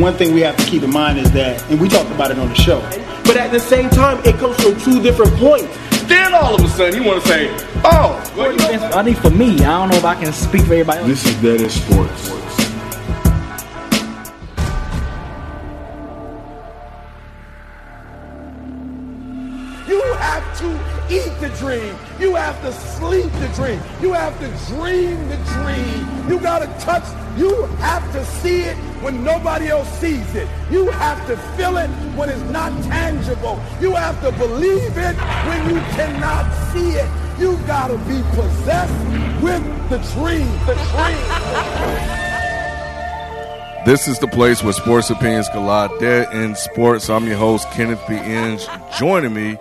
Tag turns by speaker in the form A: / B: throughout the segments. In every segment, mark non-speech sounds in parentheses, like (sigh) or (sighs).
A: one thing we have to keep in mind is that, and we talked about it on the show.
B: But at the same time, it comes from two different points.
C: Then all of a sudden, you want to say, oh, well, you know,
D: I think for me, I don't know if I can speak for everybody else.
E: This is Dead in Sports.
B: You have to eat the dream. You have to sleep the dream. You have to dream the dream. You got to touch. You have to see it when nobody else sees it. You have to feel it when it's not tangible. You have to believe it when you cannot see it. You got to be possessed with the dream. The dream.
C: (laughs) This is the place where sports opinions collide. Dead in sports. I'm your host, Kenneth B. Inge. Joining me,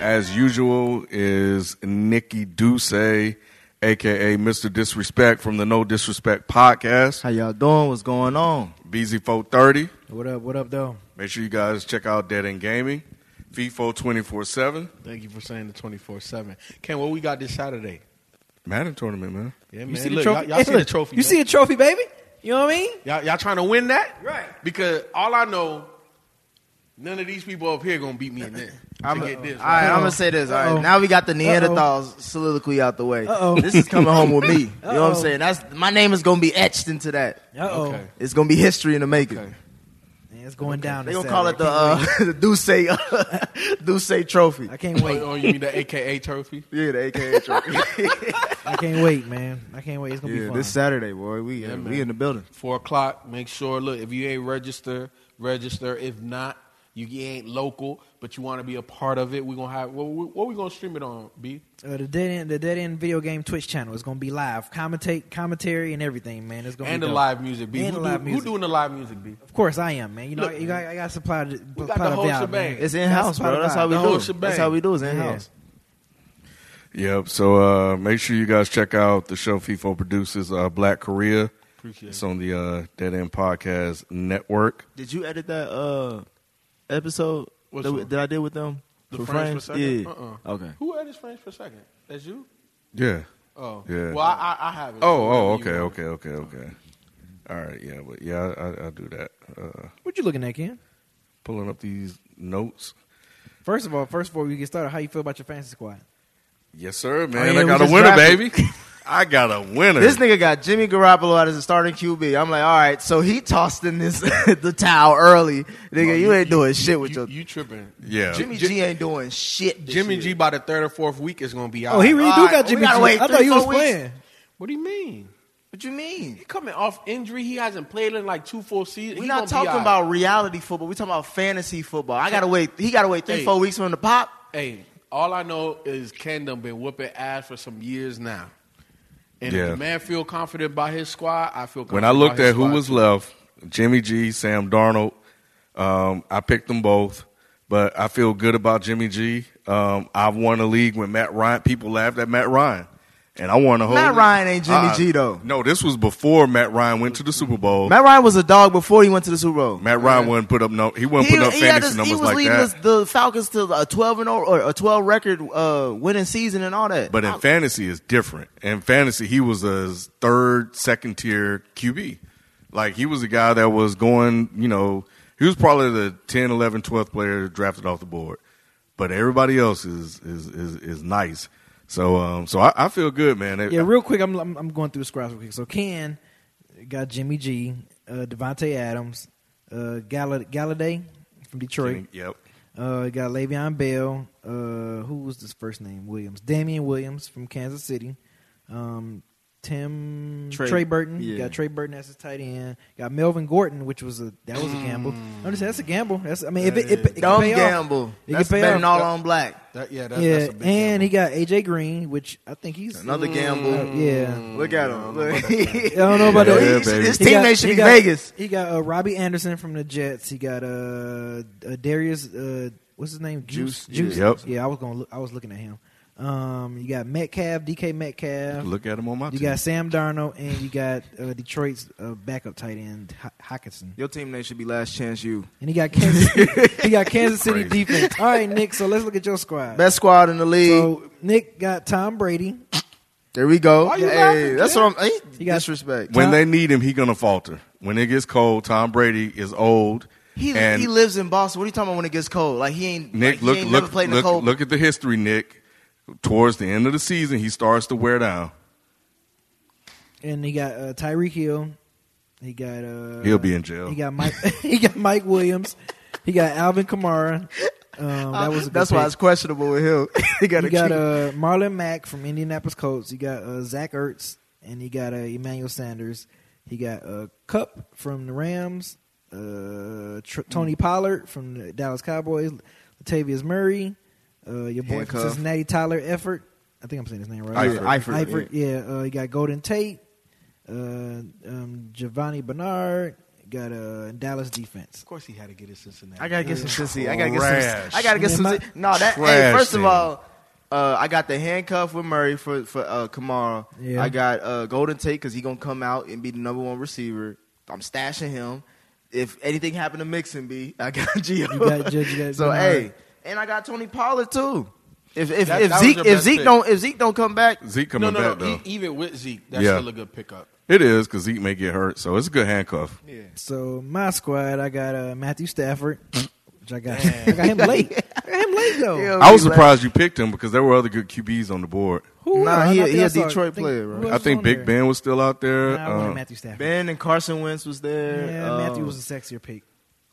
C: as usual, is Nikki Duce, aka Mr. Disrespect from the No Disrespect podcast,
F: How y'all doing? What's going on?
C: BZ430.
D: What up? What up, though?
C: Make sure you guys check out Dead End Gaming, FIFO 24 7,
G: Thank you for saying the 24 7. Ken, what we got this Saturday?
C: Madden tournament, man.
G: Yeah,
D: You see the
G: Look,
D: trophy?
G: Y'all, y'all
D: Hey,
G: see
D: look,
G: the trophy.
D: You
G: man.
D: see a trophy, baby? You know what I mean?
G: Y'all, y'all trying to win that?
D: Right.
G: Because all I know, none of these people up here going to beat me in this. I'm get this.
F: All right,
G: right?
F: I'm gonna say this. All
D: Uh-oh.
F: right, now we got the Neanderthals soliloquy out the way. This is coming home with me. (laughs) You know what I'm
D: Uh-oh.
F: saying? That's my name is gonna be etched into that.
D: Uh oh.
G: Okay.
F: It's gonna be history in the making.
G: Okay.
D: Man, it's going down.
F: They're
D: this
F: gonna call it the
D: Saturday.
F: uh, (laughs) the Duce uh, (laughs) Duce Trophy.
D: I can't wait.
G: Oh, you mean the AKA trophy?
F: Yeah, the (laughs) AKA Trophy.
D: I can't wait, man. I can't wait. It's gonna be
F: yeah,
D: fun.
F: this Saturday, boy. We
G: Yeah, man.
F: we in the building.
G: Four o'clock. Make sure, look, if you ain't register, register. If not, you ain't local, but you want to be a part of it, we're going to have, what, what, what we going to stream it on, B?
D: uh, the dead end, the dead end video game Twitch channel is gonna be live, commentate, commentary, and everything, man. It's gonna
G: And
D: be
G: the
D: dope.
G: live music, B.
D: And
G: who,
D: the live
G: do,
D: music.
G: who doing the live music, B?
D: Of course, I am, man. You know,
G: Look,
D: you got, I got to supply. the-
G: got
D: supply
G: the whole
D: vibe,
G: shebang.
D: man.
F: It's in house,
D: Supply
F: bro. That's
D: the
F: how we
D: vibe.
G: whole
F: do. it.
G: shebang.
F: That's how we do. It's in
D: Yeah.
F: house.
C: Yep. So uh, make sure you guys check out the show FIFO produces uh, Black Korea.
G: Appreciate
C: it's
G: it.
C: on the uh, Dead End Podcast Network.
F: Did you edit that uh episode
G: Which
F: that, we-
G: one?
F: that I did with them?
G: The
F: For
G: frames per second?
F: Yeah.
G: Uh-uh.
F: Okay.
G: Who edits French per second? That's you?
C: Yeah.
G: Oh.
C: Yeah.
G: Well, I, I, I have it.
C: Oh, oh,
G: Whatever
C: okay,
G: you want.
C: okay, okay, okay. All right, yeah, but yeah, I, I, I do that. Uh,
D: What you looking at, Ken?
C: pulling up these notes.
D: First of all, first before we get started, how you feel about your fantasy squad?
C: Yes, sir, man.
F: Oh, yeah,
C: I
F: we
C: got a
F: just
C: winner,
F: drafted.
C: baby. I got a winner.
F: This nigga got Jimmy Garoppolo out as a starting QB. I'm like, all right, so he tossed in this (laughs) the towel early, nigga.
G: Oh,
F: you, ain't doing shit with
G: you,
F: your
G: you tripping.
C: yeah.
F: Jimmy
G: Ji-
F: G ain't doing shit. This
G: Jimmy
F: year.
G: G by the third or fourth week is going to be Ah. out.
D: Oh, he really
F: All
D: do
F: right,
D: got
F: we
D: Jimmy
F: gotta
D: G.
F: wait
D: I
F: three,
D: thought he
F: four
D: was
F: weeks.
D: playing.
G: What do you mean?
F: What you mean?
G: He coming off injury. He hasn't played in like two full seasons.
F: We're
G: He
F: not
G: gonna be
F: talking
G: all right.
F: about reality football. We're talking about fantasy football. I gotta wait. He gotta wait three,
G: Hey.
F: four weeks from the pop.
G: Hey, all I know is Kendom been whooping ass for some years now. And
C: Yeah.
G: if the man feel confident about his squad, I feel. confident
C: when I looked
F: Oh,
G: about his
C: at who
G: squad,
C: was
G: too.
C: left, Jimmy G, Sam Darnold, um, I picked them both, but I feel good about Jimmy G. Um, I won a league when Matt Ryan. People laughed at Matt Ryan, and I won a whole.
F: Matt
C: league.
F: Ryan ain't Jimmy G, though.
C: No, this was before Matt Ryan went to the Super Bowl. Matt,
F: Matt Ryan was a dog before he went to the Super Bowl.
C: Ryan wouldn't put up no. He wouldn't put up
F: had
C: fantasy
F: this- he
C: numbers
F: was
C: like
F: leading
C: that.
F: this- the Falcons to a 12 and o- or a 12 record uh, winning season and all that.
C: But in fantasy, it's different. In fantasy, he was a third, second tier QB. Like, he was a guy that was going, you know, he was probably the 10, 11, 12th player drafted off the board. But everybody else is is is, is nice. So, um, so I, I feel good, man.
D: (laughs) Yeah, real quick, I'm I'm, I'm going through the squads real quick. So Ken got Jimmy G, uh, Devontae Adams, uh, Gall- Galladay from Detroit.
C: Yep.
D: Uh, you got Le'Veon Bell. Uh, who was his first name? Williams. Damian Williams from Kansas City. Um, Tim Trey,
F: Trey-
D: Burton. You
F: yeah.
D: Got Trey Burton as his tight end. Got Melvin Gordon, which was a that was a gamble.
F: Mm.
D: I'm just saying, that's a gamble. That's I mean, if it, it, it, can
F: Dumb
D: pay
F: gamble.
D: Off. It
F: That's
D: can pay
F: better
D: off.
F: than all on black.
G: That, yeah, that,
D: yeah,
G: that's a big
D: and
G: gamble.
D: he got AJ Green, which I think he's
F: Another
D: Uh,
F: gamble.
D: yeah.
F: Look at him.
D: I don't know about
C: Yeah,
D: that.
C: yeah,
F: His-
C: baby.
F: His
D: He
F: team
D: got-
F: nation
D: he
F: is
D: got-
F: Vegas.
D: He got uh, Robbie Anderson from the Jets. He got uh, uh Darius. Uh, what's his name? Juice.
C: Juice. Yep.
D: Yeah, I was going. to I was looking at him. Um, you got Metcalf, DK Metcalf.
C: Look at him on my
D: you
C: team.
D: got Sam Darnold, and you got uh, Detroit's uh, backup tight end Ho- Hawkinson,
F: Your team name should be last chance you.
D: and he
C: (laughs)
D: got Kansas. he got Kansas City
C: Crazy.
D: defense. All right, Nick. So let's look at your squad.
F: Best squad in the league.
D: So Nick got Tom Brady,
F: There we go.
G: you
F: hey,
G: laughing,
F: that's
G: kid?
F: what I'm. Hey,
D: You got-
F: disrespect.
C: When they need him, he gonna falter. When it gets cold, Tom Brady is old.
F: He,
C: and
F: he lives in Boston. What are you talking about when it gets cold? Like he ain't. like,
C: Nick,
F: he
C: look,
F: ain't never
C: look,
F: played in the
C: look,
F: cold.
C: look at the history, Nick. Towards the end of the season, he starts to wear down.
D: and he got uh, Tyreek Hill. He got uh,
C: He'll be in jail.
D: He got Mike. (laughs) he got Mike Williams. He got Alvin Kamara. Um, that was a good
F: Uh, that's
D: pick.
F: why it's questionable with him. (laughs) he got
D: You
F: a
D: got
F: key.
D: uh, Marlon Mack from Indianapolis Colts. You got uh, Zach Ertz, and you got uh, Emmanuel Sanders. He got uh, Cup from the Rams. Uh, Tr- Tony
F: Hmm.
D: Pollard from the Dallas Cowboys. Latavius Murray. Uh, your boy from
F: Handcuff.
D: Cincinnati, Tyler Effort. I think I'm saying his name right.
C: Eifert.
F: Eifert,
D: Eifert, yeah. Uh, you got Golden Tate. Uh, um, Giovanni Bernard. You got uh, Dallas defense.
G: Of course, he had to get his Cincinnati.
F: I gotta get some sissy. I gotta get some. I gotta get some.
D: Man,
F: sissy. No, that. Hey,
C: Trash
F: first of
C: team.
F: all, uh, I got the handcuff with Murray for for uh, Kamara.
D: Yeah.
F: I got uh, Golden Tate because he gonna come out and be the number one receiver. I'm stashing him. If anything happened to Mixon, B, I got (laughs) Gio.
D: You got- you got-
F: so
D: you got-
F: hey, and I got Tony Pollard too. If if,
G: That-
F: if
G: that was
F: Zeke
G: your
F: if
G: best
F: Zeke
G: pick.
F: don't if Zeke don't come back,
C: Zeke coming
G: no, no,
C: back
G: no.
C: though.
G: E- even with Zeke, that's
C: Yeah.
G: still a good pickup.
C: it is because Zeke may get hurt, so it's a good handcuff.
D: So my squad, I got uh, Matthew Stafford, which I got. I got him late. I got him late though.
F: (laughs) Yeah.
C: I was surprised you picked him because there were other good QBs on the board.
D: Who
F: Nah,
D: else?
F: he-
D: I think
F: he
D: I
F: a
D: saw-
F: Detroit
D: I think-
F: player,
D: who
F: right?
D: else
C: I
D: was
C: think
D: on
C: Big
D: there?
C: Ben was still out there.
D: Nah, I wanted
C: Uh,
D: Matthew Stafford.
F: Ben and Carson Wentz was there.
D: yeah,
F: Uh,
D: Matthew was a sexier pick.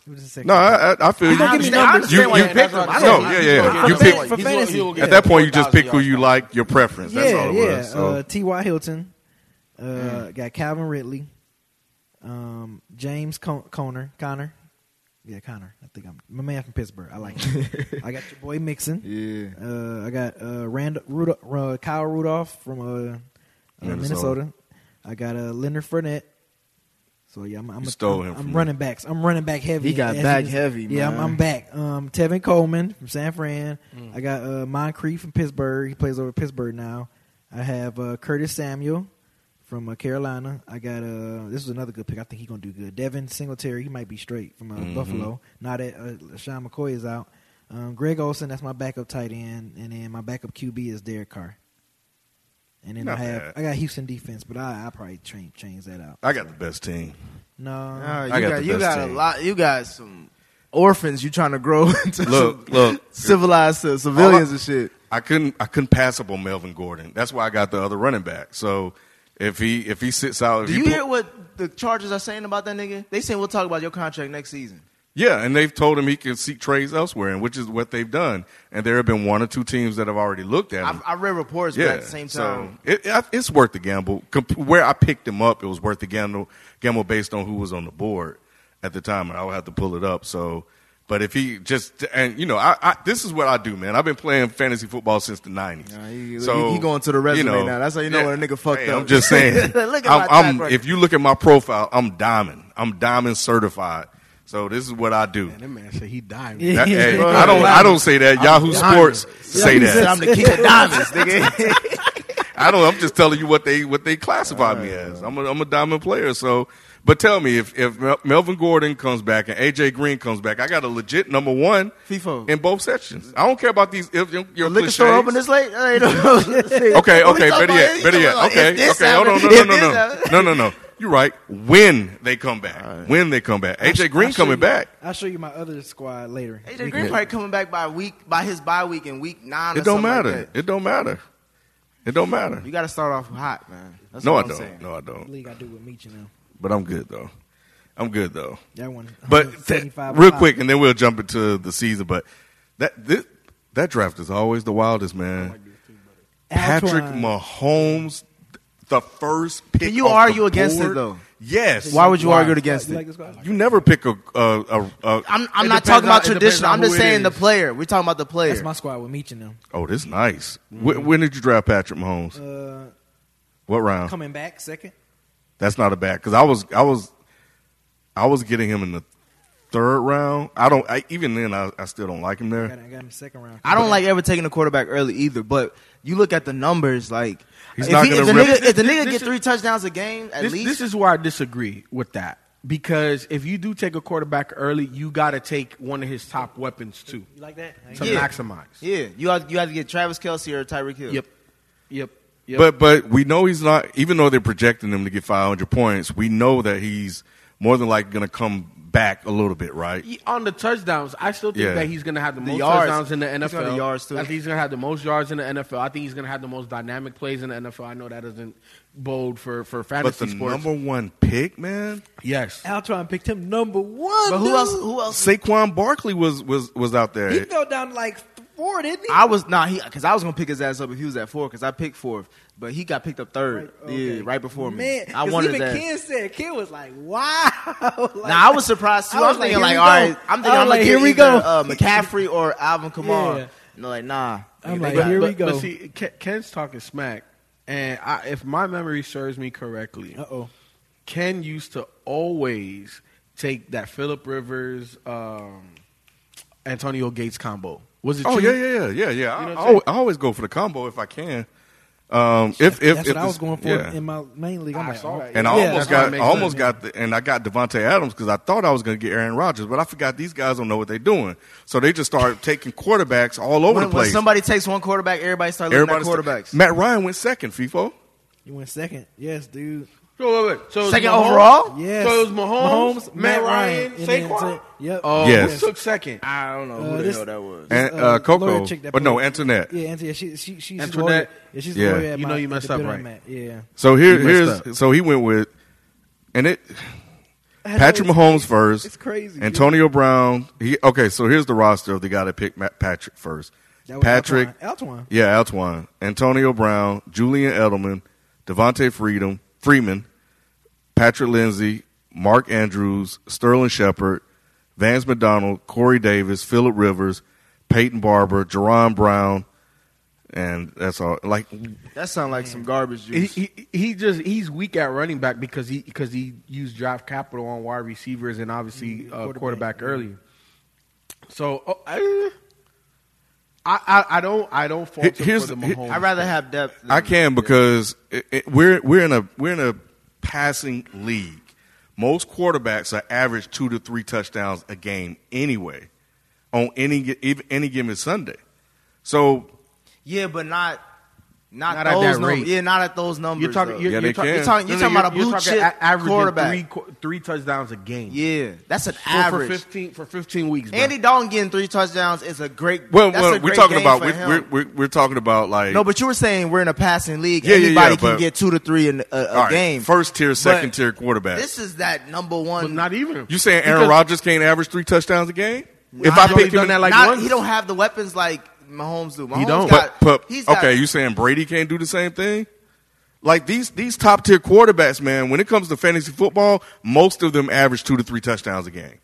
D: He was a sexier
C: no,
D: pick.
C: I, I, I feel you.
D: gonna give me
C: You-
D: numbers.
C: you-
F: understand why
C: you
F: they
C: pick
F: have
C: them.
F: Rodgers.
C: No,
F: I
C: yeah,
F: understand
C: yeah.
F: why
C: You
F: they
C: pick
F: have
D: For fantasy.
C: at that point. You just pick who you like, your preference. That's
D: yeah,
C: all it
D: yeah.
C: was. So Mm.
D: uh, T.Y. Hilton. Uh, Got Calvin Ridley. Um, James Con- Conner. Connor. Yeah, Connor. I think I'm my man from Pittsburgh. I like
C: (laughs)
D: him. I got your boy Mixon.
F: Yeah.
D: Uh, I got uh, Rand- Rudolph, uh, Kyle Rudolph from uh, uh, Minnesota.
C: Minnesota.
D: I got uh, Leonard Fournette. So yeah, I'm, I'm,
C: You stole him
D: I'm,
C: from me.
D: running backs. I'm running back heavy.
F: He got
D: As-
F: back
D: as-
F: heavy,
D: Yeah, I'm,
F: man.
D: I'm back. Um, Tevin Coleman from San Fran. I got uh, Moncrief from Pittsburgh. He plays over Pittsburgh now. I have uh, Curtis Samuel from uh, Carolina. I got uh, this is another good pick. I think he's gonna do good. Devin Singletary, he might be straight from uh, Buffalo. Now that uh, Sean McCoy is out, um, Greg Olson, that's my backup tight end, and then my backup QB is Derek Carr. And then
C: Not
D: I have
C: bad.
D: I got Houston defense, but I I probably change change that out.
C: I got the best team.
D: No,
F: Nah, you
C: I
F: got,
C: got the
F: you
C: best
F: got a
C: team.
F: lot. You got some orphans. You trying to grow (laughs) into
C: Look,
F: some
C: look.
F: civilized ci-
C: All
F: civilians
C: I-
F: and shit.
C: I couldn't I couldn't pass up on Melvin Gordon. That's why I got the other running back. So if he if he sits out, if
F: Do
C: he
F: you
C: pull-
F: hear what the Chargers are saying about that nigga? They saying we'll talk about your contract next season.
C: yeah, and they've told him he can seek trades elsewhere, and which is what they've done. And there have been one or two teams that have already looked at
F: I,
C: him.
F: I read reports,
C: yeah,
F: but at the same time,
C: so it, it, it's worth the gamble. Comp- where I picked him up, it was worth the gamble, gamble based on who was on the board at the time, and I would have to pull it up. So, but if he just and you know, I, I this is what I do, man. I've been playing fantasy football since the nineties.
F: Nah, he-
C: so
F: he- he going to the resume now. That's how you know when a nigga fucked
C: Hey,
F: up.
C: I'm
F: (laughs)
C: just saying.
F: Look at my
C: I'm, I'm-
F: track record.
C: if you look at my profile, I'm diamond. I'm diamond certified. So this is what I do.
G: And that man said he died.
D: Yeah.
C: That-
F: (laughs)
C: hey, I don't. I don't say that. Yahoo Sports say
F: He said,
C: that.
D: (laughs)
F: I'm the king of diamonds, nigga.
C: I don't. I'm just telling you what they what they classify me as. I'm a, I'm a diamond player. So, but tell me if if Mel- Melvin Gordon comes back and AJ Green comes back, I got a legit number one
F: FIFO.
C: in both sections. I don't care about these. If your
F: The liquor store
C: cliches.
F: open this late? I ain't (laughs) know.
C: Okay,
F: What we
C: okay,
F: talking
C: better
F: about?
C: yet, better
F: You talking
C: yet.
F: about if
C: Okay,
F: this
C: okay, hold on,
F: happens,
C: no, no,
F: if
C: no,
F: this
C: no,
F: happens.
C: no, no, no. You're right. When they come back, when they come back, AJ Green coming back.
D: I'll show you my other squad later.
F: AJ Green probably coming back by week, by his bye week in week nine. or
C: It don't
F: something like
C: matter.
F: that.
C: It don't matter. It don't matter.
F: You got to start off hot, man. That's
C: No,
F: what
C: I
F: I'm saying.
C: don't. No, I don't.
D: league I do with Meach now.
C: But I'm good though. I'm good though.
D: That one,
C: But that,
D: 175
C: real
D: five.
C: quick, and then we'll jump into the season. But that this, that draft is always the wildest, man. Patrick
D: Antoine.
C: Mahomes, the first pick.
F: Can you
C: off
F: argue
C: the
F: against it,
C: board.
F: though?
C: Yes.
F: Why would you
G: Why?
F: argue against
D: You
F: it?
D: like this squad?
C: you never pick a? a, a, a
F: I'm, I'm
G: It
F: not
G: depends
F: talking about
G: on- it depends
F: traditional.
G: on
F: I'm just
G: who it
F: saying the
G: is.
F: player. We're talking about the player.
D: That's my squad with Meach and them.
C: oh, this is nice.
F: Mm-hmm.
C: Wh- when did you draft Patrick Mahomes?
D: Uh,
C: what round?
D: coming back second.
C: That's not a bad because I was I was I was getting him in the third round. I don't. I, even then, I, I still don't like him
D: I
C: there.
D: got, I got him second round.
F: I don't like ever taking a quarterback early either, but you look at the numbers, like
C: He's
F: if,
C: not
F: he- if
C: gonna
F: the
C: rip-
F: nigga, if the
G: This-
F: nigga
G: this
F: get
G: is-
F: three touchdowns a game at
G: this,
F: least,
G: this is where I disagree with that because if you do take a quarterback early, you got to take one of his top weapons too
D: You like that?
G: to
F: Yeah.
G: maximize.
F: yeah, you have, you have to get Travis Kelsey or Tyreek Hill.
G: Yep, yep. Yep.
C: But but we know he's not. Even though they're projecting him to get 500 points, we know that he's more than likely going to come back a little bit, right?
G: He- on the touchdowns, I still think
C: Yeah.
G: that he's going to have the,
F: The
G: most
F: yards.
G: touchdowns in the
F: He's
G: NFL.
F: got the yards, too.
G: I think he's going to have the most yards in the NFL. I think he's going to have the most dynamic plays in the NFL. I know that isn't bold for for
C: But
G: fantasy
C: the
G: sports.
C: number one pick, man,
G: yes,
D: Altron picked him number one.
F: But who
D: dude.
F: else? Who else?
C: Saquon Barkley was was was out there.
D: He go down like four, didn't he?
F: I was not he because I was gonna pick his ass up if he was at four because I picked fourth, but he got picked up third.
D: Okay.
F: Yeah, right before me.
D: Man,
F: I
D: 'cause
F: wanted
D: even
F: that.
D: Ken said Ken was like, "Wow." (laughs) like,
F: now I was surprised too.
D: I
F: I
D: was
F: was,
D: like,
F: thinking like,
D: here
F: all
D: we
F: right,
D: go. I
F: I'm
D: was
F: thinking I'm
D: like,
F: like,
D: here we go.
F: Uh, McCaffrey or Alvin Kamara.
D: (laughs) Yeah.
F: And they're like, nah.
D: I'm
F: They
D: like,
F: got-
D: here
G: but,
D: we go.
G: But see, Ke- Ken's talking smack, and I, if my memory serves me correctly,
D: Uh oh.
G: Ken used to always take that Philip Rivers, um, Antonio Gates combo. Was it?
C: Oh
G: you?
C: yeah, yeah, yeah, yeah, yeah. I,
G: You know what I'm
C: I
G: saying?
C: al- I always go for the combo if I can. Um, if if
D: That's
C: if
D: what I
C: this-
D: was going for
C: yeah.
D: in my main league. I'm
G: I
D: like,
G: saw
D: oh.
G: that, yeah.
C: and I
D: Yeah,
C: almost
G: that's why it
C: got, I
G: makes
C: almost
G: sense.
C: got, the, and I got Devonte Adams because I thought I was going to get Aaron Rodgers, but I forgot these guys don't know what they're doing, so they just start taking quarterbacks all over
F: When,
C: the
F: when
C: place.
F: somebody takes one quarterback, everybody starts looking at
C: sta-
F: quarterbacks.
C: Matt Ryan went second, FIFO.
D: You went second. Yes, dude.
G: So, wait, wait. so it was
F: Second
G: Mahomes-
F: overall?
D: Yes.
G: So it was Mahomes, Matt, Ryan,
D: and then
G: Saquon.
D: Sa- Yep.
G: Oh,
C: Yes.
G: who took second?
F: I don't know
D: Uh,
F: who the
D: this-
F: hell that was.
C: And,
D: Uh,
C: uh, Coco,
D: Laura chick that
C: but no,
D: played-
C: Antoinette.
D: Yeah, Antoinette. She, she, she, she's
G: Antoinette.
D: Lawyer. Yeah, she's
C: Yeah.
D: lawyer at
G: You
D: my-
G: know you
D: at
G: messed
D: the
G: up,
D: building
G: right?
D: I'm at. Yeah.
C: So here,
G: He messed
C: here's, so he went with, and it,
D: I
C: Patrick
D: know,
C: Mahomes first.
D: it's crazy,
C: Antonio Brown. He okay. So here's the roster of the guy that picked Matt Patrick first.
D: That was
C: Patrick,
D: Altwan. Altwan.
C: yeah, Altwan, Antonio Brown, Julian Edelman, Devontae Freedom, Freeman, Patrick Lindsey, Mark Andrews, Sterling Shepard, Vance McDonald, Corey Davis, Phillip Rivers, Peyton Barber, Jerron Brown, and that's all. Like
F: That sounds like some garbage
G: He,
F: juice.
G: he he just he's weak at running back because he because he used draft capital on wide receivers and obviously uh, quarterback,
D: quarterback, yeah.
G: early. So oh, I, I I don't I don't fault
C: Here-
G: him
C: here's
G: for the
C: the- here-
G: Mahomes.
F: I'd rather have depth. than-
C: I can because it, it, we're we're in a we're in a passing league. Most quarterbacks are average two to three touchdowns a game anyway, on any gi- even any given Sunday. So
F: Yeah, but not not,
G: Not at
F: those
G: that
F: num-
G: rate.
F: Yeah, not at those numbers.
G: you're talking
F: though.
G: you're,
C: Yeah,
G: you're
C: they can.
G: talk- you're
F: You're talking, you're talking about a
G: you're
F: blue
G: talking
F: chip
G: a- averaging
F: quarterback.
G: Three, qu- three touchdowns a game.
F: yeah, that's an
G: So
F: average.
G: for fifteen for fifteen weeks. Bro.
F: Andy Dalton getting three touchdowns is a great.
C: well,
F: that's
C: well,
F: a
C: we're
F: great
C: talking
F: game
C: about
F: for
C: we're,
F: him.
C: we're, we're we're talking about like
F: no, but you were saying we're in a passing league.
C: Yeah, yeah, yeah,
F: Anybody can
C: but-
F: get two to three in a, a
C: all right,
F: game.
C: first tier, second tier quarterback.
F: This is that number
G: but
F: one.
G: not even
C: you saying Aaron
G: Because-
C: Rodgers can't average three touchdowns a game? If
G: I've
C: I
G: only
C: picked him
G: done that, like,
F: not-
G: once.
F: he don't have the weapons like Mahomes do. Mahomes
G: don't.
F: Got,
C: But,
F: he's
C: okay,
F: got-
C: you saying Brady can't do the same thing? Like these these top tier quarterbacks, man. When it comes to fantasy football, most of them average two to three touchdowns a game.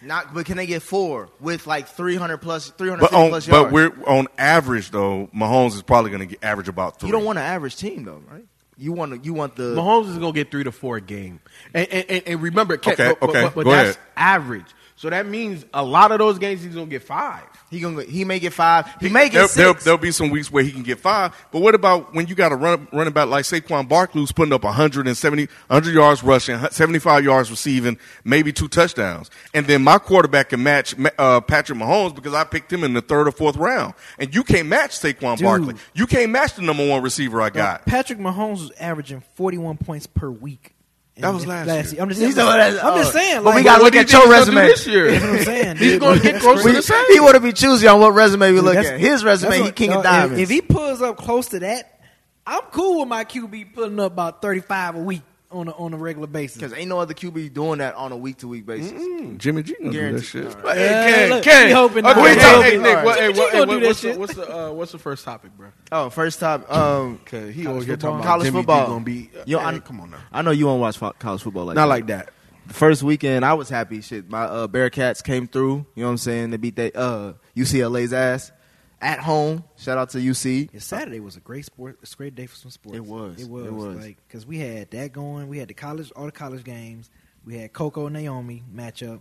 F: not. But can they get four with like three hundred plus, three hundred
C: But on
F: plus yards?
C: but we're on average though, Mahomes is probably going to get average about three.
F: you don't want an average team though, right? You want to. You want the.
G: Mahomes is gonna get three to four a game, and and, and, and remember, Ke-
C: Okay,
G: but, but-
C: okay,
G: but, but
C: go ahead.
G: that's average. So that means a lot of those games he's gonna get five.
F: He gonna. He may get five. He, may get
C: There,
F: 6
C: will there'll be some weeks where he can get five, but what about when you got a run, running back like Saquon Barkley who's putting up 170, 100 yards rushing, 75 yards receiving, maybe two touchdowns, and then my quarterback can match Ma- uh, Patrick Mahomes because I picked him in the third or fourth round, and you can't match Saquon
D: Dude.
C: Barkley. You can't match the number one receiver I
D: Now,
F: Uh,
C: got.
D: Patrick Mahomes was averaging 41 points per week.
C: That
D: And
C: was last year.
D: I'm just,
F: He's
D: I'm
F: the one
D: just,
F: that's-
D: I'm just
F: oh.
D: saying.
F: But
D: like,
F: we gotta look
G: What do you
F: at
G: think
F: your
G: he's gonna do
F: resume.
G: this year?
D: That's what I'm saying.
G: (laughs) He's
D: dude.
G: gonna
F: (laughs)
G: get
D: That's
G: close to
D: crazy.
F: We-
G: the same.
F: he want to be choosy on what resume we look
D: That's-
F: at. His resume,
D: that's
F: he
D: what-
F: king
D: no,
F: of diamonds.
D: If, if he pulls up close to that, I'm cool with my QB putting up about 35 a week on a, on a regular basis.
F: Because ain't no other QB doing that on a week to week basis.
C: Jimmy G gonna
F: Guaranteed.
D: Yeah, look, we hoping not.
C: Okay,
D: We
C: hey,
F: hoping
C: hey,
F: not.
C: Nick, what-
D: Jimmy
C: hey,
D: G
C: what- hey,
D: gonna
C: what-
D: do that
C: what's the-
D: shit.
G: What's the uh, what's the first topic, bro?
F: Oh, first top. Um,
G: Because he
D: College
G: over
D: football.
G: here talking about
C: uh,
F: college
G: Jimmy G
F: football.
G: Gonna be, uh,
F: Yo,
G: Hey,
F: I,
G: come on now,
F: I know you won't watch fo- college football like
G: not
F: that.
G: like that.
F: The first weekend, I was happy. Shit, my uh, Bearcats came through. You know what I'm saying? They beat that uh, UCLA's ass at home. Shout out to UC.
D: Yeah, Saturday was a great sport. It's a great day for some sports.
F: It was.
D: It was.
F: It was.
D: Like because we had that going. We had the college, all the college games. We had Coco and Naomi matchup,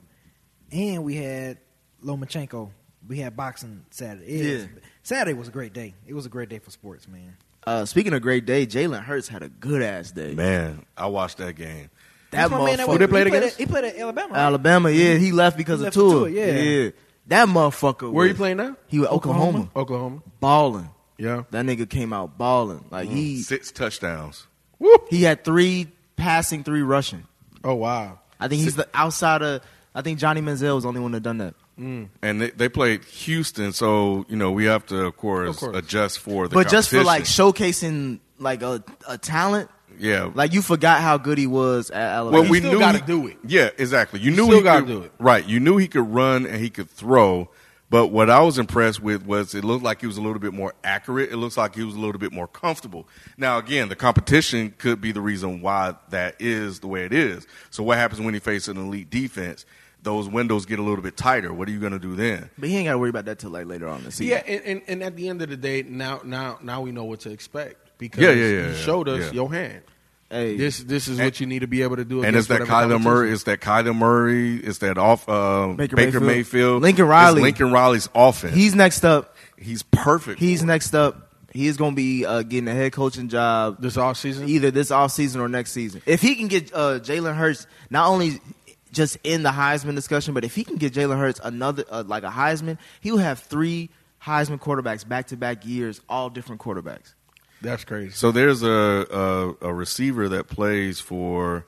D: and we had Lomachenko. We had boxing Saturday. It was-
F: Yeah.
D: Saturday was a great day. It was a great day for sports, man.
F: Uh, speaking of great day, Jalen Hurts had a good ass day.
C: Man, I watched that game.
F: That
D: That's my man that
F: motherfucker.
D: we-
G: Who they played
D: he played
G: against?
D: at- He played at Alabama. right?
F: Alabama, yeah, he left because
D: He left
F: of
D: for
F: Tua.
D: Tua, yeah.
F: That motherfucker.
G: Where are you
F: was-
G: playing now? Oh.
F: He was Oklahoma,
G: Oklahoma.
F: balling.
G: Yeah.
F: That nigga came out balling. Like he
C: Mm-hmm. Six touchdowns.
F: he had three passing, three rushing.
G: Oh wow.
F: I think he's the outside of. I think Johnny Manziel was the only one that done that.
C: And they, they played Houston, so you know we have to, of course,
G: Of course.
C: adjust for the.
F: but just for like
C: competition.
F: showcasing like a, a talent,
C: yeah,
F: like you forgot how good he was at Alabama.
C: well,
G: he
C: we
G: still
C: knew
G: gotta
C: he-
G: do it.
C: Yeah, exactly. You knew
G: still
C: he
G: gotta
C: could,
G: do it.
C: Right. You knew he could run and he could throw. But what I was impressed with was it looked like he was a little bit more accurate. It looks like he was a little bit more comfortable. Now, again, the competition could be the reason why that is the way it is. So, what happens when he faces an elite defense? Those windows get a little bit tighter. What are you going to do then?
F: but he ain't got to worry about that till like later on in the season.
G: Yeah, and, and, and at the end of the day, now now now we know what to expect because
C: Yeah, yeah, yeah,
G: you
C: yeah,
G: showed us
C: yeah.
G: your hand.
F: Hey,
G: This this is what you need to be able to do.
C: And it's that Kyler Murray. It's that Kyler Murray. It's that off uh,
F: Baker
C: Baker,
F: Mayfield.
C: Mayfield.
F: Lincoln
C: It's
F: Riley.
C: Lincoln Riley's offense.
F: he's next up.
C: he's perfect.
F: He's
C: for it.
F: next up. He's going to be uh, getting a head coaching job
G: This offseason?
F: either this offseason or next season. If he can get uh, Jalen Hurts not only just in the Heisman discussion, but if he can get Jalen Hurts another uh, like a Heisman, he'll have three Heisman quarterbacks back to back years, all different quarterbacks.
G: That's crazy.
C: So there's a, a a receiver that plays for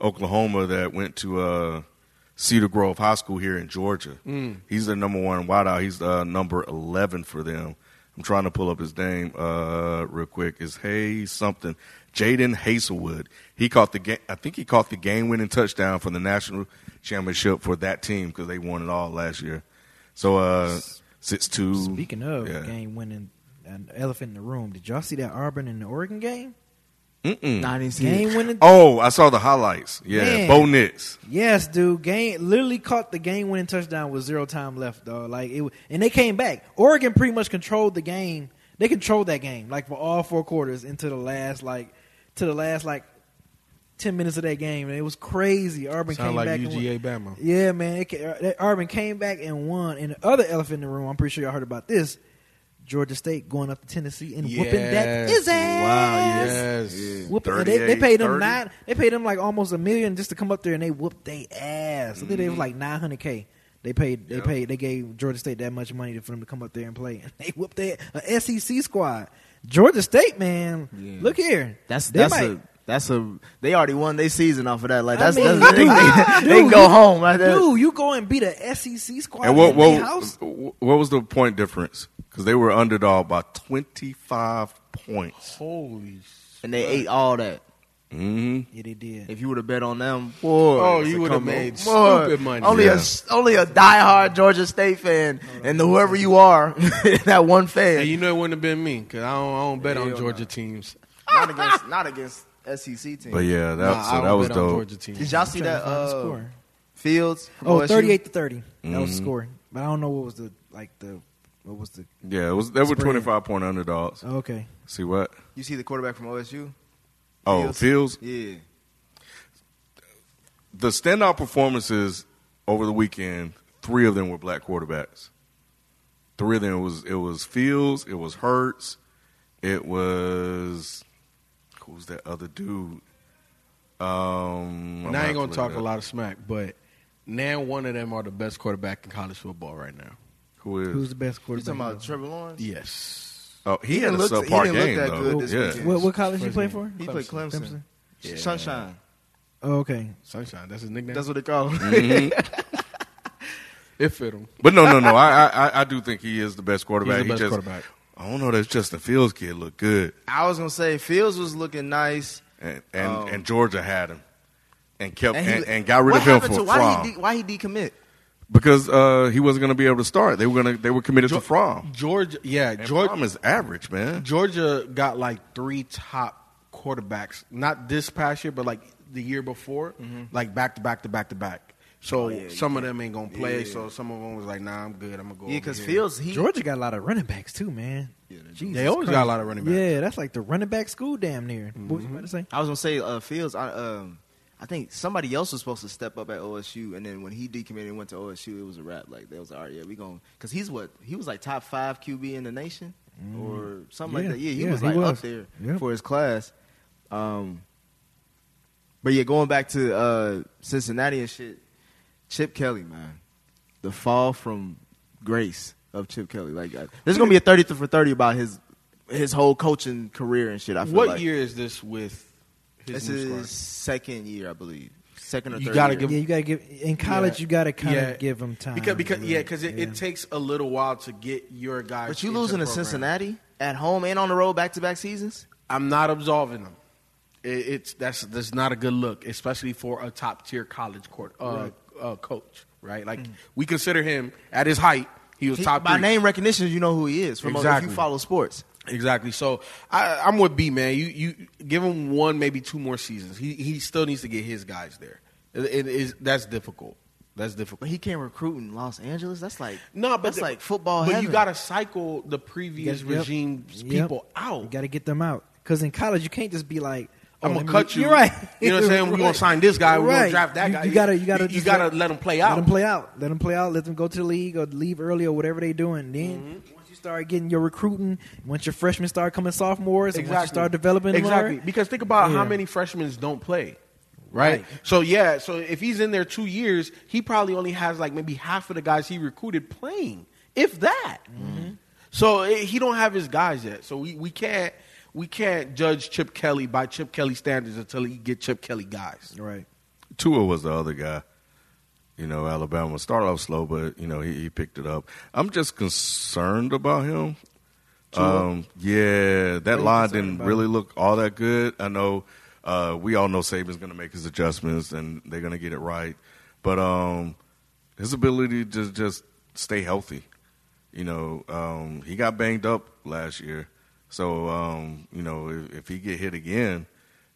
C: Oklahoma that went to uh, Cedar Grove High School here in Georgia.
D: Mm.
C: He's their number one wideout. He's uh, number eleven for them. I'm trying to pull up his name uh, real quick. It's Hayes something. Jaden Hazelwood. He caught the game. I think he caught the game-winning touchdown for the national championship for that team because they won it all last year. So uh, six two.
F: Um,
D: Speaking of game winning, an elephant in the room. Did y'all see that Auburn and the Oregon game?
F: Nah, I didn't see it.
D: Game winning.
C: Oh, I saw the highlights. Yeah,
D: Man.
C: Bo Nix.
D: Yes, dude. Game literally caught the game winning touchdown with zero time left, though. Like it, wa- and they came back. Oregon pretty much controlled the game. They controlled that game like for all four quarters into the last like to the last like ten minutes of that game, and it was crazy. Auburn
G: Sound
D: came
G: like
D: back.
G: UGA
D: and won.
G: Bama.
D: Yeah, man. It, ca- uh, that Auburn came back and won. And the other elephant in the room. I'm pretty sure y'all heard about this. Georgia State going up to Tennessee and whooping that
G: Yes.
D: his
G: Wow,
D: ass.
G: Yes. Yeah.
D: Whoop, and they, they paid them
C: 38,
D: nine. They paid them like almost a million just to come up there and they whooped they ass. I think they was like nine hundred k. They paid. They paid. They gave Georgia State that much money for them to come up there and play. And they whooped their a SEC squad. Georgia State, man,
F: Yeah.
D: look here.
F: That's
D: They
F: that's
D: might-
F: a that's a they already won their season off of that. Like
D: I
F: that's,
D: mean,
F: that's they,
D: (laughs) dude,
F: they, they
D: dude,
F: go
D: you-
F: home right there.
D: Dude, you go and beat a SEC squad
C: And what
D: in their
C: what,
D: house.
C: what was the point difference? Because they were underdog by twenty five points.
G: Holy. s-
F: (laughs) And they ate all that.
D: Yeah, they did.
F: If you would have bet on them, boy,
G: Oh,
F: it's
G: you
F: a
G: would've
F: come
G: made
F: on.
G: stupid money.
F: Only
C: Yeah.
F: a only a diehard Georgia State fan, and whoever you are, (laughs) that one fan.
G: And you know it wouldn't have been me because I don't, I don't bet on Georgia teams.
F: (laughs) not against not against SEC team.
C: But yeah, that
G: Nah, I
C: so
G: don't
C: that was
G: bet on
C: dope.
G: Georgia teams.
F: Did y'all see
D: Trying to
F: that
D: find the
F: uh,
D: score.
F: Fields? from
D: Oh,
F: OSU?
D: 38 to thirty. That was the score. But I don't know what was the like the what was the
C: Yeah, it was. They were
D: Spread.
C: twenty five point underdogs.
D: okay.
C: See what?
F: You see the quarterback from OSU?
C: Oh, Fields.
F: Yeah,
C: The standout performances over the weekend. Three of them were black quarterbacks. Three of them was it was Fields. It was Hurts. It was who's that other dude? Um, I'm
G: Now I
C: gonna have
G: ain't gonna
C: to look
G: talk
C: it
G: a
C: up.
G: lot of smack, but now one of them are the best quarterback in college football right now.
C: Who is?
D: Who's the best
F: you
D: quarterback?
F: talking about Trevor Lawrence?
G: Yes.
C: Oh, he, had a
F: didn't look- he
C: subpar
F: didn't look
C: game
F: that
C: though.
F: good this
C: yeah.
F: weekend.
D: What, what college you
G: First
D: play
G: name.
D: for?
F: He played Clemson.
D: Clemson.
F: Sunshine.
D: Oh, okay.
G: Sunshine, that's his nickname.
F: That's what they call him.
G: it fit him.
C: But no,
G: (laughs)
C: no, no. I, I- I, I do think he is the best quarterback.
G: He's the
C: He
G: best
C: just-
G: quarterback.
C: I don't know. That's Justin Fields kid looked good,
F: (laughs) I was gonna say Fields was looking nice.
C: and and,
F: Oh.
C: and Georgia had him, and kept and,
F: he-
C: and, got rid
F: what
C: of him
F: happened
C: for
F: to- why
C: Fromm
F: he de- why he decommit?
C: because uh, he wasn't going to be able to start. They were going to they were committed
G: Geor-
C: to Fromm.
G: Georgia, yeah,
C: And
G: Georgia.
C: Fromm is average, man.
G: Georgia got like three top quarterbacks, not this past year, but like the year before,
F: Mm-hmm.
G: like back to back to back to back. So some of them ain't gonna play. So some of them was like, "Nah, I'm good. I'm gonna go."
F: Yeah,
G: over
F: because
G: here."
F: Fields he
D: Georgia got a lot of running backs too, man. Jesus
G: They always got a lot of running backs. Mm-hmm.
D: Yeah, that's like the running back school, damn near. What was you about to say?
F: I was gonna say uh, Fields. I, um, I think somebody else was supposed to step up at OSU, and then when he decommitted and went to OSU, it was a wrap. Like they was like, all right, yeah, we going because he's what he was like top five QB in the nation or something
D: Yeah,
F: like that. Yeah, he
D: yeah,
F: was
D: he
F: like
D: was.
F: up there
D: Yeah.
F: for his class. Um, but yeah, going back to uh, Cincinnati and shit, Chip Kelly, man, the uh, fall from grace of Chip Kelly. Like I- there's gonna be a thirty for thirty about his his whole coaching career and shit. I feel
G: What
F: like.
G: year is this with his
F: This
G: new
F: is
G: squad?
F: his second year, I believe. Second or
G: You
F: third.
G: gotta
F: year.
G: give-
D: yeah, you gotta give in college.
G: Yeah.
D: You gotta kind of
G: Yeah.
D: give him time.
G: because because
D: to
G: yeah
D: really-
G: because it,
D: yeah.
G: it takes a little while to get your guys.
F: But you
G: into
F: losing
G: the
F: to
G: program.
F: Cincinnati at home and on the road back to back seasons.
G: I'm not absolving them. It, it's that's that's not a good look, especially for a top tier college court uh, uh, coach, right? Like we consider him at his height, he was
F: Mm. He-
G: top
F: by
G: three.
F: name recognition, you know who he is. From if
G: Exactly.
F: you follow sports,
G: Exactly. So I, I'm with B man. You you give him one maybe two more seasons. He he still needs to get his guys there. It, it is that's difficult. That's
F: but
G: difficult.
F: he can't recruit in Los Angeles. That's like
G: No, but
F: that's
G: the-
F: like football.
G: But
F: heaven.
G: you got to cycle the previous
D: Yep, yep.
G: regime's
D: Yep.
G: people
D: You
G: out.
D: gotta get them out because in college you can't just be like, oh,
G: I'm
D: let
G: gonna
D: me-
G: cut you.
D: You're right.
G: You know what I'm saying? We're gonna
D: Right.
G: sign this guy. We're
D: Right.
G: gonna draft that
D: You-
G: guy.
D: You gotta, you gotta,
G: You,
D: just
G: gotta let him play out.
D: Let them play out. Let them play out. Let them go to the league or leave early or whatever they doing. Then
G: Mm-hmm.
D: once you start getting your recruiting, once your freshmen start coming sophomores, and once you start developing, them
G: Exactly.
D: all right,
G: Because think about how
D: Yeah.
G: many freshmen don't play. Right? So yeah, so if he's in there two years, he probably only has like maybe half of the guys he recruited playing, if that. So eh, he don't have his guys yet. So we, we can't we can't judge Chip Kelly by Chip Kelly standards until he get Chip Kelly guys.
D: right.
C: Tua was the other guy. You know, Alabama started off slow, but you know he, he picked it up. I'm just concerned about him. Um, yeah, that line didn't really look all that good. I know uh, we all know Saban's going to make his adjustments and they're going to get it right, but um, his ability to just stay healthy. You know, um, he got banged up last year, so um, you know if, if he get hit again,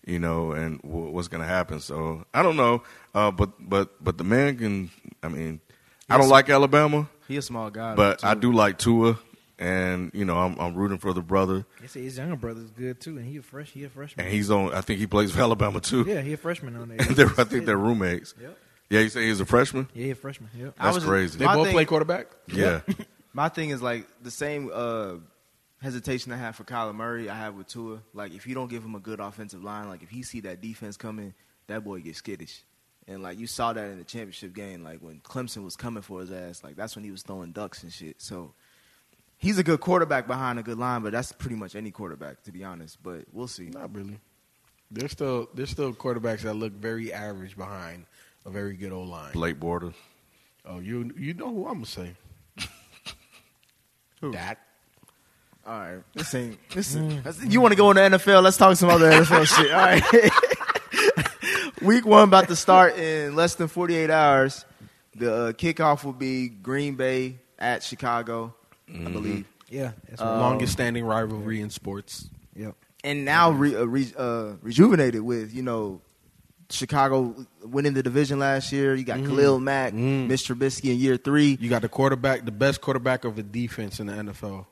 C: you know, and w- what's going to happen. So I don't know, uh, but but but the man can. I mean, I don't like Alabama,
F: He a small guy,
C: but
F: too.
C: I do like Tua, and you know I'm, I'm rooting for the brother,
D: They say his younger brother's good too, and he a fresh. He a freshman.
C: and he's on. I think he plays for Alabama too. (laughs)
D: yeah, he a freshman on there.
C: they're, I think they're roommates.
D: Yep.
C: Yeah, you say he's a freshman.
D: yeah, he a freshman. Yep.
F: I
C: That's
F: was-
C: crazy.
G: They
F: My
G: both
F: thing-
G: play quarterback?
C: yeah,
F: My thing is like the same uh, hesitation I have for Kyler Murray. I have with Tua. Like if you don't give him a good offensive line, like if he see that defense coming, that boy gets skittish. And like you saw that in the championship game, like when Clemson was coming for his ass, like that's when he was throwing ducks and shit. So he's a good quarterback behind a good line, but that's pretty much any quarterback to be honest. But we'll see.
G: Not really. There's still there's still quarterbacks that look very average behind a very good old line.
C: Blake Bortles.
G: Oh, you you know who I'm gonna say? who? That.
F: All right, this ain't this. Is, you want to go in the NFL? Let's talk some other NFL shit. All right. (laughs) Week one about to start in less than 48 hours. The uh, kickoff will be Green Bay at Chicago,
G: Mm-hmm.
F: I believe.
D: yeah, that's right.
G: Longest standing rivalry in sports.
D: Yep.
F: And now re, uh, re, uh, rejuvenated with you know Chicago winning the division last year. You got
G: Mm-hmm.
F: Khalil Mack, Mitch Trubisky in year three.
G: You got the quarterback, the best quarterback of the defense in the NFL.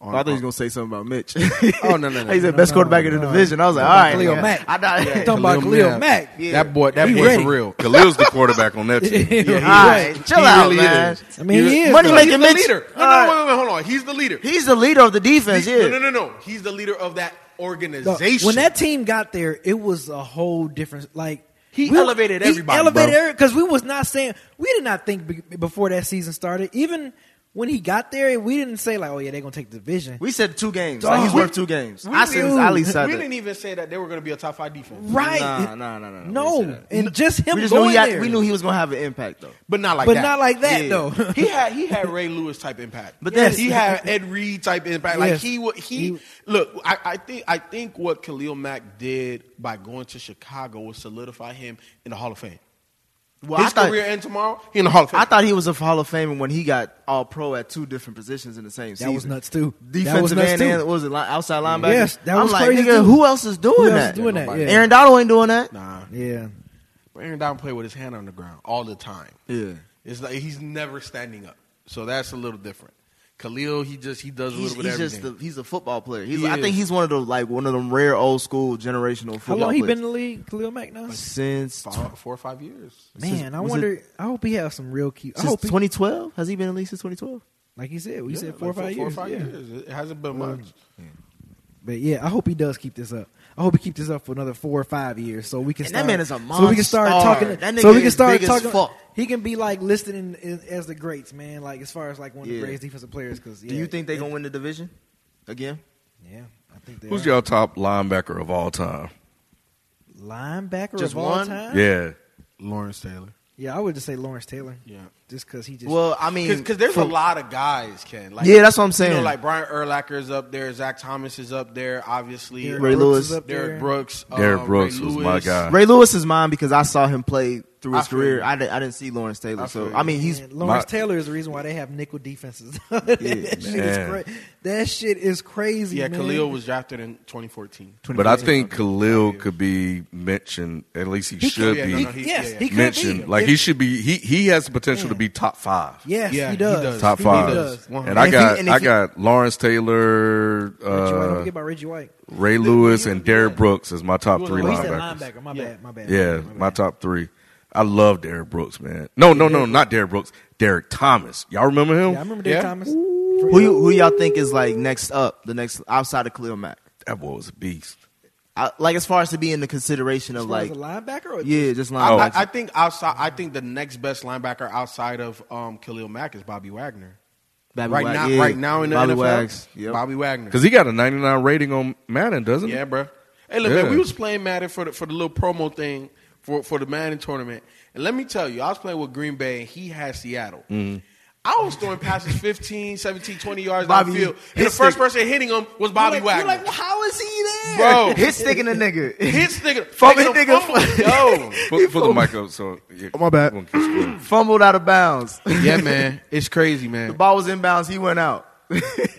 F: Oh, I thought he was gought say something about Mitch.
G: Oh, no, no, no.
F: he said
D: No,
F: best
D: no,
F: quarterback in the
D: no.
F: division. I was like, all
D: Talking about Khalil
F: right, yeah.
D: Mack.
F: I thought- (laughs)
D: Yeah. Talking about Khalil Mack.
F: Yeah.
G: That boy, that
D: He
G: boy
D: ready.
G: for real.
C: Khalil's the quarterback on that
D: (laughs)
C: team.
D: Yeah,
F: All right, chill out,
G: really
F: man.
G: is.
D: I mean, he is.
F: Money
D: though.
F: making-
G: He's the
F: Mitch-
G: leader. No,
F: all
G: no,
F: right.
G: wait, wait, hold on. He's the leader.
F: He's the leader of the defense.
G: He-
F: yeah.
G: No, no, no, no. He's the leader of that
D: Dog,
G: organization.
D: When that team got there, it was a whole different. Like
G: He elevated everybody,
D: He
G: bro.
D: elevated because we was not saying we did not think be- before that season started. Even when he got there, we didn't say like, "Oh yeah, they're gonna take the division."
F: We said two games.
D: Dog,
F: Like, he's
D: we-
F: worth two games.
D: we
F: I said
D: knew.
F: I at least said
G: we
F: that.
G: didn't even say that they were going to be a top five defense,
D: right?
F: Nah, nah, nah, nah, nah.
D: No,
F: We said that.
D: and just him
F: we just knew
D: going
F: he had,
D: there.
F: we knew he was gonna have an impact though.
G: but not like
D: but
G: that.
D: not like that
F: Yeah.
D: though.
G: (laughs) he had he had Ray Lewis type impact,
F: But
G: but
F: then-
G: then he had Ed Reed type impact. Like
D: Yes.
G: he wa- he,
D: He-
G: he look. I, I think I think what Khalil Mack did by going to Chicago was solidify him in the Hall of Fame.
F: Well, I
G: His
F: thought,
G: career end tomorrow he in the Hall of Fame.
F: I thought he was a Hall of Famer when he got All Pro at two different positions in the same
D: That
F: season.
D: was nuts, too. That was
F: Defensive
D: nuts,
F: and,
D: too.
F: and what was it li- outside linebacker?
D: Yes, that
F: I'm
D: was
F: like,
D: crazy,
F: nigga,
D: too.
F: Who else is doing
D: Who else
F: that?
D: is doing that? Yeah.
F: Aaron Donald ain't doing that.
G: nah,
D: yeah,
G: Aaron Donald played with his hand on the ground all the time.
F: Yeah.
G: It's like he's never standing up, so that's a little different. Khalil, he just he does a
F: He's,
G: little bit
F: he's
G: of
F: just
G: everything.
F: the, he's a football player. He's,
G: He
F: I think
G: is.
F: he's one of the like one of them rare old school generational
D: how
F: football
D: long he
F: players.
D: been in the league, Khalil Mack now?
F: since
G: Four- four or five years.
D: Man, I
F: was it-
D: wonder. I hope he has some real key. I
F: since
D: hope he,
F: 2012? Has he been in the league since 2012?
D: like he said, we
G: Yeah,
D: said four or five
G: like Four or
D: years.
G: five
D: yeah.
G: years. It hasn't been much.
D: But yeah, I hope he does keep this up. I hope he keeps this up for another four or five years, so we can.
F: And that
D: start,
F: man is a
D: So we can start
F: monster.
D: talking.
F: That nigga
D: so we can
F: is
D: start
F: big as
D: talking.
F: fuck.
D: He can be like listed in, in- as the greats, man. Like as far as like one of
F: Yeah.
D: the greatest defensive players. Because
F: Do you think they're going to win the division again?
D: Yeah, I think they
C: Who's
D: are.
C: your top linebacker of all time?
D: linebacker
F: Just
D: of all
F: one?
D: time?
C: Yeah.
G: Lawrence Taylor.
D: Yeah, I would just say Lawrence Taylor.
G: Yeah.
D: just because he just
F: Well, I mean,
G: Because there's a
F: for-
G: lot of guys, Ken. Like,
F: Yeah, that's what I'm saying.
G: You know, like Brian Urlacher is up there. Zach Thomas is up there. Obviously,
D: Derrick
F: Ray
D: Brooks
F: Lewis.
D: is up
G: Derrick
D: there.
G: Brooks. uh,
C: Derrick
G: Ray
C: Brooks was my
G: Lewis.
C: guy.
F: Ray Lewis is mine because I saw him play through
G: I
F: his
G: feel
F: career.
G: you.
F: I, did, I didn't see Lawrence Taylor,
G: I feel
F: so
G: you.
F: I mean, he's
D: Man, Lawrence
C: my-
D: Taylor is the reason why they have nickel defenses. (laughs) that, shit is
C: man.
D: cra- that shit is crazy.
G: Yeah,
D: man.
G: Khalil was drafted in 2014.
C: But I think Khalil could be mentioned. At least he, should
G: yeah,
C: be
G: no, no, he-
D: yes,
G: yeah,
D: he could
C: mentioned.
D: be.
C: Like
D: If-
C: he should be. He he has the potential to
D: Man.
C: be top five.
D: Yes,
G: Yeah,
D: he
G: he
D: does.
G: does.
C: Top
D: He
C: five.
D: does.
C: And I
F: if he-
C: got
F: and if
C: I
F: he-
C: got Lawrence Taylor,
D: Reggie White. Don't
C: uh,
D: forget about Reggie White.
C: Ray Lewis,
G: you-
C: and Derrick
G: yeah.
C: Brooks as my top three
D: Oh, he said
C: linebackers.
D: linebacker. My
G: Yeah.
D: bad. My bad.
C: Yeah,
D: my bad.
C: my top three. I love Derrick Brooks, man. No, no, no, not Derrick Brooks. Derrick Thomas. Y'all remember him?
D: Yeah, I remember Dave
G: Yeah.
D: Thomas.
F: who you, who y'all think is like next up, the next outside of Khalil Mack.
C: That boy was a beast.
F: I, like as far as to be in the consideration of like,
D: like a linebacker. Or
F: yeah, just
G: I,
F: linebacker.
G: I, I think outside. I think the next best linebacker outside of um, Khalil Mack is Bobby Wagner.
F: Bobby
G: right
F: Wag-
G: now,
F: yeah.
G: right now in the
F: Bobby
G: NFL,
F: Wags, yep.
G: Bobby Wagner.
C: Because he got a 99 rating on Madden, doesn't
G: Yeah,
C: he?
G: bro. Hey, look,
C: Yeah.
G: man, we was playing Madden for the, for the little promo thing for, for the Madden tournament. And let me tell you, I was playing with Green Bay, and he had Seattle.
F: Mm-hmm.
G: I was throwing passes 15, 17, 20 yards
F: Bobby,
G: downfield. And the
F: his
G: first
F: thing-
G: person hitting him was Bobby
F: you're like,
G: Wagner.
F: You're like, well, how is he there,
G: Bro.
F: Hit sticking a nigga.
G: Oh. (laughs) His
F: (laughs)
G: nigga.
F: Fuck
G: taking
F: his
G: a
F: nigga.
G: fumble.
F: (laughs)
G: Yo.
C: Put, put the mic up. So yeah,
F: Oh, my bad.
C: we'll keep
G: (clears throat)
C: scoring.
F: Fumbled out of bounds.
G: yeah, man. It's crazy, man.
F: the ball was inbounds. He went out.
G: Nah,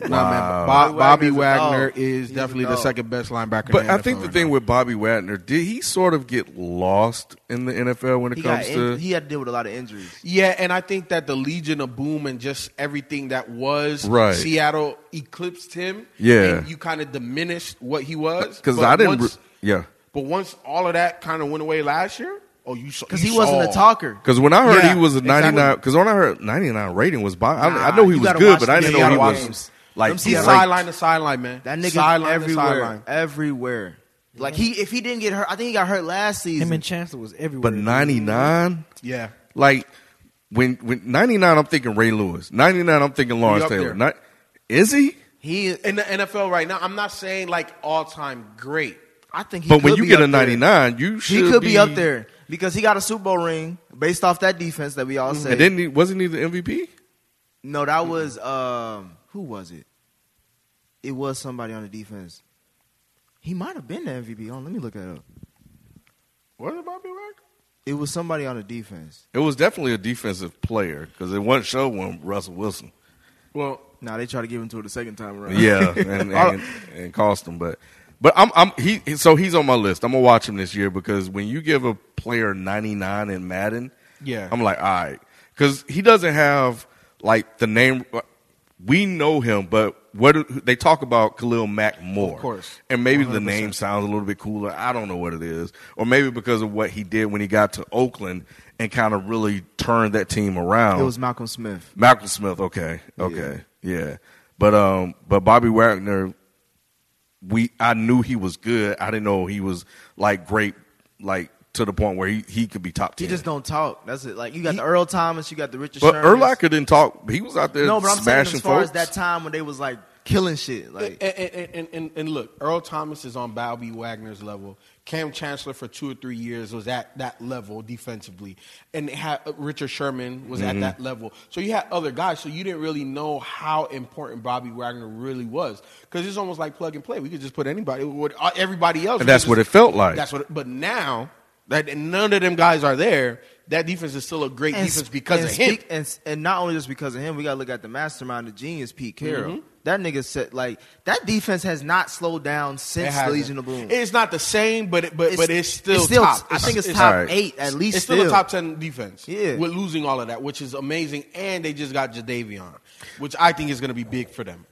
G: man.
C: Wow.
G: Bob, Bobby
F: Bobby Wagner's a
G: Wagner
F: dog.
G: is
F: He's a
G: definitely the
F: dog.
G: second best linebacker.
C: But
G: in the
C: I
G: NFL
C: think the
G: right
C: thing
G: now.
C: with Bobby Wagner, did he sort of get lost in the NFL when it
F: He got
C: comes to?
F: in, he had to deal with a lot of injuries.
G: Yeah, and I think that the Legion of Boom and just everything that was
C: Right.
G: Seattle eclipsed him.
C: Yeah.
G: and you kind of diminished what he was
C: Because
G: But
C: I didn't.
G: Once,
C: re- yeah.
G: but once all of that kind of went away last year, oh, you saw
F: Because
G: you
F: he wasn't
G: saw.
F: a talker.
C: Because when I heard
G: Yeah,
C: he was a
G: exactly.
C: 99, because when I heard 99 rating was Bobby, I, I
F: Nah,
C: know he
F: you
C: was
F: gotta
C: good,
F: watch
C: but I
F: the
C: didn't
F: game.
C: know he
F: You gotta
C: was
F: watch him.
C: like
F: Them
G: He's
F: Yeah.
C: ranked.
G: sideline to sideline, man.
F: That nigga
G: sideline to sideline.
F: everywhere. Everywhere. Like he, if he didn't get hurt, I think he got hurt last season.
D: Him and Chancellor was everywhere.
C: But 99,
G: Yeah,
C: like when when 99, I'm thinking Ray Lewis. 99, I'm thinking Lawrence
G: up
C: Taylor.
G: there.
C: Not, is he?
F: he,
G: in the NFL right now, I'm not saying like all time great.
F: I think. He
C: But when
F: could
C: you
F: be
C: get
F: up
C: a
F: there.
C: 99, you should
F: he could be, up there because he got a Super Bowl ring based off that defense that we all say.
C: Mm-hmm. And then he, wasn't he the MVP?
F: no, that was um, who was it? It was somebody on the defense. He might have been the MVP. On, let me look that up.
G: Was it Bobby Wagner?
F: It was somebody on the defense.
C: It was definitely a defensive player because it wasn't show one Russell Wilson.
G: Well,
F: Now they try to give him to it the second time around.
C: Yeah, (laughs) and, and, and cost him. But but I'm I'm he so he's on my list. I'm gonna watch him this year because when you give a player 99 in Madden,
G: Yeah.
C: I'm like all right because he doesn't have like the name. uh, We know him, but what do- they talk about Khalil Mack more, of
G: course.
C: and maybe the name sounds a little bit cooler. I don't know what it is, or maybe because of what he did when he got to Oakland and kind of really turned that team around.
F: It was Malcolm Smith.
C: Malcolm Smith. Okay, okay, yeah. But um, but Bobby Wagner, we I knew he was good. I didn't know he was like great, like to the point where he, he could be top
F: He
C: ten.
F: just don't talk. That's it. Like you got the Earl Thomas, you got the Richard.
C: But
F: Shermans.
C: Urlacher didn't talk. He was out there
F: No, but I'm saying
C: smashing
F: as far
C: folks.
F: as that time when they was like killing shit. Like
G: and, and, and, and, and look, Earl Thomas is on Bobby Wagner's level. Cam Chancellor for two or three years was at that level defensively, and they had, uh, Richard Sherman was
C: Mm-hmm.
G: at that level. So you had other guys, so you didn't really know how important Bobby Wagner really was because it's almost like plug and play. We could just put anybody, what- uh, everybody else,
C: And that's
G: we could
C: what
G: just-
C: it felt like.
G: That's what. But now that none of them guys are there, that defense is still a great defense
F: sp-
G: because
F: and
G: of him.
F: speak- and s- and not only just because of him, we got to look at the mastermind, the genius, Pete
G: Mm-hmm.
F: Carroll. That nigga said like that defense has not slowed down
G: It
F: since
G: hasn't.
F: Legion of Boom.
G: It's not the same, but it, but but it's still, top.
F: I think it's,
C: all
F: top
C: right.
F: eight at least.
G: It's still a top ten defense.
F: Yeah.
G: with losing all of that, which is amazing, and they just got Jadavion, which I think is going to be big for them.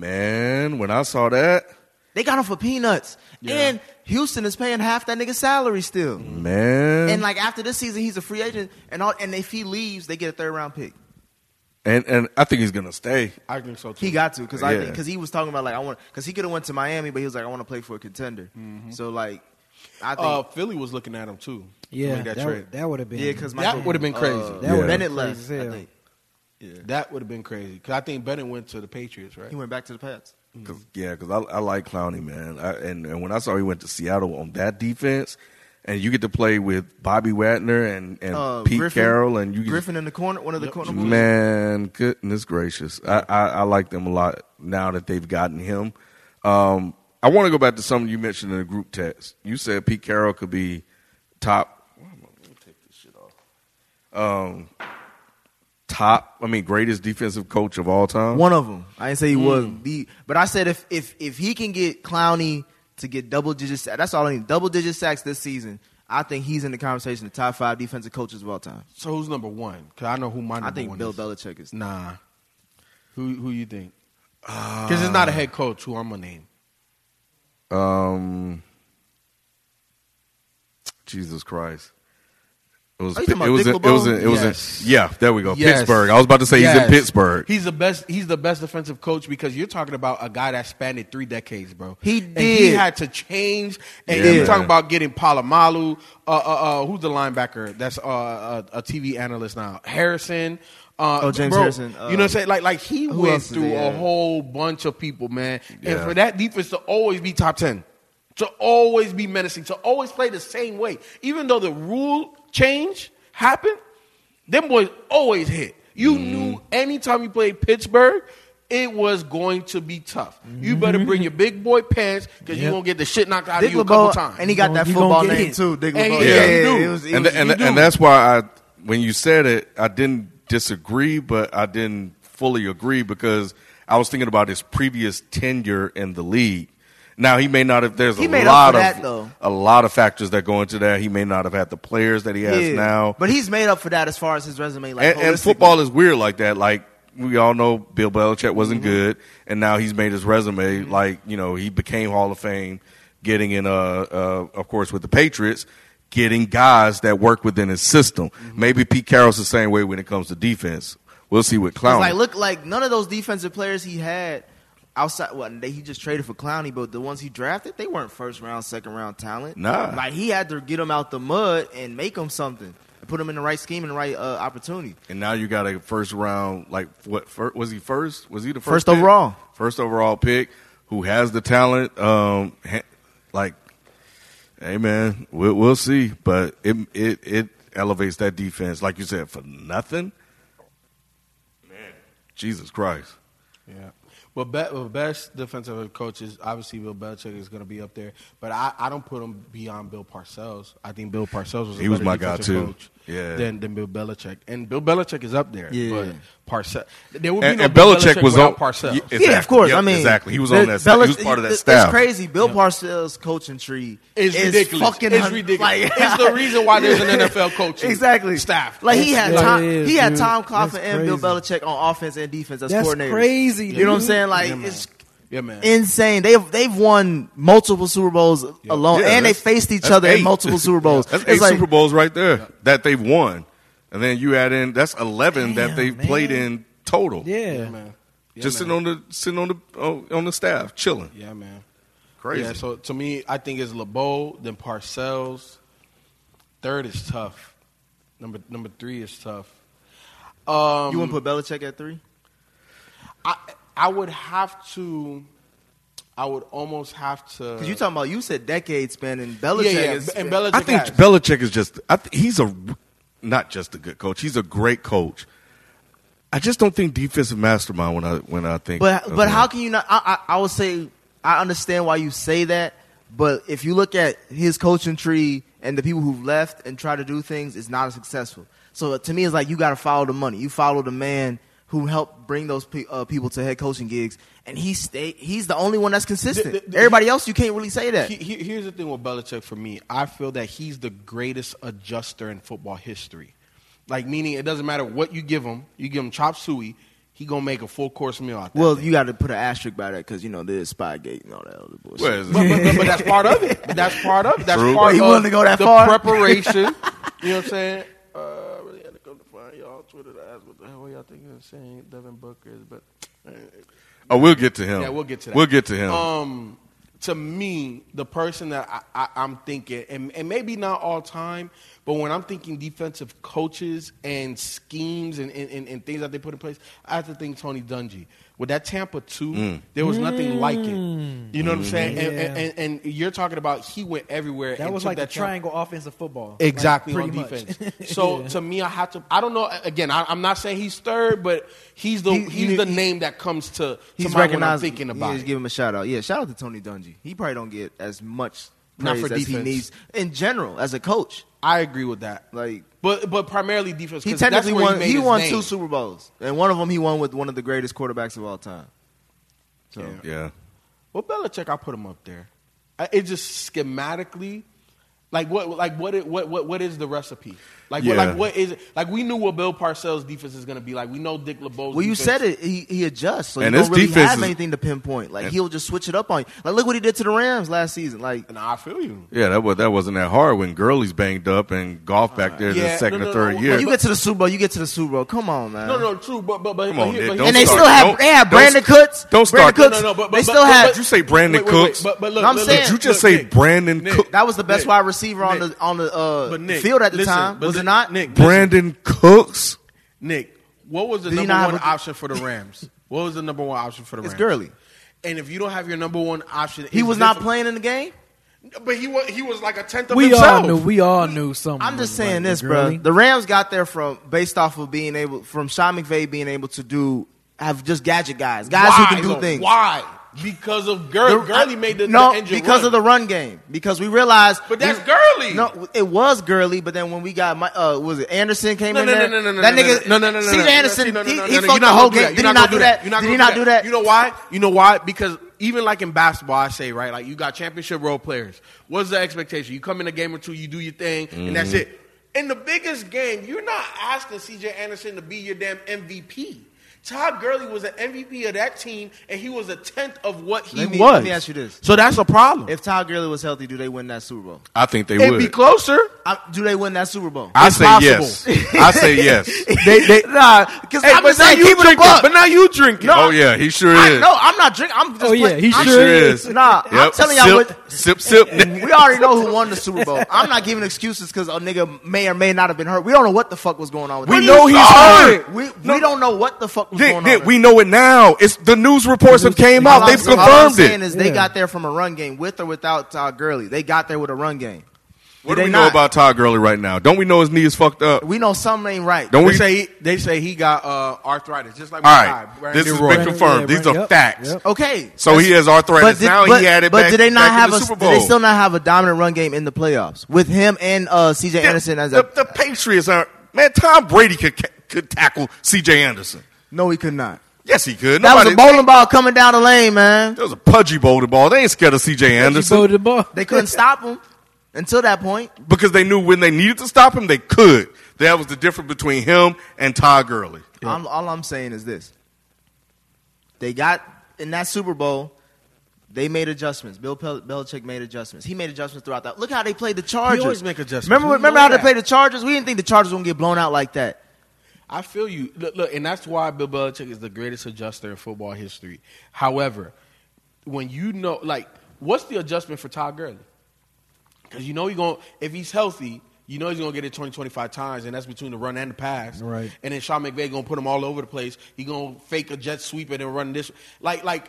C: Man, when I saw that,
F: They got him for peanuts,
G: Yeah. Mm-hmm.
F: and Houston is paying half that nigga's salary still.
C: man,
F: And like after this season, he's a free agent, and all. And if he leaves, they get a third round pick.
C: and and I think he's gonna stay.
G: I think so too.
F: He got to because I
C: Yeah.
F: because he was talking about like I want because he could have went to Miami, but he was like I want to play for a contender. So like I think
G: Mm-hmm. uh, Philly was looking at him too. to
D: yeah,
G: make
D: that,
G: that, trade.
D: would have been
F: yeah, because
G: that would've been Uh, crazy. That
D: would've
F: Bennett
D: been
F: left.
D: crazy as
F: I
D: hell.
F: think
G: That would have been crazy because I think Bennett went to the Patriots, right?
F: he went back to the Pats.
C: Cause, yeah, because I, I like Clowney, man. I, and, and when I saw he went to Seattle on that defense, and you get to play with Bobby Wagner and, and
F: Uh,
C: Pete
F: Griffin-
C: Carroll, and you get-
F: Griffin in the corner, one of the corner boys.
C: Man, goodness gracious. I, I, I like them a lot now that they've gotten him. Um, I want to go back to something you mentioned in the group text. You said Pete Carroll could be top. Let me take this shit off. Um, top, I mean, greatest defensive coach of all time.
F: One of them. I didn't say he was the, but I said if if if he can get Clowney to get double digit, sa- that's all I need. Double digit sacks this season. I think he's in the conversation of top five defensive coaches of all time.
G: So who's number one? Because I know who my number
F: I think
G: one
F: Bill
G: is.
F: Belichick is.
G: Nah. Who who you think?
F: Uh,
G: Because it's not a head coach who I'm gonna name.
C: Um, Jesus Christ. It was,
F: Are you
C: Pi-
F: talking about
C: it was,
F: Dick
C: in, it was, in,
F: LeBeau?
C: it was in-
G: Yes.
C: yeah, there we go.
G: Yes.
C: Pittsburgh. I was about to say he's
G: Yes.
C: in Pittsburgh.
G: He's the best. He's the best defensive coach because you're talking about a guy that spanned three decades, bro.
F: He
G: And he
F: did.
G: had to change. And
C: Yeah,
G: you're
C: man.
G: talking about getting Palomalu. Uh, uh, uh, who's the linebacker? That's uh, uh, a TV analyst now. Harrison. Uh,
F: Oh, James
G: bro,
F: Harrison.
G: you know what
F: Uh,
G: I'm saying? Like, like he
F: who
G: went
F: else is
G: through
F: there?
G: a whole bunch of people, man. And
C: Yeah.
G: for that defense to always be top ten, to always be menacing, to always play the same way, even though the rule change happened, them boys always hit. You
F: Mm-hmm.
G: knew anytime you played Pittsburgh, it was going to be tough. You better bring your big boy pants because you're
D: Yep.
G: gonna get the shit knocked out
F: Dick
G: of you a couple
F: LeBeau,
G: times.
F: and he got
D: You
F: that
D: gonna- you
F: football
D: gonna get
F: name
D: it.
F: too. Dick
G: And-
F: LeBeau.
G: yeah, you do.
F: it was- it
C: and
F: was-
C: th- and,
F: you
C: th-
F: do.
C: and that's why I when you said it, I didn't disagree, but I didn't fully agree because I was thinking about his previous tenure in the league. Now he may not have. There's
F: He
C: a
F: made
C: lot
F: up for
C: of
F: that, though.
C: a lot of factors that go into that. He may not have had the players that he has
F: Yeah.
C: now.
F: But he's made up for that as far as his resume. Like
C: and, and
F: holistically.
C: football is weird like that. Like we all know, Bill Belichick wasn't
F: Mm-hmm.
C: good, and now he's made his resume. Like you know, he became Hall of Fame, getting in. Uh, uh, of course, with the Patriots, getting guys that work within his system.
F: Mm-hmm.
C: Maybe Pete Carroll's the same way when it comes to defense. We'll see with
F: It's
C: Clown.
F: like look like none of those defensive players he had outside. Well, they, he just traded for Clowney, but the ones he drafted, they weren't first round, second round talent.
C: Nah.
F: like he had to get them out the mud and make them something, and put them in the right scheme and the right uh, opportunity.
C: and now you got a first round. Like what? Fir- was he first? Was he the first?
F: First
C: pick?
F: overall.
C: First overall pick. Who has the talent? Um, ha- like, hey man, we'll, we'll see. But it it it elevates that defense, like you said, for nothing. Man, Jesus Christ.
G: Yeah. Well, be- well, best defensive coaches, obviously Bill Belichick is going to be up there, but I, I don't put him beyond Bill Parcells. I think Bill Parcells was a
C: He was
G: better
C: my guy,
G: defensive
C: too.
G: Coach
C: Yeah.
G: Than, than Bill Belichick, and Bill Belichick is up there.
F: Yeah.
G: But Parcells, there would be
C: And,
G: no
C: and
G: Bill
C: Belichick was on
G: without Parcells.
C: Yeah, exactly.
F: Yeah, of course.
C: Yep,
F: I mean,
C: exactly. He was
F: the-
C: on that. staff. he was
F: Belich-
C: part of that
F: it's
C: staff.
F: crazy. Bill Parcells' coaching tree
G: It's ridiculous.
F: Fucking
G: It's
F: hun-
G: ridiculous.
F: like- (laughs)
G: It's
C: (laughs)
G: the reason why there's an NFL coaching
F: exactly
G: staff.
F: Like he had
D: That's
F: Tom,
D: crazy,
F: he had
D: dude.
F: Tom Coughlin
D: That's
F: and Bill
D: crazy.
F: Belichick on offense and defense as
D: That's
F: coordinators.
D: crazy,
F: You know what I'm
D: dude.
F: saying? Like
G: Yeah, man.
F: it's
G: Yeah, man.
F: insane. They've they've won multiple Super Bowls alone,
C: Yeah,
F: and they
C: that's-
F: faced each
C: that's
F: other
C: eight.
F: in multiple Super Bowls.
C: (laughs) That's
F: It's
C: eight
F: like-
C: Super Bowls right there that they've won, and then you add in that's eleven that
D: Damn,
C: they've
D: man.
C: played in total.
D: Yeah.
G: man. Yeah,
C: just
G: man.
C: sitting on the sitting on the oh, on the staff, chilling.
G: Yeah, man.
C: Crazy.
G: Yeah, so to me, I think it's LeBeau, then Parcells. Third is tough. Number number three is tough. Um,
F: you wouldn't put Belichick at three?
G: I I would have to. I would almost have to.
F: Because you talking about you said decade span and Belichick
G: Uh, yeah, yeah,
F: is
G: and Belichick.
C: I think
G: has-
C: Belichick is just I th- he's a not just a good coach. He's a great coach. I just don't think defensive mastermind when I when I think.
F: But
C: of
F: but
C: him.
F: how can you not? I, I I would say I understand why you say that, but if you look at his coaching tree and the people who've left and try to do things, it's not as successful. So uh, to me, it's like you got to follow the money. You follow the man who helped bring those pe- uh, people to head coaching gigs, and he stay. He's the only one that's consistent.
G: The- the- the-
F: Everybody else, you can't really say that.
G: He- he- here's the thing with Belichick for me. I feel that he's the greatest adjuster in football history. Like meaning, it doesn't matter what you give him. You give him chop suey, he gonna make a full course meal out there.
F: well, you got to put an asterisk by that because you know there's Spygate and all that other bullshit.
C: Well, it's-
G: But, but, but, but that's part
F: (laughs)
G: of it. That's part of it. That's
C: True.
G: part
F: He
G: of
F: willing to go that
G: the
F: far? (laughs)
G: preparation. you know what I'm saying? Uh, I really had to go to find y'all Twitter to ask what the hell y'all thinking of saying Devin Booker is, but
C: Oh, we'll get to him.
G: yeah, we'll get to that.
C: We'll get to him.
G: Um, to me, the person that I, I, I'm thinking, and, and maybe not all time, but when I'm thinking defensive coaches and schemes and, and, and, and things that they put in place, I have to think Tony Dungy. With that Tampa 2, there was nothing like it. You know what I'm saying? And,
D: Mm. Mm-hmm. Yeah.
G: and, and, and you're talking about he went everywhere.
D: That
G: and
D: was
G: took
D: like the
G: that Tampa-
D: triangle offense of football.
G: Exactly
D: Like, (laughs)
G: on defense. So to me, I have to. I don't know. Again, I, I'm not saying he's third, but he's the
F: He-
G: he's
F: he-
G: the
F: he-
G: name that comes to, to
F: He's
G: mind when I'm
F: recognized.
G: thinking
F: yeah,
G: about
F: just
G: it.
F: give him a shout out. Yeah, shout out to Tony Dungy. He probably don't get as much
G: Not
F: praise
G: for
F: as he
G: defense.
F: needs in general as a coach.
G: I agree with that.
F: Like
G: but but primarily defense.
F: he
G: 'cause that's
F: technically
G: where
F: won.
G: made
F: He,
G: his
F: won
G: name.
F: two Super Bowls, and one of them he won with one of the greatest quarterbacks of all time. So
C: Yeah.
G: Well, Belichick, I put him up there. I, it just schematically, like what, like what, it, what, what, what is the recipe? Like, what,
C: Yeah.
G: like what is it? Like we knew what Bill Parcells' defense is going to be like. We know Dick LeBeau's.
F: Well, you
G: defense-
F: said it. He, he adjusts, so
C: And
F: you
C: his
F: don't really
C: defense
F: have
C: is-
F: anything to pinpoint. Like
C: And-
F: he'll just switch it up on you. Like look what he did to the Rams last season. Like
G: Nah, I feel you.
C: Yeah, that was that wasn't that hard when Gurley's banged up and golf back there
G: Uh, Yeah,
C: the second
G: no, no,
C: or third
G: no,
C: year.
G: but
F: you get to the Super Bowl, you get to the Super Bowl. Come on, man.
G: No, no, true, but but but,
C: Come
G: but
C: on,
G: here-
C: Nick,
G: but
C: don't
G: here-
F: and they
C: start.
F: still have
C: Don't-
F: they have
C: don't-
F: Brandon Cooks.
C: don't start.
F: Brandon Cooks.
G: No, no, no, but-
F: they
G: but-
F: still
G: but-
F: have.
G: but-
C: Did you say Brandon
G: Wait, wait, wait,
C: Cooks?
G: but- but look,
F: No, I'm
G: look,
F: saying-
G: look,
C: Did you just
G: look,
C: say
G: Nick,
C: Brandon
G: Nick,
C: Cook?
F: that was the best
G: Nick,
F: wide receiver on
G: Nick,
F: the on the uh,
G: but Nick,
F: field at the
G: listen,
F: time.
G: but
F: Was it
G: Nick-
F: not?
G: Nick,
C: Brandon Cooks?
G: Nick, what was the
F: Did he
G: number
F: not have
G: one
F: a-
G: option for the Rams? What was the number one option for the
F: It's
G: Rams?
F: Gurley.
G: And if you don't have your number one option,
F: He
G: it's
F: was not
G: difficult.
F: playing in the game.
G: But he was he was like a tenth of
D: we all
G: himself.
D: knew. We all knew something.
F: I'm just
D: was
F: saying
D: like
F: this,
D: the
F: bro.
D: Gurley.
F: The Rams got there from based off of being able from Sean McVay being able to do have just gadget guys, guys
G: Why,
F: who can do
G: though?
F: things.
G: Why? Because of Gur-
F: The-
G: Gurley made the,
F: no
G: the engine
F: because
G: run.
F: of the run game. Because we realized,
G: But that's
F: we-
G: Gurley.
F: No, it was Gurley. But then when we got my, uh, was it Anderson came
G: No,
F: in
G: no,
F: there?
G: no, no, no,
F: that
G: no,
F: nigga,
G: no, no, no, no,
F: Steven
G: no, no,
F: Anderson,
G: see, no, no,
F: he,
G: no,
F: he
G: no, no,
F: fucked
G: you're
F: the
G: not
F: whole game.
G: gonna do
F: Did
G: that.
F: he
G: You're
F: not do that?
G: You're not
F: Did he
G: gonna
F: not do that?
G: You know why? You know why? Because even like in basketball, I say right, like you got championship role players. What's the expectation? You come in a game or two, you do your thing, and that's
F: Mm-hmm.
G: it. In the biggest game, you're not asking CJ Anderson to be your damn MVP. Todd Gurley was an MVP of that team, and he was a tenth of what he
F: Let me,
G: was.
F: let me ask you this:
G: So that's a problem.
F: If Todd Gurley was healthy, do they win that Super Bowl?
C: I think they
G: It'd
C: would.
G: be closer.
F: I, do they win that Super Bowl?
C: I
G: It's
C: say
G: possible.
C: yes. I say
F: (laughs)
C: yes.
F: they, they, nah, because
G: Hey,
F: I'm
G: but
F: just
G: now
F: saying,
G: you
F: keep it a
G: drinking.
F: buck.
G: But now you drinking.
C: oh yeah, he sure
F: I-
C: is.
F: no, I'm not drinking. I'm just
D: Oh, yeah,
F: playing-
D: he
F: I'm-
C: He sure is.
F: Nah, I'm
C: Yep.
F: telling y'all
C: sip,
F: what-
C: Sip, sip.
F: we already know who won the Super Bowl. I'm not giving excuses because a nigga may or may not have been hurt. We don't know what the fuck was going on. with
C: We
F: that.
C: know he's hurt.
F: We, we don't know what the fuck was
C: Nick,
F: going on.
C: Nick,
F: with
C: we know it now. It's the news reports have came
F: All
C: out.
F: I'm-
C: They've
F: all I'm
C: confirmed it.
F: saying is they
D: Yeah.
F: got there from a run game with or without Todd Gurley. They got there with a run game.
C: What
F: Did
C: do
F: they
C: we know
F: not?
C: about Todd Gurley right now? Don't we know his knee is fucked up?
F: We know something ain't right.
C: Don't
G: They
C: we?
G: say he, they say he got uh, arthritis, just like my
C: All
G: guy,
C: right,
G: Brandon
C: this has
G: Roy.
C: been confirmed. These are
D: Yep,
C: facts.
D: yep.
F: Okay.
C: So he has arthritis now. and he had it
F: but
C: back.
F: did they not
C: back in
F: have
C: the
F: a?
C: Super
F: did
C: Bowl?
F: they still not have a dominant run game in the playoffs with him and uh, C.J. Anderson as a?
C: the, the Patriots are man. Tom Brady could ca- could tackle C.J. Anderson.
F: no, he could not.
C: Yes, he could.
F: That was a
C: Nobody-
F: bowling ball coming down the lane, man.
C: That was a pudgy bowling ball. They ain't scared of C.J.
D: He bowled
C: Anderson
D: the ball.
C: (laughs)
F: They couldn't stop him until that point.
C: because they knew when they needed to stop him, they could. That was the difference between him and Todd Gurley.
F: I'm, all I'm saying is this: they got in that Super Bowl. They made adjustments. Bill Pel- Belichick made adjustments. He made adjustments throughout that. Look how they played the Chargers.
G: always make adjustments.
F: Remember,
G: We
F: remember
G: know
F: how they
G: that.
F: played the Chargers? We didn't think the Chargers were gonna get blown out like that.
G: I feel you. Look, look, and that's why Bill Belichick is the greatest adjuster in football history. However, when you know, like, what's the adjustment for Todd Gurley? Because you know he's going if he's healthy, you know he's gonna get it 20, 25 times, and that's between the run and the pass.
D: Right.
G: And then Sean McVay gonna put him all over the place. He gonna fake a jet sweep and then run this. Like like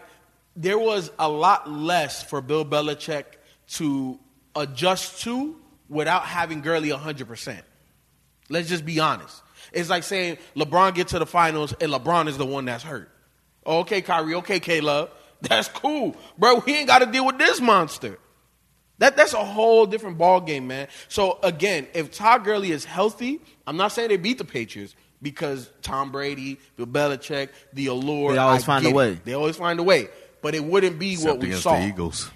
G: there was a lot less for Bill Belichick to adjust to without having Gurley hundred percent. Let's just be honest. It's like saying LeBron get to the finals and LeBron is the one that's hurt. Oh, Okay, Kyrie. Okay, K Love. (laughs) That's cool, bro. We ain't got to deal with this monster. That that's a whole different ball game, man. So again, if Todd Gurley is healthy, I'm not saying they beat the Patriots because Tom Brady, Bill Belichick, the allure.
F: They always
G: I
F: find a
G: get it.
F: way.
G: They always find a way. But it wouldn't be
C: Except
G: what we
C: against
G: saw,
C: the Eagles.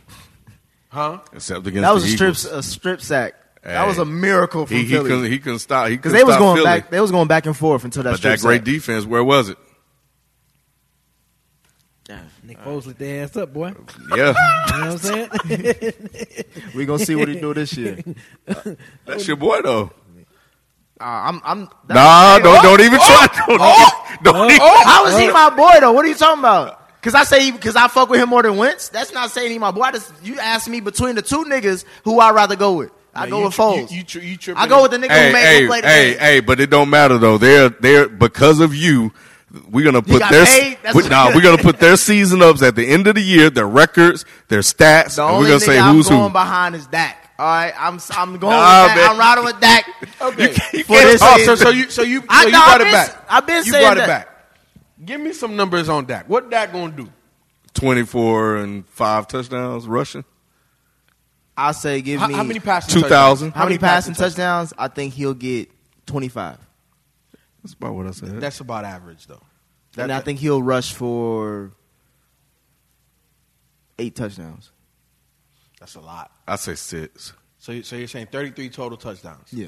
G: huh?
C: Except against
F: That was a
C: the
F: strip,
C: Eagles.
F: a strip sack. That
C: Hey.
F: was a miracle from
C: He, he
F: Philly.
C: couldn't. He couldn't stop. He
F: Because
C: couldn't
F: they was
C: stop
F: going
C: Philly.
F: back, they was going back and forth until that
C: but
F: strip
C: that great
F: sack.
C: defense. Where was
F: (laughs)
C: it?
D: Nick Foles lit their ass up, boy. You know
C: Yeah,
D: what I'm saying?
F: We gonna see what he do this (laughs) year.
C: that's your boy though.
F: Uh, I'm, I'm. that- oh,
C: Nah, don't don't even try. Don't, don't even.
F: How is he my boy though? What are you talking about? Cause I say because I fuck with him more than Wentz. That's not saying he my boy. I just, you ask me between the two niggas who I rather go with. I
G: Yeah,
F: go
G: you
F: with
G: tri-
F: Foles.
G: you- you tri- you tripping
F: I go with the nigga
C: hey,
F: who made
C: hey,
F: me play the
C: hey,
F: game.
C: hey, but it don't matter though. They're they're because of you. We're gonna put
F: got
C: their
F: paid? That's
C: we,
F: what-
C: nah, we're gonna put their season ups at the end of the year, their records, their stats,
F: The
C: and
F: only
C: we're gonna
F: nigga
C: say
F: I'm
C: who's
F: going
C: who.
F: behind is Dak. All right, I'm s- I'm going
C: Nah,
F: with Dak.
C: man.
F: I'm riding with Dak.
G: Okay.
C: (laughs) You
F: For
C: can't
F: this
C: talk-
G: Oh, so, so you so you so
F: I-
G: you
F: no, I've
G: brought it
F: been-
G: back.
F: I've been
G: you
F: saying
G: brought
F: that.
G: it back. Give me some numbers on Dak. What Dak gonna do?
C: 24 and five touchdowns rushing.
F: I say give
G: How,
F: me
G: how many passing?
C: 2,000.
G: touchdowns?
F: how many passing touchdowns? I think he'll get 25,
C: That's about what I said.
G: That's about average though.
F: and I think he'll rush for eight touchdowns.
G: That's a lot.
C: I say six.
G: So you- so you're saying 33 total touchdowns?
F: Yeah.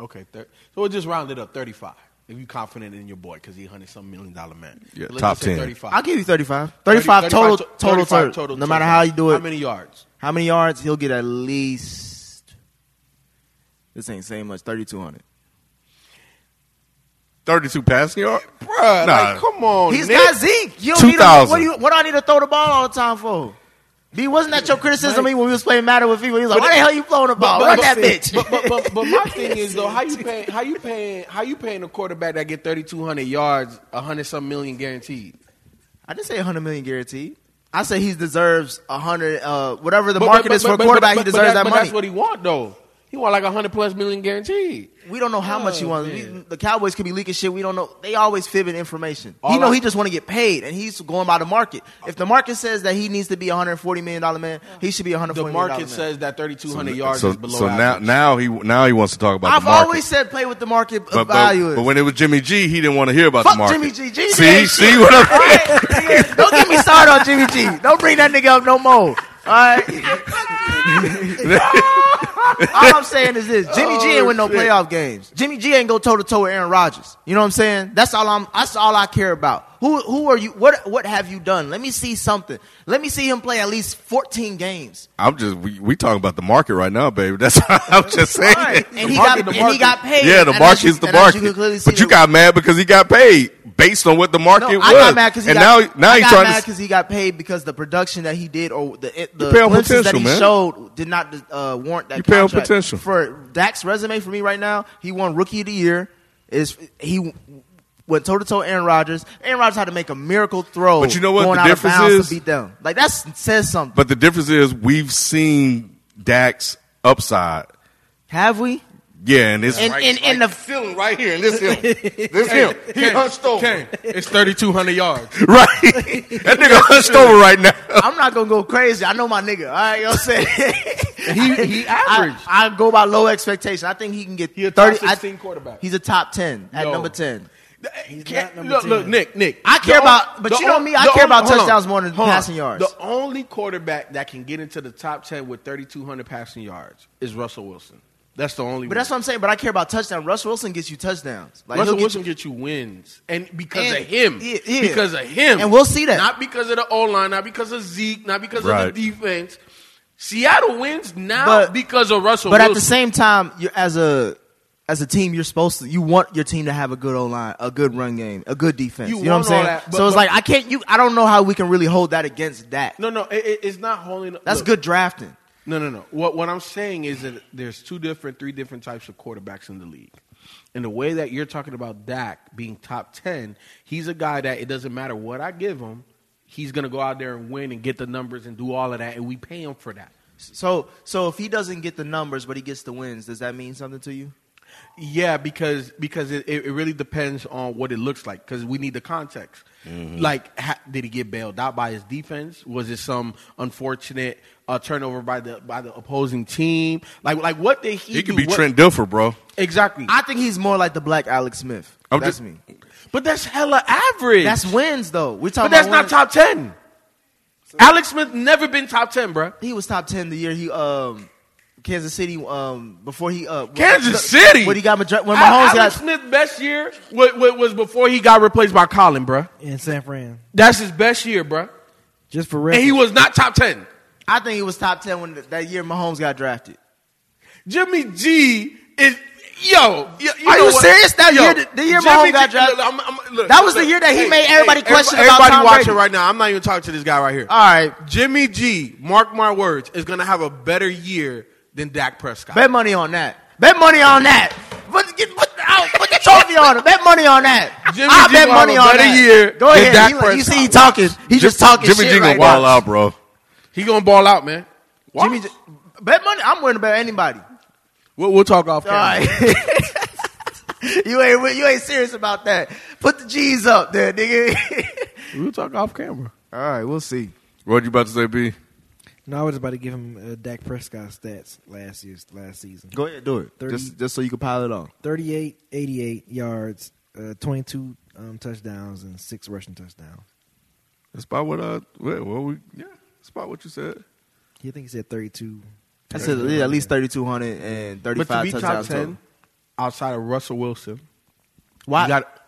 G: Okay. Thir- so we'll just round it up 35. If you confident in your boy because he hundred some million dollar man.
C: Yeah,
G: Let's
C: top
G: just say
C: 10.
G: 35.
F: I'll give you 35.
G: 30
F: 35, total,
G: to-
F: total,
G: 35
F: total, No matter how you do it,
G: How many yards?
F: how many yards, he'll get at least. This ain't saying much. 3,200.
C: 32 passing yard?
G: Bruh,
C: Nah.
G: like, come on.
F: He's
G: Nick.
F: got Zeke. You don't need him.
C: 2,000.
F: What, do you, what do I need to throw the ball all the time for? B, wasn't that your criticism of me when we was playing Matter with FIFA? He was like, why the hell you throwing the ball? Run that bitch.
G: But, but, but, but my thing is though, how you paying? How you paying? How you paying a quarterback that get thirty two hundred yards, hundred some million guaranteed?
F: (laughs) I didn't say 100 million guaranteed. I said he deserves 100, uh, whatever the
G: But-
F: market
G: but-
F: is for
G: but-
F: a
G: but-
F: quarterback, he
G: but- but
F: deserves
G: that's-
F: that
G: but
F: money.
G: That's what he want though. He want like hundred plus million guaranteed.
F: we don't know how much he
G: Oh,
F: wants. We,
G: man.
F: the Cowboys could be leaking shit. We don't know. They always fibbing information.
G: All
F: he know
G: I-
F: he just want to get paid, and he's going by the market. If the market says that he needs to be a hundred forty million dollar man, he should be a hundred
G: The
F: forty million
G: market
F: dollar man.
G: says that thirty two hundred yards
C: so,
G: is below
C: so now,
G: average.
C: now he now he wants to talk about
F: I've
C: the market.
F: always said play with the market
C: but, but,
F: value. is.
C: but when it was Jimmy G, he didn't want to hear about
F: Fuck
C: the market.
F: Jimmy G. Jimmy G
C: see,
F: ain't
C: see
F: shit.
C: what I'm saying?
F: Alright? don't get me started on Jimmy G. Don't bring that nigga up no more. All
C: (laughs)
F: right. All I'm saying is this: Jimmy
C: Oh,
F: G ain't win no playoff games. Jimmy G ain't go toe to toe with Aaron Rodgers. You know what I'm saying? That's all I'm. That's all I care about. Who Who are you? What What have you done? Let me see something. Let me see him play at least 14 games.
C: I'm just we, we talking about the market right now, baby. (laughs) That's what I'm just saying.
F: All right. And he got
G: market, the
F: and he
G: market.
F: got paid.
C: Yeah, the
F: And as
C: market
F: you-
C: is the
F: and as
C: market.
F: you can clearly see
C: but you
F: that-
C: got mad because he got paid based on what the market
F: No,
C: was.
F: I got mad because he
C: and
F: got,
C: now, now
F: I
C: he's
F: got
C: trying
F: mad
C: to.
F: because he got paid because the production that he did or the eh, the
C: pay on
F: glimpses that
C: potential,
F: he
C: man.
F: showed did not uh, warrant that.
C: You pay on
F: contract.
C: potential.
F: for Dak's resume for me right now. He won Rookie of the Year. Is he went toe to toe Aaron Rodgers? Aaron Rodgers had to make a miracle throw.
C: But you know what
F: Going
C: the
F: out
C: difference
F: of bounds
C: is?
F: to beat them. Like that says something.
C: but the difference is we've seen Dax upside.
F: Have we?
C: Yeah, and it's
F: And
C: right,
F: and in the
C: ceiling right here, and this him,
F: (laughs)
C: this him. He hunched over,
G: Kane, it's thirty two hundred yards.
C: (laughs) right? that
F: (laughs)
C: nigga hunched over right now.
F: I'm not gonna go crazy. I know my nigga. All right, you know what I'm saying.
G: (laughs) He- he average.
F: (laughs) I, I go by low expectation. I think he can get
G: He a top
F: thirty.
G: 16
F: I,
G: quarterback.
F: He's a top ten at
G: No.
F: number ten.
G: Can't-
D: not number
G: look, look,
D: 10.
G: Nick, Nick.
F: I care
G: The on-
F: about- but
G: the
F: you know
G: on-
F: me, I
G: the
F: care
G: on-
F: about
G: hold on,
F: touchdowns more than
G: hold on.
F: passing yards.
G: The only quarterback that can get into the top ten with thirty two hundred passing yards is Russell Wilson. That's the only.
F: But that's what I'm saying. But I care about touchdowns. Russell Wilson gets you touchdowns. Like,
G: Russell
F: he'll get
G: Wilson get you wins, and because
F: And-
G: of him,
F: yeah, yeah.
G: because of him,
F: And we'll see that.
G: Not because of the O line, not because of Zeke, not because
C: Right.
G: of the defense. Seattle wins now
F: But-
G: because of Russell.
F: but at
G: Wilson.
F: the same time, you're as a as a team, you're supposed to. You want your team to have a good O line, a good run game, a good defense. You,
G: You
F: know what I'm
G: want all
F: saying?
G: that, but-
F: so it's
G: but-
F: like I can't. You, I don't know how we can really hold that against that.
G: no, no, it, it- it's not holding.
F: That's
G: look,
F: good drafting.
G: No, no, no. What what I'm saying is that there's two different, three different types of quarterbacks in the league. And the way that you're talking about Dak being top ten, he's a guy that it doesn't matter what I give him, he's gonna go out there and win and get the numbers and do all of that, and we pay him for that.
F: So so if he doesn't get the numbers, but he gets the wins, does that mean something to you?
G: Yeah, because because it, it it really depends on what it looks like because we need the context.
F: Mm-hmm.
G: Like, ha, did he get bailed out by his defense? Was it some unfortunate uh, turnover by the by the opposing team? Like like what did he?
C: He could
G: do?
C: be
G: What-
C: Trent Dilfer, bro.
G: Exactly.
F: I think he's more like the black Alex Smith.
G: Oh,
C: I'm
F: that's
C: just-
F: me.
G: But that's hella average.
F: That's wins though. We're talking
G: but that's
F: about
G: not top ten. Alex Smith never been top ten, bruh.
F: He was top ten the year he um Kansas City um before he uh
G: Kansas
F: the-
G: City?
F: when he got Madra- when
G: Al-
F: Mahomes
G: Alex
F: got
G: Smith's best year was, was before he got replaced by Colin, bruh.
D: in San Fran.
G: That's his best year, bruh.
D: Just for
G: And
D: reference,
G: he was not top ten.
F: I think he was top ten when th- that year Mahomes got drafted.
G: Jimmy G is Yo, y- you
F: Are
G: know
F: you
G: what?
F: serious? That
G: Yo,
F: year that- the year
G: Jimmy
F: Mahomes got
G: G-
F: drafted-
G: look, I'm- I'm- look,
F: That was the
G: look,
F: year that he made everybody question about
G: everybody
F: Tom
G: watching
F: Brady.
G: right now. I'm not even talking to this guy right here.
F: All right,
G: Jimmy G, mark my words, is going to have a better year than Dak Prescott.
F: bet money on that. Bet money on that. Put, get, put, out, put the trophy on it. Bet money on that.
G: Jimmy
F: I
G: G
F: bet
G: will have
F: money
G: a
F: on
G: better
F: that.
G: year
F: Go
G: than
F: ahead.
G: Dak
F: He, like- you see, he
G: Prescott.
F: talking. He just talking
C: Jimmy
F: shit
C: G gonna
F: right
C: wild
F: now.
C: out, bro.
G: He going to ball out, man. Watch.
F: Jimmy, G- bet money. I'm willing to bet anybody.
G: we'll, we'll talk off
F: All
G: camera.
F: right. (laughs) you ain't you ain't serious about that. Put the G's up there, (laughs) nigga.
G: We'll talk off camera.
F: All right, we'll see.
C: What you about to say, B?
D: No, I was about to give him uh, Dak Prescott stats last year's last season.
F: Go ahead, do it.
D: 30.
F: Just just so you can pile it on.
D: 38, 88 yards, uh, 22 um, touchdowns, and six rushing touchdowns.
C: That's about what uh, what, what we yeah, that's about what you said.
D: He I think he said 32.
F: That's at at least thirty two hundred and thirty
G: But to
F: five
G: be top
F: touchdowns.
G: ten
F: total.
G: outside of Russell Wilson,
F: Why?
G: you got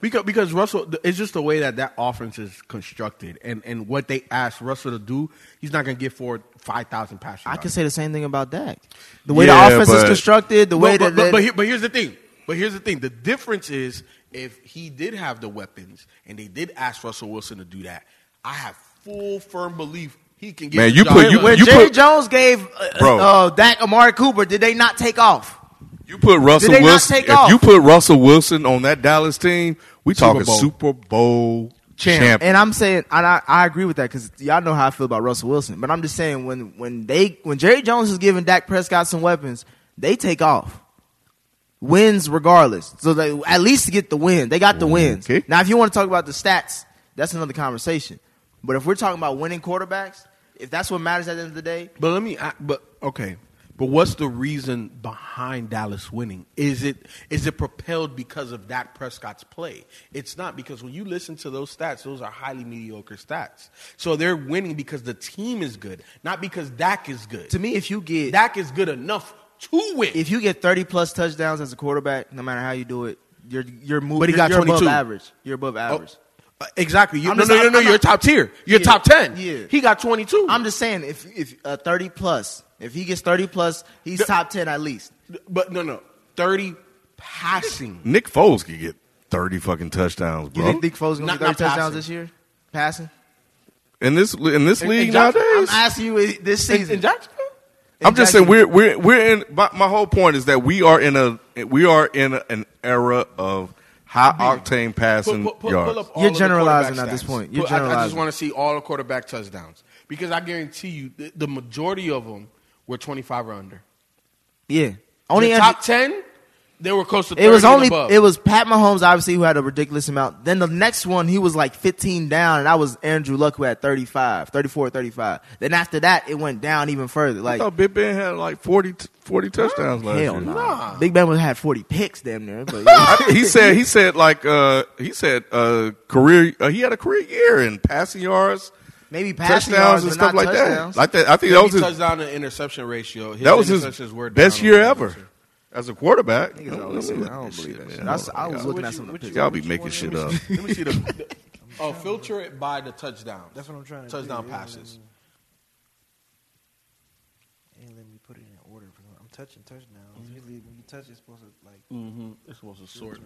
G: because because Russell it's just the way that that offense is constructed and and what they ask Russell to do, he's not going to get forward five thousand passes.
F: I
G: out.
F: can say the same thing about Dak. The way
C: Yeah,
F: the offense is
C: but-
F: constructed, the
G: No,
F: way
G: but,
F: that
G: but, but,
F: that-
G: here- but here's the thing. But here's the thing. The difference is if he did have the weapons and they did ask Russell Wilson to do that, I have full firm belief he can get.
C: Man,
G: the
C: you
G: job
C: put- you-
G: done.
F: when
C: you
F: Jerry
C: put-
F: Jones gave uh,
C: Bro.
F: uh, Dak Amari Cooper, did they not take off?
C: You put Russell
F: Did they not
C: Wilson.
F: take
C: If
F: off?
C: you put Russell Wilson on that Dallas team, we talking
G: Bowl.
C: Super Bowl
G: Champ.
C: champ.
F: And I'm saying, and I, I agree with that because y'all know how I feel about Russell Wilson. But I'm just saying, when when they when Jerry Jones is giving Dak Prescott some weapons, they take off, wins regardless. So they at least get the win. They got the
G: Mm-hmm.
F: wins.
C: Okay.
F: Now, if you want to talk about the stats, that's another conversation. But if we're talking about winning quarterbacks, if that's what matters at the end of the day,
G: But let me. I, but okay. But what's the reason behind Dallas winning? Is it is it propelled because of Dak Prescott's play? It's not because when you listen to those stats, those are highly mediocre stats. So they're winning because the team is good, not because Dak is good.
F: to me, if you get
G: Dak is good enough to win.
F: if you get 30 plus touchdowns as a quarterback, no matter how you do it, you're you're moving.
G: But he
F: you're,
G: got
F: you're
G: 22.
F: above average. You're above average.
G: Uh, exactly. You,
F: I'm
G: no,
F: just-
G: no, no,
F: I'm-
G: no,
F: I'm
G: You're
F: not-
G: top tier. You're
F: Yeah.
G: top ten.
F: Yeah.
G: He got twenty two.
F: I'm just saying, if if uh, thirty plus, if he gets thirty plus, he's
G: The-
F: top ten at least.
G: but no, no, thirty passing.
C: Nick Foles could get thirty fucking touchdowns,
F: You
C: bro.
F: think Nick Foles gonna
G: Not-
F: get thirty
G: not
F: touchdowns
G: passing.
F: this year? Passing?
C: in this in this league
G: and Josh-
C: nowadays,
F: I'm asking you i- this
G: In,
F: season.
G: in Jacksonville?
C: I'm just saying
F: Exactly.
C: we're we're we're in. My, my whole point is that we are in a we are in a, an era of high octane passing
G: Pull- pull- pull
C: yards.
G: up all
F: You're
G: of the
F: generalizing
G: quarterback
F: at this
G: stats.
F: point. You're
G: Pull- I- I, just
F: generalizing.
G: want to see all the quarterback touchdowns because I guarantee you the, the majority of them were twenty five or under.
F: yeah. Only
G: the
F: Andrew-
G: top ten, they were close to. 30
F: it was
G: and
F: only
G: above.
F: it was Pat Mahomes obviously who had a ridiculous amount. Then the next one he was like 15 down, and I was Andrew Luck who had 35, 34, 35. Then after that it went down even further.
C: I
F: Like
C: thought Big Ben had like 40, t- 40 touchdowns last
F: hell
C: year.
F: no,
G: Nah.
F: Big Ben would have had 40 picks damn near.
C: (laughs)
F: But yeah.
C: I- he said he said like uh he said uh career uh, he had a career year in passing yards,
F: maybe passing
C: touchdowns
F: yards,
C: and
F: but
C: stuff
F: not
C: like
F: touchdowns.
C: that. Like that, I think that was his
G: touchdown to interception ratio. His
C: that was his
G: interceptions were
C: best
G: down
C: year
G: on-
C: ever as a quarterback.
F: Niggas always say that. I don't believe that shit. I, was- I was looking at some of the pictures.
C: Y'all be making shit up.
F: (laughs)
G: Let me see the.
D: (laughs)
G: the oh, filter it by the touchdown.
D: That's what I'm trying to do,
G: Touchdown
D: yeah,
G: passes.
D: And let me put it in order. I'm touching touchdowns. Usually when you touch, it's supposed to like.
G: Mm-hmm. It's supposed to sort.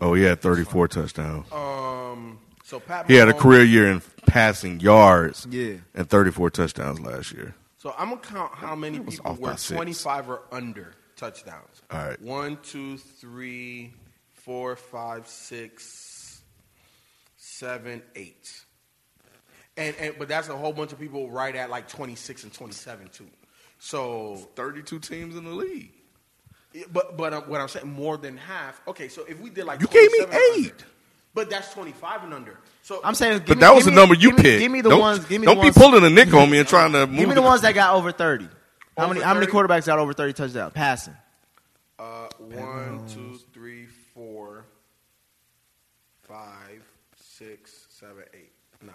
C: Oh, he had 34 touchdowns.
F: Oh,
G: Um. So Pat.
C: He had a
G: Mahomes-
C: career year in passing yards
F: Yeah.
C: and 34 touchdowns last year.
G: So I'm gonna count how many
C: was
G: people
C: off
G: were
C: by six.
G: 25 or under touchdowns.
C: All right.
G: One, two, three, four, five, six, seven, eight. And, and but that's a whole bunch of people right at like 26 and 27 too. So
C: 32 teams in the league.
G: But but uh, what I'm saying, more than half. Okay, so if we did like
C: You gave me
G: 27 and
C: eight.
G: under, but that's 25 and under. So
F: I'm saying, give
C: But
F: me-
C: that was
F: give
C: the
F: me-
C: number you
F: give me-
C: picked.
F: Give me the
C: don't,
F: ones. Give me
C: don't
F: the ones.
C: be pulling a nick on me and trying to move.
F: Give me the ones that got over thirty. How
G: Over
F: many? How many
G: 30?
F: quarterbacks got over thirty touchdowns passing?
G: uh, one, two, three, four, five, six, seven, eight, nine.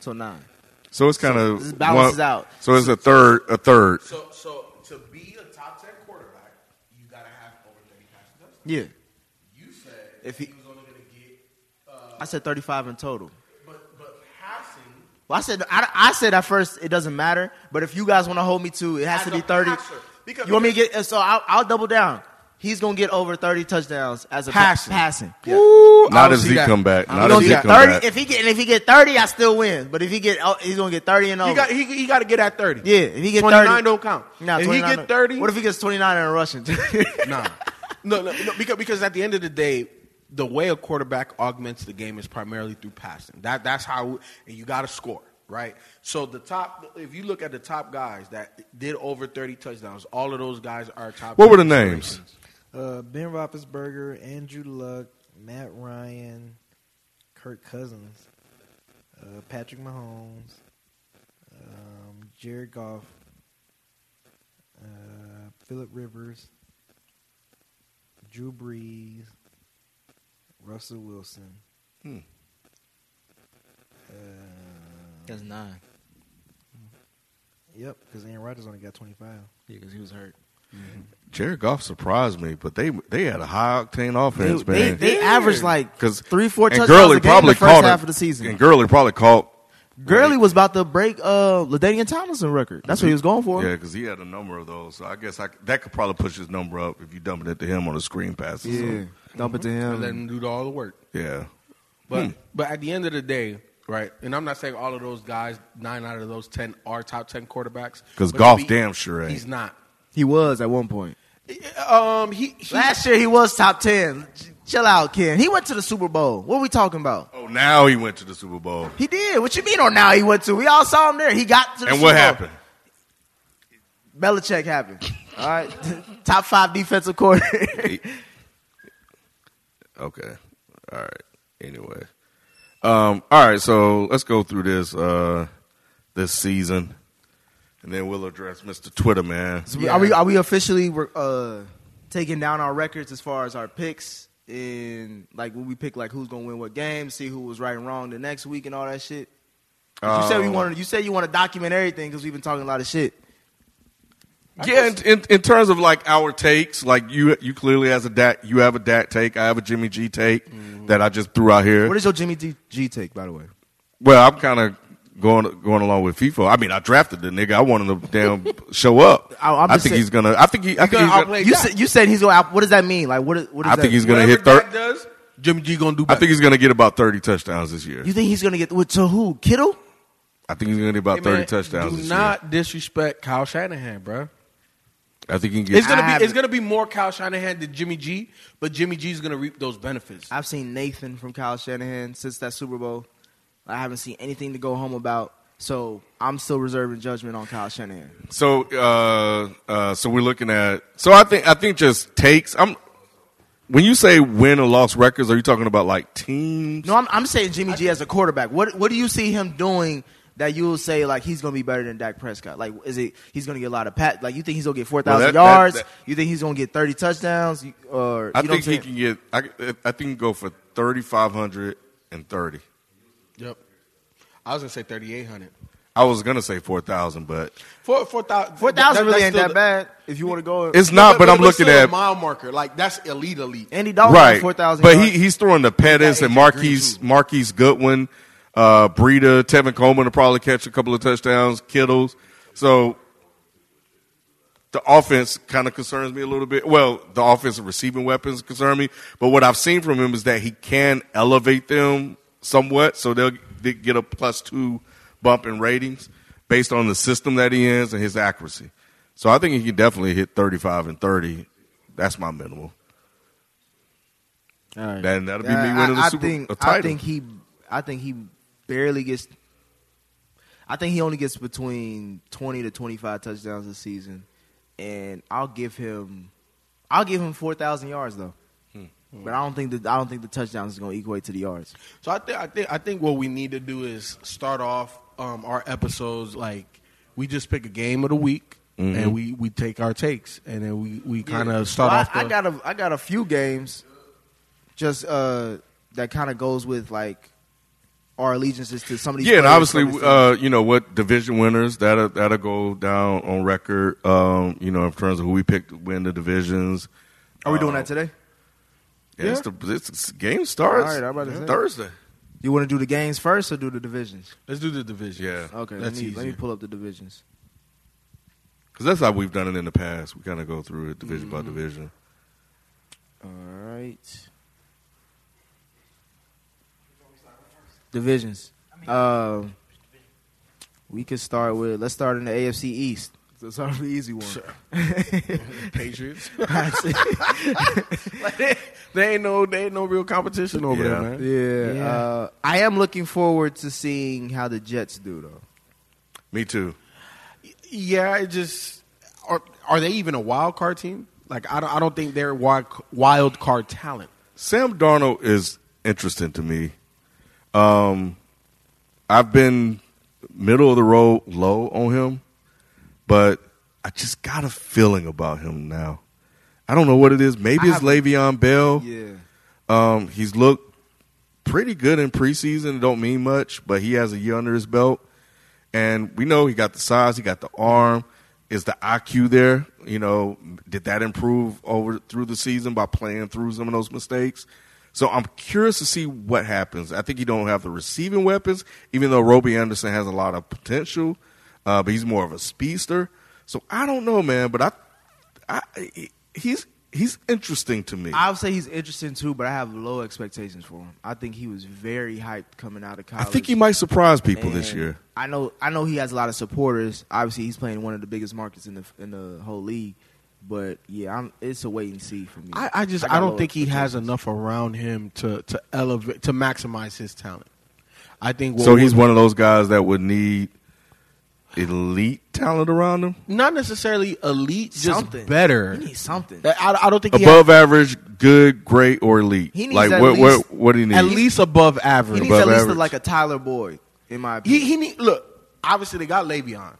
F: So nine.
C: So it's kind of
F: this balances out.
C: So it's a third, a third.
G: So so to be a top 10 quarterback, you gotta have over 30 passing touchdowns.
F: Yeah,
G: You said
F: If he-
G: was only gonna get,
F: I said thirty-five in total.
G: but but passing
F: Well, I said I, I said at first it doesn't matter, but if you guys want to hold me to, it has
E: I
F: to be
E: don't-
F: thirty.
E: I- sure. Because-
F: you want me to get so I'll, I'll double down. He's gonna get over thirty touchdowns as a pa-
G: Passing.
F: passing.
G: Ooh, I
C: Not
G: don't
C: if
G: see
C: Zeke
G: that.
C: come back.
G: I
C: Not if
G: don't
F: Gonna
G: see
C: Zeke
G: that.
F: get
C: come back.
F: thirty. If he get and if he get thirty, I still win. But if he get oh, he's gonna get thirty and over.
G: He got he, he got to get at thirty.
F: yeah, if he get
G: 29
F: thirty,
G: don't count.
F: Nah,
G: if he
F: 29
G: get thirty,
F: what if he gets twenty nine in a rushing? (laughs)
G: (laughs) nah. No, no, no, because because at the end of the day, the way a quarterback augments the game is primarily through passing. That that's how and you got to score, right? So the top, if you look at the top guys that did over thirty touchdowns, all of those guys are top.
C: What were the
G: considerations.
C: names?
D: Uh, ben Roethlisberger, Andrew Luck, Matt Ryan, Kirk Cousins, uh, Patrick Mahomes, um, Jared Goff, uh, Philip Rivers, Drew Brees, Russell Wilson.
F: That's nine.
D: Yep, because Aaron Rodgers only got twenty five.
F: Yeah, because he was hurt.
C: Jared Goff surprised me, but they they had a high octane
F: They,
C: offense,
F: they,
C: man.
F: they averaged like
C: 'Cause-
F: three, four
C: and
F: touchdowns
C: Gurley
F: a game
C: probably
F: the first
C: caught it.
F: half of the season.
C: And Gurley probably caught.
F: Gurley was about to break uh Ladainian Thomason record. That's what he was going for.
C: Yeah, because he had a number of those. So I guess I, that could probably push his number up if you dumping it to him on a screen pass. or
F: Yeah.
C: something.
F: Dump it to
G: And let
F: him.
G: them do all the work.
C: yeah.
G: But
C: Hmm.
G: but at the end of the day, right? And I'm not saying all of those guys, nine out of those ten, are top ten quarterbacks.
C: 'Cause
G: But
C: Goff
G: to be-
C: damn sure ain't.
G: He's not.
F: He was at one point.
G: Um, he, he
F: Last year he was top ten. Ch- Chill out, Ken. He went to the Super Bowl. What are we talking about?
C: Oh, now he went to the Super Bowl.
F: He did. What you mean on now he went to? We all saw him there. He got to the
C: And
F: Super
C: what
F: Bowl.
C: happened?
F: Belichick happened. All right. (laughs) top five defensive coordinator.
C: Okay. All right. Anyway. Um, all right, so let's go through this uh this season. And then we'll address Mr. Twitter, man.
F: So Are we are we officially uh, taking down our records as far as our picks and like when we pick like who's gonna win what game, see who was right and wrong the next week and all that shit? 'Cause you said we
C: Um,
F: want you said you want to document everything because we've been talking a lot of shit.
C: Yeah, in, in, in terms of like our takes, like you you clearly has a dat you have a dat take, I have a Jimmy G take that I just threw out here.
F: Mm-hmm. What is your Jimmy D- G take by the way?
C: well, I'm kind of going going along with FIFA. I mean, I drafted the nigga. I wanted to damn show
F: (laughs)
C: up.
F: I- I'm
C: I
F: just
C: think
F: saying-
C: he's gonna. I think he. I think
G: gonna
C: he's gonna,
G: outplay
F: You said you said he's gonna. out- What does that mean? Like what? is- what is
C: I
F: that?
C: think he's gonna
G: whatever
C: hit thirty.
G: Dak does, Jimmy G gonna do.
C: I
G: Better.
C: think he's gonna get about thirty touchdowns this year.
F: You think he's gonna get what, to who? Kittle?
C: I think he's gonna get about
G: Hey,
C: thirty
G: man,
C: touchdowns
G: Do
C: this
G: not disrespect Kyle Shanahan, bro.
C: year. I think he can
G: It's
C: get.
G: gonna
F: I
G: be it's
F: haven't-
G: gonna be more Kyle Shanahan than Jimmy G, but Jimmy G's gonna reap those benefits.
F: I've seen Nathan from Kyle Shanahan since that Super Bowl. I haven't seen anything to go home about. So I'm still reserving judgment on Kyle Shanahan.
C: So, uh, uh, so we're looking at. So I think I think just takes. I'm. When you say win or loss records, are you talking about like teams?
F: No, I'm, I'm saying Jimmy G as a quarterback. What what do you see him doing that you'll say like he's gonna be better than Dak Prescott? Like, is it he's gonna get a lot of pat? Like, you think he's gonna get four thousand
C: that- that-
F: yards?
C: that-
F: you think he's gonna get thirty touchdowns? You- Or
C: I
F: you
C: think
F: know what I'm
C: he
F: saying?
C: can get. I, I think he can go for thirty five hundred and thirty.
G: Yep. I was gonna say thirty eight hundred.
C: I was gonna say four thousand, but
G: Four four thousand.
F: four thousand really ain't that bad if you want to go.
C: it's not. But, I'm looking
G: still a
C: at
G: mile marker. Like that's elite elite.
F: Andy Dalton
C: right
F: four thousand.
C: But he he's throwing the Pettis
G: He got
C: and
G: AJ Green,
C: Marquise
G: too.
C: Marquise Goodwin, uh, Breida, Tevin Coleman will probably catch a couple of touchdowns. Kittles, so the offense kind of concerns me a little bit. Well, the offensive receiving weapons concern me, but what I've seen from him is that he can elevate them somewhat, so they'll, they get a plus two bump in ratings based on the system that he is and his accuracy. So I think he can definitely hit 35 and 30. That's my minimal. Then that'll be me winning
F: I,
C: the
F: I
C: Super
F: think,
C: a title.
F: I think he, I think he barely gets. I think he only gets between twenty to twenty-five touchdowns this season, and I'll give him, I'll give him four thousand yards though.
C: Hmm.
F: But I don't think that I don't think the touchdowns is going to equate to the yards.
G: So I think I think I think what we need to do is start off um, our episodes like we just pick a game of the week
C: Mm-hmm.
G: and we, we take our takes and then we, we kind of start
F: Well,
G: off. The,
F: I, I got a I got a few games, just uh, that kind of goes with like our allegiances to some of these.
C: Yeah, and
F: players
C: obviously,
F: from this team.
C: uh, you know what division winners that'll that'll go down on record. Um, you know, in terms of who we picked to win the divisions. uh, Um,
F: are we doing that today?
C: Yeah, It's the it's, it's- game
F: All
C: starts
F: right, I'm about to say.
C: Thursday.
F: You want to do the games first or do the divisions?
G: Let's do the division.
C: Yeah.
F: Okay,
G: That's
F: let me let me
G: easier.
F: pull up the divisions.
C: Because that's how we've done it in the past. We kind of go through it division
F: Mm-hmm.
C: by division.
F: All right. Divisions. Um, we could start with. Let's start in the AFC East. That's our easy one.
G: Patriots. They ain't no, they ain't no real competition over
C: Yeah.
G: there,
F: (laughs) yeah.
G: man.
D: Yeah.
F: Uh, I am looking forward to seeing how the Jets do, though.
C: Me too.
G: Yeah, it just are, are they even a wild card team? Like I don't, I don't think they're wild, wild card talent.
C: Sam Darnold is interesting to me. Um, I've been middle of the road low on him, but I just got a feeling about him now. I don't know what it is. Maybe
F: I
C: it's
F: have-
C: Le'Veon Bell.
F: Yeah.
C: Um, he's looked pretty good in preseason. It don't mean much, but he has a year under his belt, and we know he got the size, he got the arm. Is the IQ there? You know, did that improve over through the season by playing through some of those mistakes? So I'm curious to see what happens. I think he don't have the receiving weapons, even though Roby Anderson has a lot of potential, uh, but he's more of a speedster. So I don't know, man. But I, I he's he's interesting to me.
F: I would say he's interesting too, but I have low expectations for him. I think he was very hyped coming out of
C: I
F: college.
C: think he might surprise people this
F: And
C: year.
F: I know I know he has a lot of supporters. Obviously, he's playing one of the biggest markets in the in the whole league. But yeah, I'm, it's a wait and see for me.
G: I, I just
F: got
G: I,
F: low
G: don't think he has
F: expectations.
G: enough around him to to elevate to maximize his talent. I think what
C: So
G: would-
C: he's one of those guys that would need elite talent around him,
G: not necessarily elite, just
F: Something.
G: better.
F: He needs something.
G: I, I don't think he
C: above average, good, great, or elite.
F: He needs
C: like
F: at
C: what?
F: least-
C: what? What do he need?
G: has, at least above average.
F: he needs
C: above
F: at least
C: average.
F: like a Tyler Boyd, in my opinion.
G: He he need look. Obviously, they got Le'Veon,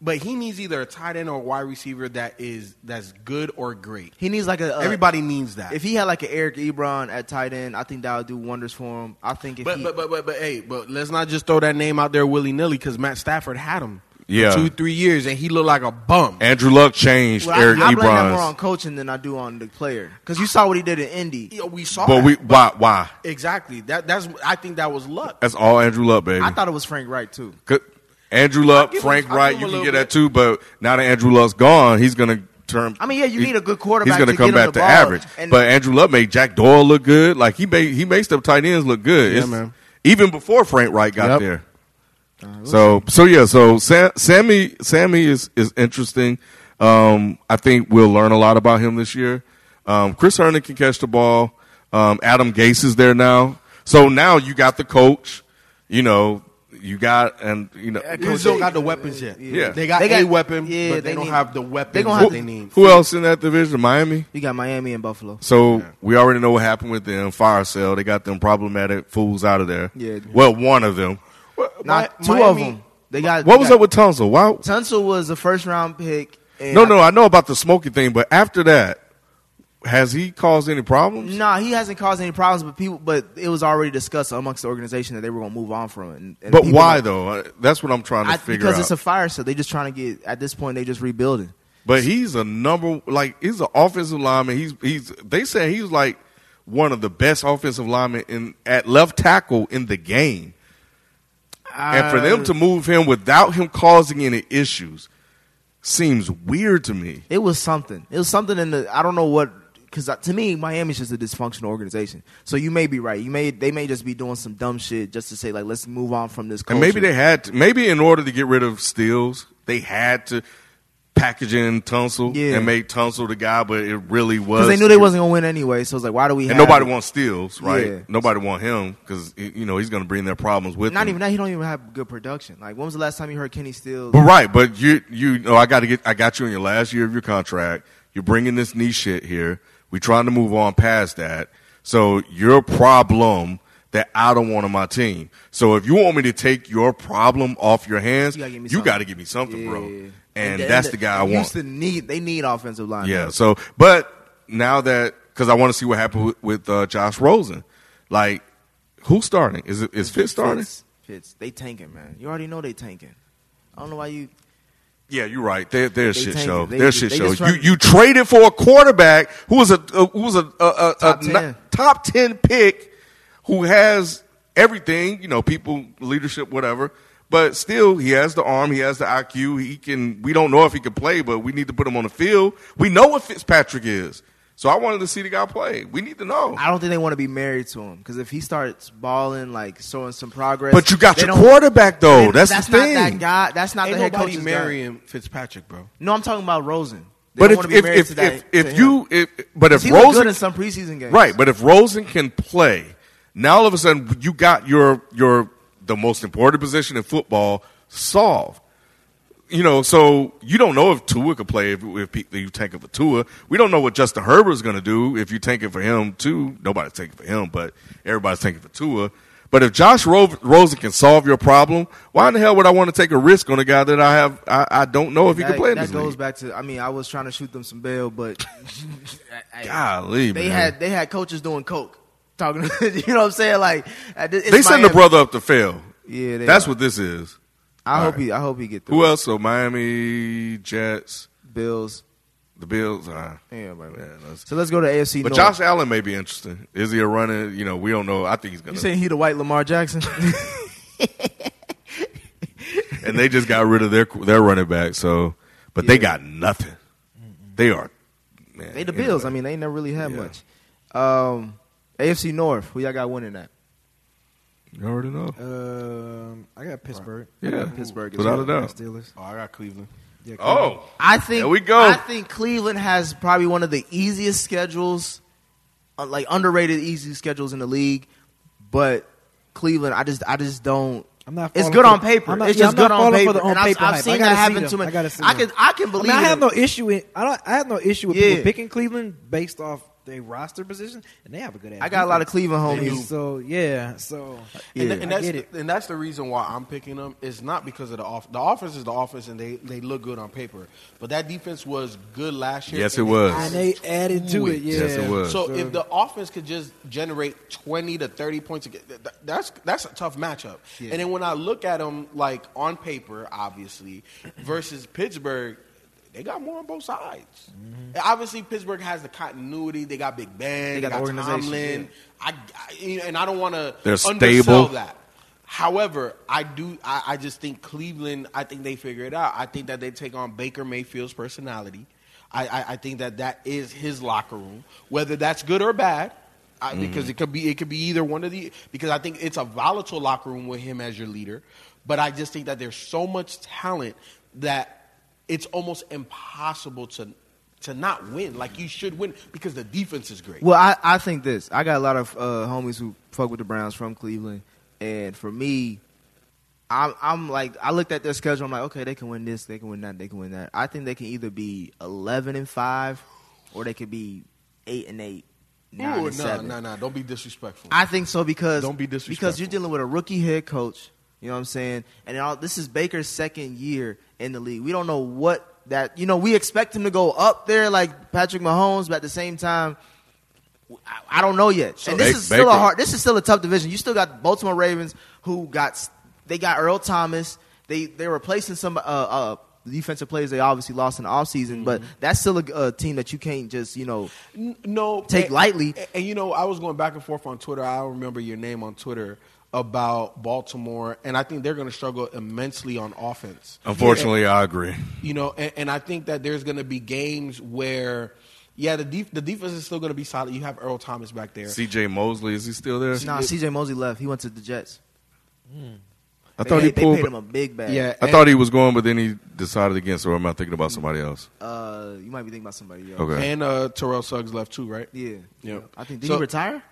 G: but he needs either a tight end or a wide receiver that is that's good or great.
F: He needs like a, a-
G: Everybody needs that.
F: If he had like an Eric Ebron at tight end, I think that would do wonders for him. I think if
G: but,
F: he,
G: but but but but hey, but let's not just throw that name out there willy nilly because Matt Stafford had him. for
C: Yeah.
G: two three years, and he looked like a bum.
C: Andrew Luck changed
F: well,
C: Eric
F: I, I blame that more on
C: Ebron,
F: coaching than I do on the player because you saw what he did in Indy.
G: Yeah, we saw.
C: but
G: that.
C: we why why?
G: exactly that. That's I think that was luck.
C: That's all Andrew Luck, baby.
F: I thought it was Frank Wright too.
C: C- Andrew Luck,
G: give him-
C: Frank
G: I'll give
C: Wright,
G: him
C: you
G: a
C: can
G: little
C: get that
G: bit.
C: too. But now that Andrew Luck's gone, he's gonna turn.
F: I mean, yeah, you
C: he-
F: need a good quarterback
C: He's gonna
F: to
C: come
F: get him
C: back
F: the
C: to
F: ball,
C: average.
F: and-
C: but Andrew Luck made Jack Doyle look good. Like he made he made them tight ends look good.
G: Yeah,
C: It's-
G: man.
C: Even before Frank Wright got
G: Yep.
C: there. So so yeah, so Sam, Sammy Sammy is is interesting. Um, I think we'll learn a lot about him this year. Um, Chris Herndon can catch the ball. Um, Adam Gase is there now. So now you got the coach. You know you got and you know
G: We just don't got the weapons yet.
C: Yeah.
G: they got,
F: They got-
G: a weapon,
F: yeah,
G: but they,
F: they
G: don't
F: need-
G: have the weapons
F: they gonna
G: that
F: have
G: they
F: to-
G: need.
C: who else in that division? Miami.
F: You got Miami and Buffalo.
C: So we already know what happened with them. Fire sale. They got them problematic fools out of there.
F: Yeah.
C: Well, one of them.
F: Nah,
G: Mi-
F: two of
G: Miami-
F: them. They got
C: What was
F: they
C: up with Tunsil? Why?
F: got- Tunsil was a first round pick. And
C: No, no. I know about the Smokey thing, but after that, has he caused any problems?
F: Nah, he hasn't caused any problems, but people, but it was already discussed amongst the organization that they were going to move on from it. And, and
C: But
F: people-
C: why though? Uh, That's what I'm trying to
F: I,
C: figure
F: because
C: out.
F: it's a fire sale. They just trying to get at this point. They just rebuilding.
C: but he's a number like he's an offensive lineman. He's he's they said he's like one of the best offensive linemen in at left tackle in the game. and for them to move him without him causing any issues seems weird to me.
F: It was something. It was something in the. I don't know what. Because to me, Miami's just a dysfunctional organization. So you may be right. You may they may just be doing some dumb shit just to say like let's move on from this. Culture.
C: And maybe they had to, maybe in order to get rid of Steels, they had to package in Tunsil
F: Yeah.
C: and make Tunsil the guy, but it really was
F: because they knew they wasn't going to win anyway. So it's like why do we?
C: And
F: have
C: nobody
F: it?
C: wants Steels, right?
F: Yeah.
C: Nobody want him because you know he's going to bring their problems with
F: Not
C: him.
F: even that. He don't even have good production. Like when was the last time you heard Kenny Steele?
C: But right, but you you know I got to get I got you in your last year of your contract. You're bringing this niche shit here. We trying to move on past that. So your problem that I don't want on my team. So if you want me to take your problem off your hands,
F: You gotta give me
C: you got to
F: something.
C: give me something, bro.
F: Yeah.
C: And, that's the, guy I want.
F: Houston need they need offensive line.
C: Yeah. So, but now that because I want to see what happened with, with uh, Josh Rosen, like who's starting? Is it is Fitz starting?
F: Fitz, Fitz, they tanking, man. You already know they tanking. I don't know why you.
C: Yeah, you're right. They're, they're a
F: They
C: shit
F: tanking.
C: show.
F: They
C: They, are a
F: just-
C: shit
F: they
C: show.
F: just trying
C: You
F: to-
C: you traded for a quarterback who was a uh, who was a, a, a, a
F: Top
C: no-
F: 10.
C: top ten pick who has everything, you know, people, leadership, whatever. But still, he has the arm, he has the IQ. He can. We don't know if he can play, but we need to put him on the field. We know what Fitzpatrick is, so I wanted to see the guy play. We need to know.
F: I don't think they want to be married to him because if he starts balling, like showing some progress.
C: But you got
F: they
C: your
F: don't-
C: quarterback though.
F: they-
C: that's, the
F: not
C: thing.
F: that guy. That's not
G: Ain't
F: the head
G: nobody
F: coach's guy.
G: marrying Fitzpatrick, bro.
F: No, I'm talking about Rosen. They
C: But
F: don't
C: if
F: want to be
C: if
F: married
C: if,
F: to that,
C: if,
F: to
C: if
F: him.
C: you if but if
F: he was
C: Rosen
F: good in some preseason games,
C: Right, but if Rosen can play, now all of a sudden you got your your the most important position in football solved. You know, so you don't know if Tua could play if, if pe- you tank it for Tua. We don't know what Justin Herbert's going to do if you tank it for him too. Nobody's tanking for him, but everybody's tanking for Tua. But if Josh Ro- Rosen can solve your problem, why in the hell would I want to take a risk on a guy that I have? I, I don't know if he
F: that,
C: can play in
F: that
C: this
F: goes
C: league.
F: back to. I mean, I was trying to shoot them some bail, but (laughs) I- I-
C: Golly,
F: they
C: man.
F: had they had coaches doing coke, talking. (laughs) you know what I'm saying? Like at this- it's
C: they send the
F: Miami.
C: brother up to fail.
F: Yeah, they
C: that's
F: are.
C: what this is.
F: I hope
C: All right.
F: he. I hope he get through.
C: Who else? So Miami Jets,
F: Bills.
C: the Bills. Uh,
F: Yeah, but-
C: yeah, that's-
F: So let's go to AFC.
C: but
F: North.
C: Josh Allen may be interesting. Is he a runner? You know, we don't know. I think he's
F: you
C: gonna.
F: saying he the white
C: (laughs)
F: Lamar Jackson?
C: and they just got rid of their their running back. So, but they
F: Yeah.
C: got nothing. They are. Man,
F: they the Bills. I mean, they ain't never really had
C: Yeah.
F: much. Um, AFC North. Who y'all got winning that?
C: you already know.
D: Um, I got Pittsburgh.
C: Yeah,
F: Pittsburgh is
C: without a
F: one.
C: doubt.
D: Steelers.
G: Oh, I got Cleveland.
D: Yeah, Cleveland.
C: Oh,
F: I think
C: There we go.
F: I think Cleveland has probably one of the easiest schedules, uh, like underrated easy schedules in the league. But Cleveland, I just I just don't.
D: I'm not
F: It's
D: falling
F: good
D: for-
F: on paper.
D: I'm not-
F: it's
D: yeah, I'm
F: just
D: not
F: good on
D: falling
F: paper.
D: for the on
F: and I've,
D: paper
F: I've
D: hype. I
F: seen
D: gotta
F: that
D: see
F: happen
D: them.
F: too much.
D: I gotta see
F: can
D: them.
F: I can believe.
D: I mean, I have
F: it.
D: no issue in I don't I have no issue with
F: Yeah.
D: people picking Cleveland based off their roster position, and they have a good.
F: I got a lot of Cleveland
D: Cleveland.
F: homies.
D: So yeah, so
F: Yeah.
G: And, th- and
D: I
G: that's
D: get it.
G: and that's the reason why I'm picking them. It's not because of the off. The offense is the offense, and they, they look good on paper. But that defense was good last year.
C: Yes, it
G: and they
C: was.
D: And they added to it. Yeah,
C: Yes, it was.
G: So if the offense could just generate twenty to thirty points, a ga- th- th- that's that's a tough matchup. And then when I look at them, like on paper, obviously, (clears throat) versus Pittsburgh, they got more on both sides. And Obviously, Pittsburgh has the continuity. They got Big Ben. They
F: got
G: got,
F: the organization,
G: Tomlin. I, I you know, and I don't want to
C: They're
G: undersell
C: stable.
G: that. However, I do. I, I just think Cleveland. I think they figure it out. I think that they take on Baker Mayfield's personality. I, I, I think that that is his locker room, whether that's good or bad, I, because it could be it could be either one of the. Because I think it's a volatile locker room with him as your leader, but I just think that there's so much talent that it's almost impossible to to not win. Like you should win because the defense is great.
F: Well, I, I think this. I got a lot of uh, homies who fuck with the Browns from Cleveland, and for me, I'm, I'm like I looked at their schedule. I'm like, okay, they can win this, they can win that, they can win that. I think they can either be 11 and five, or they could be eight and eight, nine
G: Ooh,
F: and
G: no,
F: seven.
G: no, no! Don't be disrespectful.
F: I think so because
G: Don't be
F: because you're
G: disrespectful.
F: dealing with a rookie head coach. You know what I'm saying? And all, this is Baker's second year in the league. We don't know what that you know. We expect him to go up there like Patrick Mahomes, but at the same time, I, I don't know yet. and this
C: Ba-
F: is still a
C: Baker-
F: hard. This is still a tough division. You still got Baltimore Ravens who got they got Earl Thomas. They they're replacing some uh, uh, defensive players they obviously lost in the offseason, but that's still a, a team that you can't just you know.
G: Mm-hmm. N- no
F: Take
G: and-
F: lightly.
G: And, you know, I was going back and forth on Twitter. I don't remember your name on Twitter about Baltimore, and I think they're going to struggle immensely on offense.
C: unfortunately, I agree.
G: You know, and, and I think that there's going to be games where, yeah, the def- the defense is still going to be solid. You have Earl Thomas back there.
C: C.J. Mosley is he still there?
F: Nah, C.J. Mosley left. He went to the Jets.
C: I
F: They
C: thought he
F: paid- they
C: pulled.
F: paid him a big bag.
G: yeah,
C: I thought he was going, but then he decided against. Or am I thinking about somebody else?
F: Uh, you might be thinking about somebody else.
C: Okay.
G: and uh, Terrell Suggs left too, right?
F: Yeah.
G: Yep.
F: I think did
G: So-
F: he retire?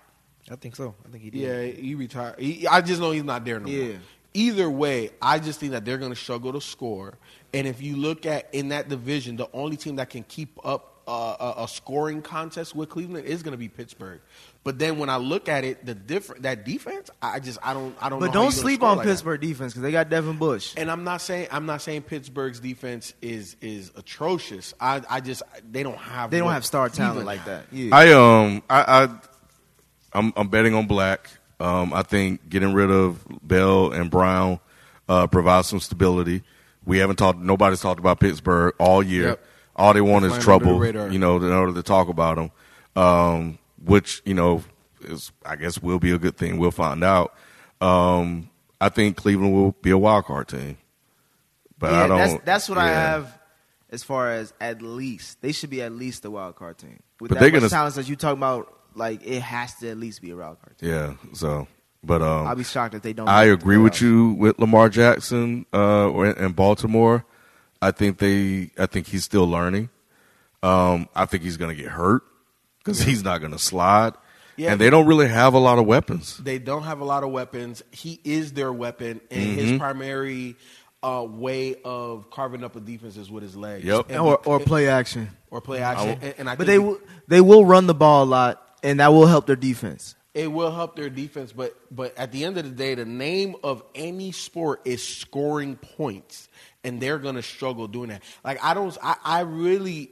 D: I think so. I think he did.
G: Yeah, he retired. He, I just know he's not there no
F: Yeah.
G: more. Either way, I just think that they're going to struggle to score. And if you look at in that division, the only team that can keep up uh, a, a scoring contest with Cleveland is going to be Pittsburgh. But then when I look at it, the different that defense, I just I don't I don't.
F: But
G: know how you're
F: don't
G: gonna
F: sleep
G: score
F: on
G: like that.
F: Pittsburgh defense because they got Devin Bush.
G: And I'm not saying I'm not saying Pittsburgh's defense is is atrocious. I I just they don't have
F: They don't
G: what
F: have star talent
G: Cleveland
F: like
G: has.
F: that. Yeah.
C: I um I, I I'm I'm betting on black. Um, I think getting rid of Bell and Brown uh, provides some stability. We haven't talked. Nobody's talked about Pittsburgh all year.
G: Yep.
C: All they want is
G: Flying under the
C: trouble.
G: radar.
C: you know, in order to talk about them, um, which you know is I guess will be a good thing. We'll find out. Um, I think Cleveland will be a wild card team, but
F: yeah,
C: I don't.
F: That's, that's what I
C: yeah.
F: have as far as at least they should be at least a wild card team. With
C: But
F: that
C: they're gonna-
F: much talent that you talk about, like it has to at least be a wild card team.
C: Yeah, so but um,
F: I'll be shocked if they don't.
C: I
F: make the
C: agree with
F: playoffs.
C: you with Lamar Jackson uh, or in- in Baltimore. I think they. I think he's still learning. Um, I think he's going to get hurt because he's not going to slide.
G: Yeah.
C: And they don't really have a lot of weapons.
G: They don't have a lot of weapons. He is their weapon, and his primary uh, way of carving up a defense is with his legs.
C: Yep.
G: And-
F: or or play action.
G: or play action. and, and I
F: But they
G: think
F: will they will run the ball a lot, and that will help their defense.
G: it will help their defense. But but at the end of the day, the name of any sport is scoring points, and they're gonna struggle doing that. Like I don't, I, I really,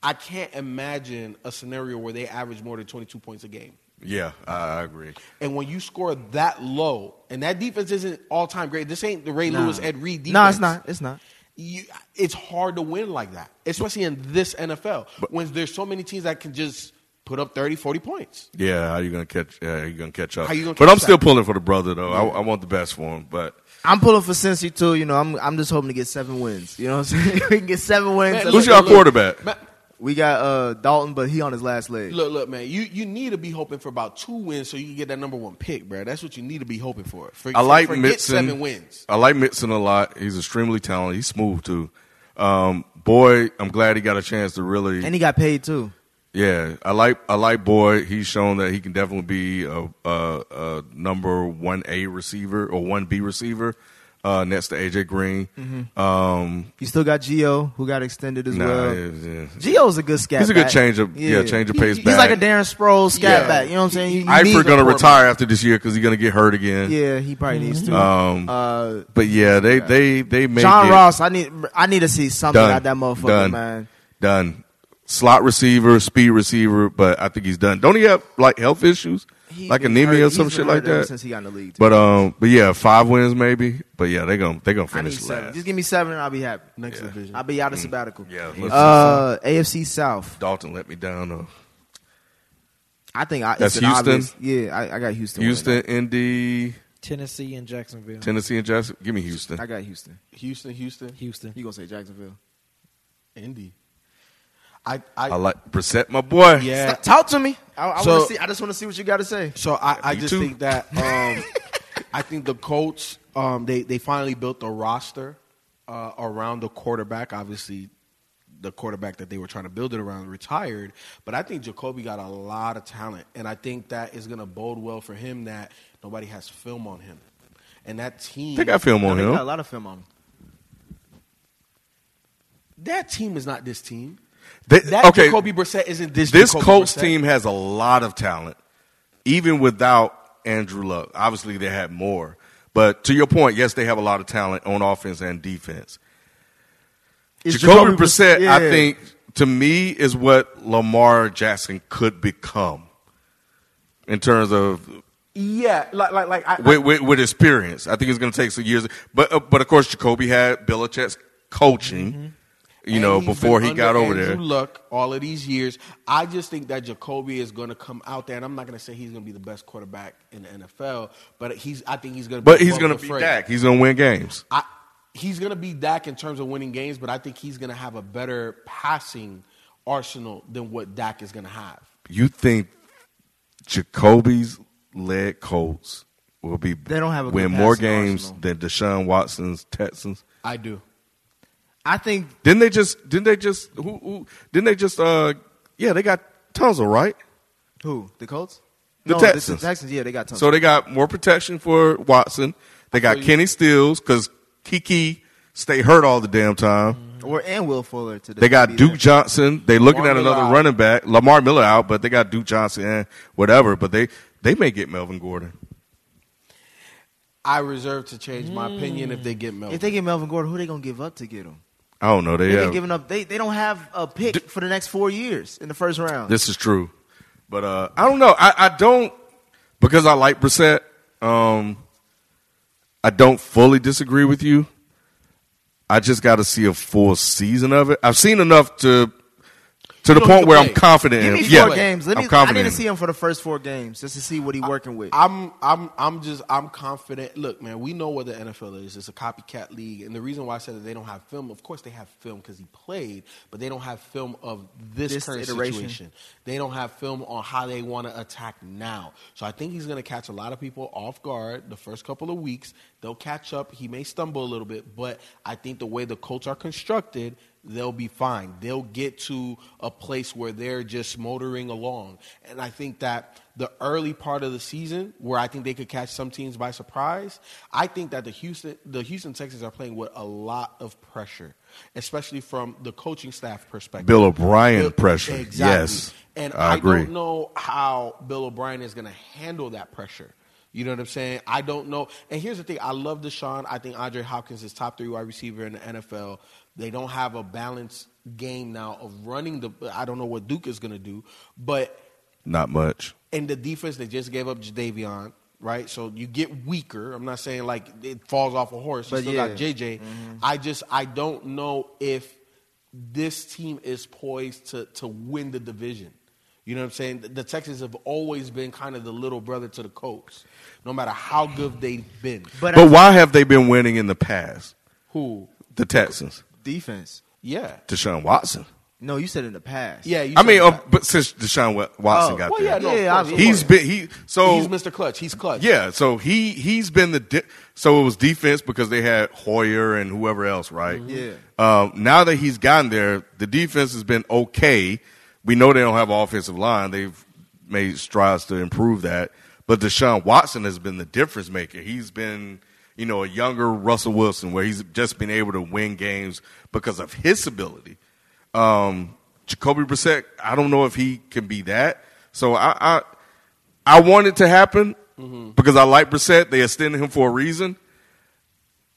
G: I can't imagine a scenario where they average more than twenty two points a game.
C: Yeah, I, I agree.
G: And when you score that low, and that defense isn't all time great. This ain't the Ray Lewis Ed Reed defense.
F: No, it's not. It's not.
G: You, it's hard to win like that, especially in this NFL when there's so many teams that can just put up 30, 40 points.
C: Yeah, how you gonna catch? Yeah, how you gonna catch up?
G: How you gonna
C: but
G: catch
C: I'm still
G: up?
C: pulling for the brother though. I, I want the best for him. But
F: I'm pulling for Cincy too. You know, I'm I'm just hoping to get seven wins. You know, what I'm saying (laughs) we can get seven wins.
G: Man,
F: and
C: who's
F: look-
C: your quarterback?
G: Ma-
F: we got uh Dalton, but he on his last leg.
G: Look, look, man. You you need to be hoping for about two wins so you can get that number one pick, bro. That's what you need to be hoping for. For-
C: I like
G: forget
C: Mitson.
G: seven wins.
C: I like Mitson a lot. He's extremely talented. He's smooth too. Um, boy, I'm glad he got a chance to really.
F: and he got paid too.
C: Yeah, I like I like Boyd. He's shown that he can definitely be a, a, a number one A receiver or one B receiver uh, next to AJ Green. Um,
F: You still got Gio, who got extended Mm-hmm.
C: nah,
F: as well.
C: yeah, yeah.
F: Gio's a good scat.
C: He's a good
F: back.
C: change of- yeah, change of pace
F: He's like a
C: back.
F: Darren Sproles scat
C: Yeah.
F: back. You know what I'm saying? You, you
C: Eifert
F: need-
C: gonna retire after this year because he's gonna get hurt again.
F: Yeah, he probably needs to.
C: Um,
F: uh,
C: but yeah, they they they make
F: John
C: it
F: Ross, I need I need to see something
C: done.
F: out that motherfucker,
C: done,
F: man.
C: Done. Slot receiver, speed receiver, but I think he's done. Don't he have like health issues,
F: He
C: like
F: been
C: anemia
F: hurt-
C: or some
F: he's
C: shit
F: been
C: like
F: hurt ever
C: that?
F: Since he got in the league, too.
C: But um, but yeah, five wins maybe. But yeah, they gonna they gonna
F: I need
C: finish
F: seven.
C: last.
F: Just give me seven, and I'll be happy.
G: Next division.
F: I'll be out of sabbatical.
C: Yeah, let's-
F: Uh, AFC South.
C: Dalton let me down uh, though.
F: I think I, it's
C: That's
F: an
C: Houston?
F: obvious- yeah, I, I got Houston. winning.
C: Houston, Indy,
D: Tennessee and Jacksonville.
C: Tennessee, and Jackson. Give me Houston.
F: I got Houston.
G: Houston, Houston,
D: Houston.
F: You gonna say Jacksonville?
G: Indy. I
C: I
G: I,
C: like Brissett, my boy.
G: yeah.
F: Stop- talk to me. I, I
G: So-
F: want to see. I just want to see what you got to say.
G: So I, I
C: me
G: just
C: too.
G: think that um, I think the Colts um, they they finally built a roster uh, around the quarterback. Obviously, the quarterback that they were trying to build it around retired, but I think Jacoby got a lot of talent, and I think that is going to bode well for him that nobody has film on him, and that team.
C: They got film on
F: They got a
C: him.
F: lot of film on. him.
G: That team is not this team.
C: They-
G: That
C: okay,
G: Jacoby Brissett isn't this.
C: this
G: Jacoby
C: Colts
G: Brissett.
C: team has a lot of talent, even without Andrew Luck. Obviously, they had more. But to your point, yes, they have a lot of talent on offense and defense.
F: It's
C: Jacoby, Brissett,
F: yeah.
C: I think, to me, is what Lamar Jackson could become in terms of
G: Yeah, like like like I,
C: with, with, with experience. I think it's going to take some years. But uh, but of course, Jacoby had Belichick's coaching, you
G: Mm-hmm. And
C: know,
G: he's been
C: before he
G: under
C: got over
G: Andrew
C: there.
G: Luck all of these years. I just think that Jacoby is going to come out there, and I'm not going to say he's going to be the best quarterback in the NFL, but he's. I think he's going to.
C: But he's going
G: going
C: to be Dak. He's going to win games.
G: I, he's going to be Dak in terms of winning games, but I think he's going to have a better passing arsenal than what Dak is going to have.
C: You think Jacoby's led Colts will be
F: They don't have a
C: win
F: good
C: more
F: passing
C: games
F: arsenal.
C: than Deshaun Watson's Texans?
G: I do.
F: I think
C: Didn't they just? Didn't they just? Who, who? Didn't they just? Uh, yeah, they got Tunzel right.
F: who the Colts,
C: The
F: no,
C: Texans.
F: The, Texans. Yeah, they got tons.
C: So they got more protection for Watson. They got Kenny Stills because Kiki stay hurt all the damn time.
F: or and Will Fuller today.
C: They got Duke Johnson. They looking
G: Lamar
C: at another
G: Miller out.
C: running back, Lamar Miller out, but they got Duke Johnson and whatever. But they they may get Melvin Gordon.
G: I reserve to change my opinion if they get Melvin.
F: If they get Melvin Gordon, who they gonna give up to get him?
C: I don't know. They
F: They've
C: have,
F: been giving up. They they don't have a pick for the next four years in the first round.
C: this is true, but uh, I don't know. I, I don't because I like Brissett. Um, I don't fully disagree with you. I just got to see a full season of it. I've seen enough to to to the
G: don't need
C: point
G: to
C: where I'm
G: play.
C: confident. in
F: Give me
C: him. yeah,
F: four games. Let me.
C: I'm confident.
F: I need
C: in
F: to
C: him.
F: see him for the first four games just to see what he working with.
G: I'm I'm I'm just I'm confident. Look, man, we know what the NFL is. It's a copycat league, and the reason why I said that they don't have film, of course they have film because he played, but they don't have film of this,
F: This
G: current
F: iteration.
G: situation. They don't have film on how they want to attack now. So I think he's going to catch a lot of people off guard the first couple of weeks. They'll catch up. He may stumble a little bit, but I think the way the Colts are constructed, they'll be fine. They'll get to a place where they're just motoring along. And I think that the early part of the season where I think they could catch some teams by surprise, I think that the Houston the Houston Texans are playing with a lot of pressure, especially from the coaching staff perspective.
C: Bill O'Brien
G: Bill-
C: pressure.
G: Exactly.
C: Yes.
G: And I,
C: I agree.
G: don't know how Bill O'Brien is going to handle that pressure. You know what I'm saying? I don't know. And here's the thing I love Deshaun. I think Andre Hopkins is top three wide receiver in the NFL. They don't have a balanced game now of running the. I don't know what Duke is going to do, but
C: Not much.
G: and the defense they just gave up Jadavion, right? So you get weaker. I'm not saying like it falls off a horse. You
F: But
G: still
F: yeah. Mm-hmm.
G: got JJ. I just I don't know if this team is poised to to win the division. You know what I'm saying? The- The Texans have always been kind of the little brother to the Colts, no matter how good they've been.
F: but
C: But why have they been winning in the past?
G: Who?
C: The Texans,
F: defense.
G: Yeah.
C: Deshaun Watson.
F: No, you said in the past.
G: Yeah. you
C: I
G: said
C: mean,
G: that.
C: um, but since Deshaun Wa- Watson
F: Oh,
C: got
G: well,
C: there,
G: yeah, no, of
F: Yeah,
G: course, of
F: obviously.
C: he's
G: course.
C: been he. So
G: he's Mr. Clutch. He's clutch.
C: Yeah, so he he's been the di- so it was defense because they had Hoyer and whoever else, right?
F: Yeah.
C: Um, now that he's gotten there, the defense has been okay. We know they don't have an offensive line. They've made strides to improve that, but Deshaun Watson has been the difference maker. He's been you know a younger Russell Wilson, where he's just been able to win games because of his ability. Um, Jacoby Brissett, I don't know if he can be that. So I, I I want it to happen because I like Brissett. They extended him for a reason.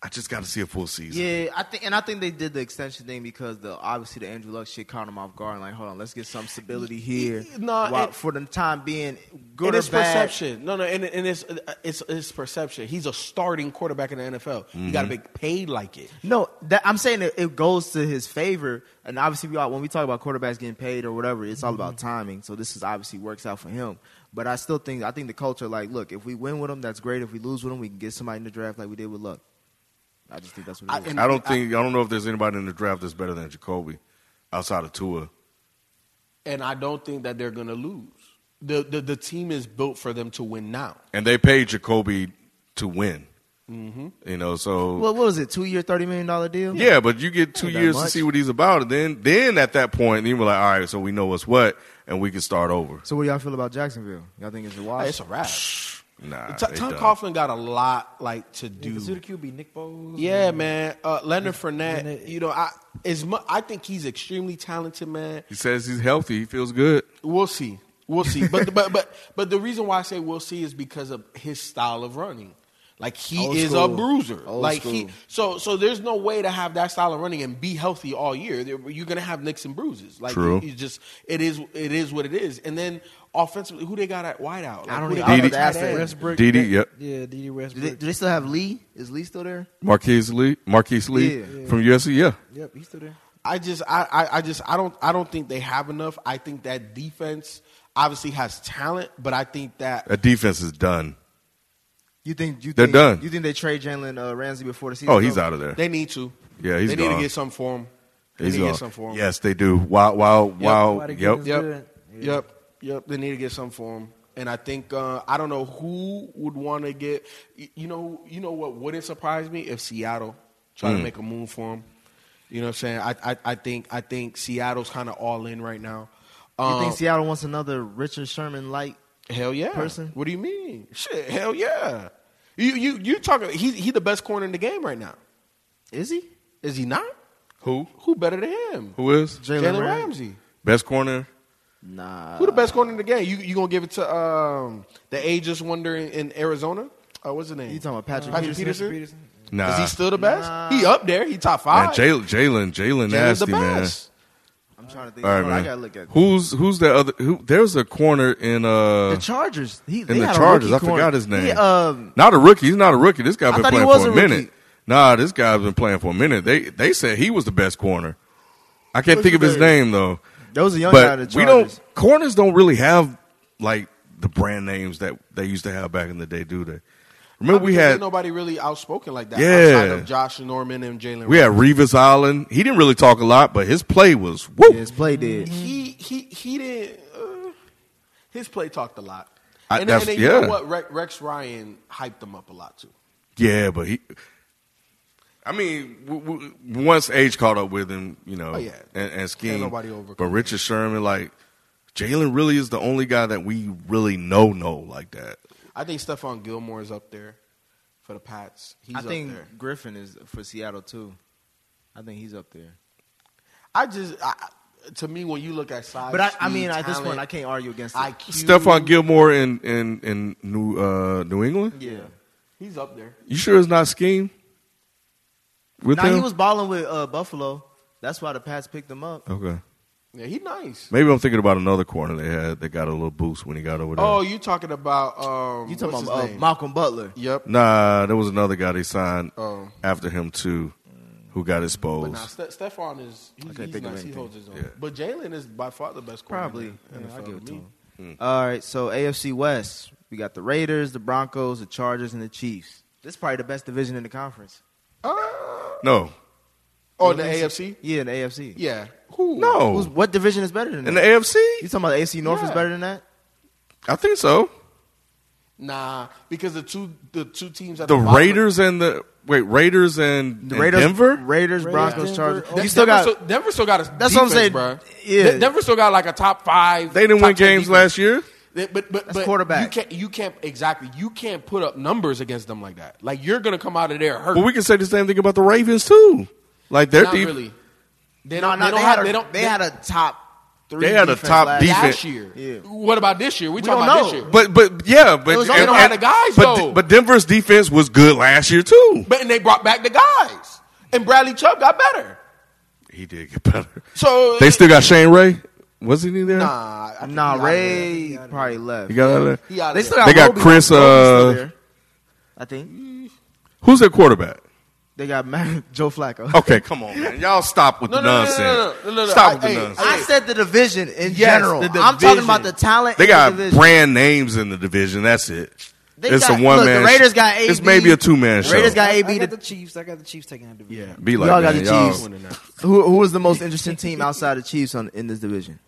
C: I just got to see a full season.
F: Yeah, I think, and I think they did the extension thing because the obviously the Andrew Luck shit caught him off guard. And like, hold on, let's get some stability here.
G: No,
F: while-
G: and-
F: for the time being, good
G: and
F: or
G: it's
F: bad.
G: perception. No, no, and, and it's, uh, it's it's perception. He's a starting quarterback in the NFL. You got to be paid like it.
F: No, that, I'm saying it, it goes to his favor, and obviously we all, when we talk about quarterbacks getting paid or whatever, it's all about timing. So this is obviously works out for him. But I still think I think the culture, like, look, if we win with him, that's great. If we lose with him, we can get somebody in the draft like we did with Luck. I just think that's what
G: I-
F: it is.
G: and-
C: I don't think I, don't know if there's anybody in the draft that's better than Jacoby outside of Tua.
G: And I don't think that they're going to lose. The, the the team is built for them to win now.
C: And they paid Jacoby to win.
F: Mm-hmm.
C: You know, so
F: What, what was it? Two year, thirty million dollar deal?
C: yeah, but you get two
F: Ain't that
C: years to
F: much.
C: see what he's about, and then then at that point, you were like, all right, so we know what's what, and we can start over.
F: So what y'all feel about Jacksonville? Y'all think it's a wash?
G: It's a wrap.
C: Nah,
G: T-
C: they
G: Tom
C: done.
G: Coughlin got a lot like to do.
D: Consider QB Nick Foles.
G: Yeah, man. Uh, Leonard Fournette.
D: Leonard-
G: you know, I as mu- I think he's extremely talented, man.
C: He says he's healthy. He feels good.
G: We'll see. We'll see. But but
F: (laughs)
G: but but the reason why I say we'll see is because of his style of running. Like he
F: Old
G: is a
F: school.
G: bruiser.
F: Old
G: like
F: school.
G: he so so there's no way to have that style of running and be healthy all year. There- You're gonna have nicks and bruises. Like
C: True.
G: You, you just it is it is what it is. And then offensively, who they got at wideout? Like,
F: I don't
G: who they
F: even-
G: got
F: I
G: at
F: don't know
G: tight
F: the
G: end?
F: asset.
D: Westbrook.
C: DD,
D: that-
C: yep.
D: Yeah, DD
F: do, they,
D: Westbrook.
F: do they still have Lee? Is Lee still there?
C: Marquise Lee, Marquise Lee
F: Yeah.
C: from USC. Yeah,
D: Yep, he's still there.
G: I just I, I I just I don't I don't think they have enough. I think that defense obviously has talent, but I think that
C: that defense is done.
F: You think you
C: They're
F: think,
C: done.
F: You think they trade Jalen uh, Ramsey before the season?
C: Oh, he's
F: over?
C: out of there.
G: they need to.
C: Yeah, he's
G: they need
C: gone.
G: to get something for him. They
C: He's
G: need to
C: gone.
G: get something for him.
C: Yes, they do. Wow, wow, wow.
D: Why they
C: Yep.
D: give
G: Yep.
D: Good. Yeah.
G: Yep. Yep. They need to get something for him. And I think uh, I don't know who would want to get. y- You know. You know what wouldn't surprise me if Seattle tried to make a move for him. You know what I'm saying? I I, I think I think Seattle's kind of all in right now.
F: You
G: Um,
F: think Seattle wants another Richard Sherman like?
G: Hell yeah.
F: person?
G: What do you mean? Shit, hell yeah. You you you talking he he the best corner in the game right now.
F: Is he
G: Is he not?
C: Who?
G: Who better than him?
C: Who is
G: Jalen
F: Ram-
G: Ramsey.
C: best corner?
F: Nah.
G: Who the best corner in the game? You you gonna give it to um the ageless wonder in, in Arizona? Oh, what's his name?
F: You talking about Patrick
G: Peterson?
F: Peterson?
C: Nah.
G: Is he still the best?
F: Nah.
G: He up there. He top
C: man,
G: five.
C: Jalen, Jalen, Jalen,
G: Jalen's
C: nasty man.
F: I'm trying to think.
C: All right,
F: Hold on,
C: man.
F: I gotta look at
C: Who's who's that other? Who? There's a corner in uh.
F: the Chargers. He,
C: in the Chargers, I forgot his name.
F: He, um,
C: not a rookie. He's not a rookie. This guy been
F: thought he
C: playing
F: was
C: for a,
F: a
C: minute.
F: rookie.
C: Nah, this guy's been playing for a minute. They they said he was the best corner. I can't
F: What's
C: think of
F: his
C: his
F: name?
C: name though.
F: There was a young guy out of
C: but
F: the
C: we don't.
F: Chargers.
C: Corners don't really have like the brand names that they used to have back in the day, do they? Remember we
G: Because ain't
C: had
G: nobody really outspoken like that.
C: Yeah.
G: outside of Josh Norman and Jalen.
C: we had Revis Island. He didn't really talk a lot, but his play was woo.
F: His play did.
G: he he he didn't. Uh, his play talked a lot.
C: I-
G: and, then-
C: that's-
G: and then you
C: yeah.
G: know what? Rex, Rex Ryan hyped him up a lot too.
C: Yeah, but he. I mean, w- w- once age caught up with him, you know,
G: Oh, yeah.
C: and, and scheme.
G: nobody overcome
C: but Richard Sherman, like Jalen, really is the only guy that we really know know like that.
G: I think Stephon Gilmore is up there for the Pats. He's
F: I think
G: up there.
F: Griffin is for Seattle too. I think he's up there.
G: I just I, I- to me when you look at size,
F: But I, I
G: speed,
F: mean, at this point,
G: talent,
F: I can't argue against it.
G: IQ.
C: Stephon Gilmore in in in New uh, New England.
F: Yeah.
G: he's up there.
C: You sure it's not scheme? With
F: Now he
C: him?
F: was balling with uh, Buffalo. That's why the Pats picked him up.
C: okay.
G: Yeah, he's nice.
C: Maybe I'm thinking about another corner they had that got a little boost when he got over there.
G: Oh, you talking about um?
F: You talking
G: what's
F: about
G: his
F: uh,
G: name?
F: Malcolm Butler?
G: Yep.
C: nah, there was another guy they signed
G: Oh.
C: after him too, who got
G: But
C: exposed.
G: now Ste- Stephon is he's,
F: can't
G: he's
F: think of
G: nice. He
F: anything.
G: holds his own.
C: Yeah.
G: But Jalen is by far the best. corner
F: Probably.
G: in the
F: Yeah,
G: NFL
F: I give it
G: me.
F: to him. All right, so AFC West, we got the Raiders, the Broncos, the Chargers, and the Chiefs. This is probably the best division in the conference.
C: no,
G: Oh, in the AFC.
F: Yeah, in the AFC.
G: Yeah. Who?
C: no,
F: Who's, what division is better than
C: Oh. in the
F: that?
C: AFC,
F: you talking about the AFC North is
G: Yeah.
F: better than that?
C: I think so.
G: Nah, because the two the two teams at
C: The
G: bottom-
C: Raiders and the wait Raiders and,
F: The
C: and
F: Raiders,
C: Denver.
F: Raiders, Broncos,
D: Denver,
F: Chargers.
G: De-
F: you still
G: Denver
F: got
G: still, Denver still got a
F: That's
G: defense,
F: what I'm saying.
G: Bro.
F: Yeah.
G: De- Denver still got like a top five.
C: they didn't
G: top
C: win
G: ten
C: games
G: defense.
C: last year.
G: They- But but,
F: That's
G: but
F: quarterback.
G: You can't you can't exactly you can't put up numbers against them like that. Like you're gonna come out of there hurt.
C: But we can say the same thing about the Ravens too. Like their
G: Not
C: deep,
G: really. They
F: no,
G: don't.
F: no,
G: they
F: they,
G: don't
F: had
G: have.
F: a,
G: they don't.
F: they, had a top three.
C: They had a
F: defense
C: top
F: last-
C: defense.
G: last year.
F: Yeah.
G: What about this year? We
F: We
G: talking
F: don't
G: about
F: know.
G: this year.
C: But but yeah, but
G: was only them other guys,
C: but,
G: though.
C: but Denver's defense was good last year too.
G: But and they brought back the guys, and Bradley Chubb got better.
C: He did get better.
G: So
C: They still got Shane Ray. Wasn't he there?
F: uh,
G: nah I think
F: Nah,
G: he outta there.
F: Ray probably left.
C: He got out of there.
G: He outta
F: They
G: there.
F: still got,
C: They got
F: Roby.
C: Chris,
F: Roby's still
C: uh,
F: there, I think
C: Who's their quarterback?
F: they got Matt, (laughs) Joe Flacco.
C: Okay, come on, man. Y'all stop with
G: No,
C: the
G: no, no, no,
C: nonsense.
G: no, no, no, no.
C: Stop
G: I-
C: with the
G: hey,
C: nonsense.
F: I said the division in general.
G: the
F: I'm talking
G: division.
F: about the talent.
C: they
F: in the
C: got
F: division.
C: brand names in the division. That's it.
F: They
C: it's
F: got-
C: a one man.
F: look, the Raiders got AB.
C: It's maybe a two man
F: The
C: show.
F: Raiders got
D: I,
F: AB.
D: got the
F: to-
D: Chiefs. I got the Chiefs taking out the division.
C: Be like
F: y'all got
C: man,
F: the
C: y'all-
F: Chiefs. Who who is the most interesting team outside of Chiefs on in this division?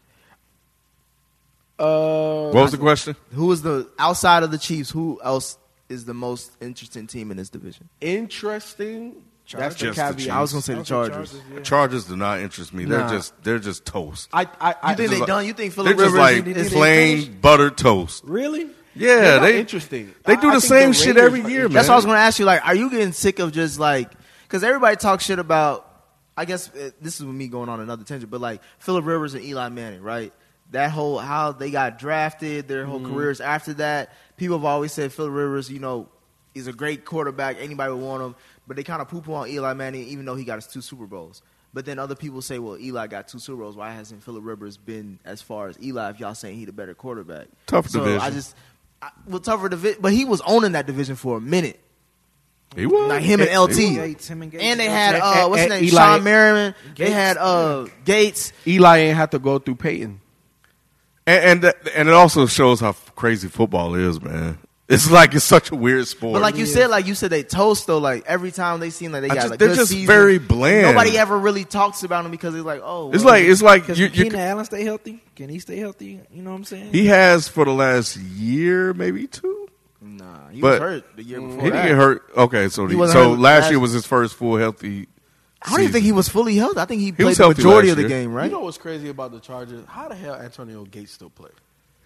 D: Uh,
C: What was the question?
F: Who is the outside of the Chiefs? Who else is the most interesting team in this division?
G: interesting. That's the
C: Just the
G: caveat.
F: I was gonna say the Chargers.
C: Chargers do not interest me. They're
G: Nah.
C: just they're just toast.
G: I, I, I
F: You think
C: just
F: they
C: like-
F: done? You think
C: They're just
F: Philip Rivers?
C: like
F: is-
D: finish?
C: plain butter toast.
D: Really?
C: Yeah,
G: They're not
C: they
G: interesting.
C: They
G: I-
C: do
G: I
C: the
G: think
C: same
G: the
C: shit
G: Raiders
C: every year,
G: are
C: man.
G: interesting.
F: That's what I was going to ask you. Like, are you getting sick of just like because everybody talks shit about? I guess uh, this is with me going on another tangent, but like Philip Rivers and Eli Manning, right? That whole how they got drafted, their whole careers after that. People have always said Philip Rivers, you know, is a great quarterback. Anybody would want him, but they kind of poo-poo on Eli Manning, even though he got his two Super Bowls. But then other people say, well, Eli got two Super Bowls. Why hasn't Philip Rivers been as far as Eli? If y'all saying he the better quarterback,
C: Tough
F: so I
C: division.
F: just, I, well, tougher division, but he was owning that division for a minute.
C: He was
F: Like him and
C: He
F: LT.
C: was. E-
D: Gates, him and Gates.
F: And they had
G: And-
F: uh,
G: and-
F: what's his
G: and
F: name?
G: Eli-
F: Sean Merriman. They
D: Gates.
F: had uh, Gates.
G: Eli ain't have to go through Peyton.
C: And and, that- and it also shows how f- crazy football is, man. It's (laughs) like it's such a weird sport.
F: But like you said, like you said, they toast though. Like every time they seem like they
C: I
F: got
C: just-
F: a
C: they're
F: good
C: just
F: season.
C: very bland.
F: Nobody ever really talks about them because it's like, oh,
C: it's
F: well,
C: like it's like
D: Because
C: you, you,
D: Keenan Allen stay healthy. Can he stay healthy? You know what I'm saying?
C: he has for the last year, maybe two.
F: nah, he was
C: but-
F: hurt the year before.
C: He didn't
F: that.
C: get hurt. Okay, so the,
F: wasn't
C: so
F: hurt
C: last
F: last-
C: year was his first full healthy.
F: I don't even think he was fully healthy. I think he played
C: was
F: the
C: healthy
F: majority
C: last
F: of the
C: year.
F: game, right?
G: You know what's crazy about the Chargers? How the hell Antonio Gates still play?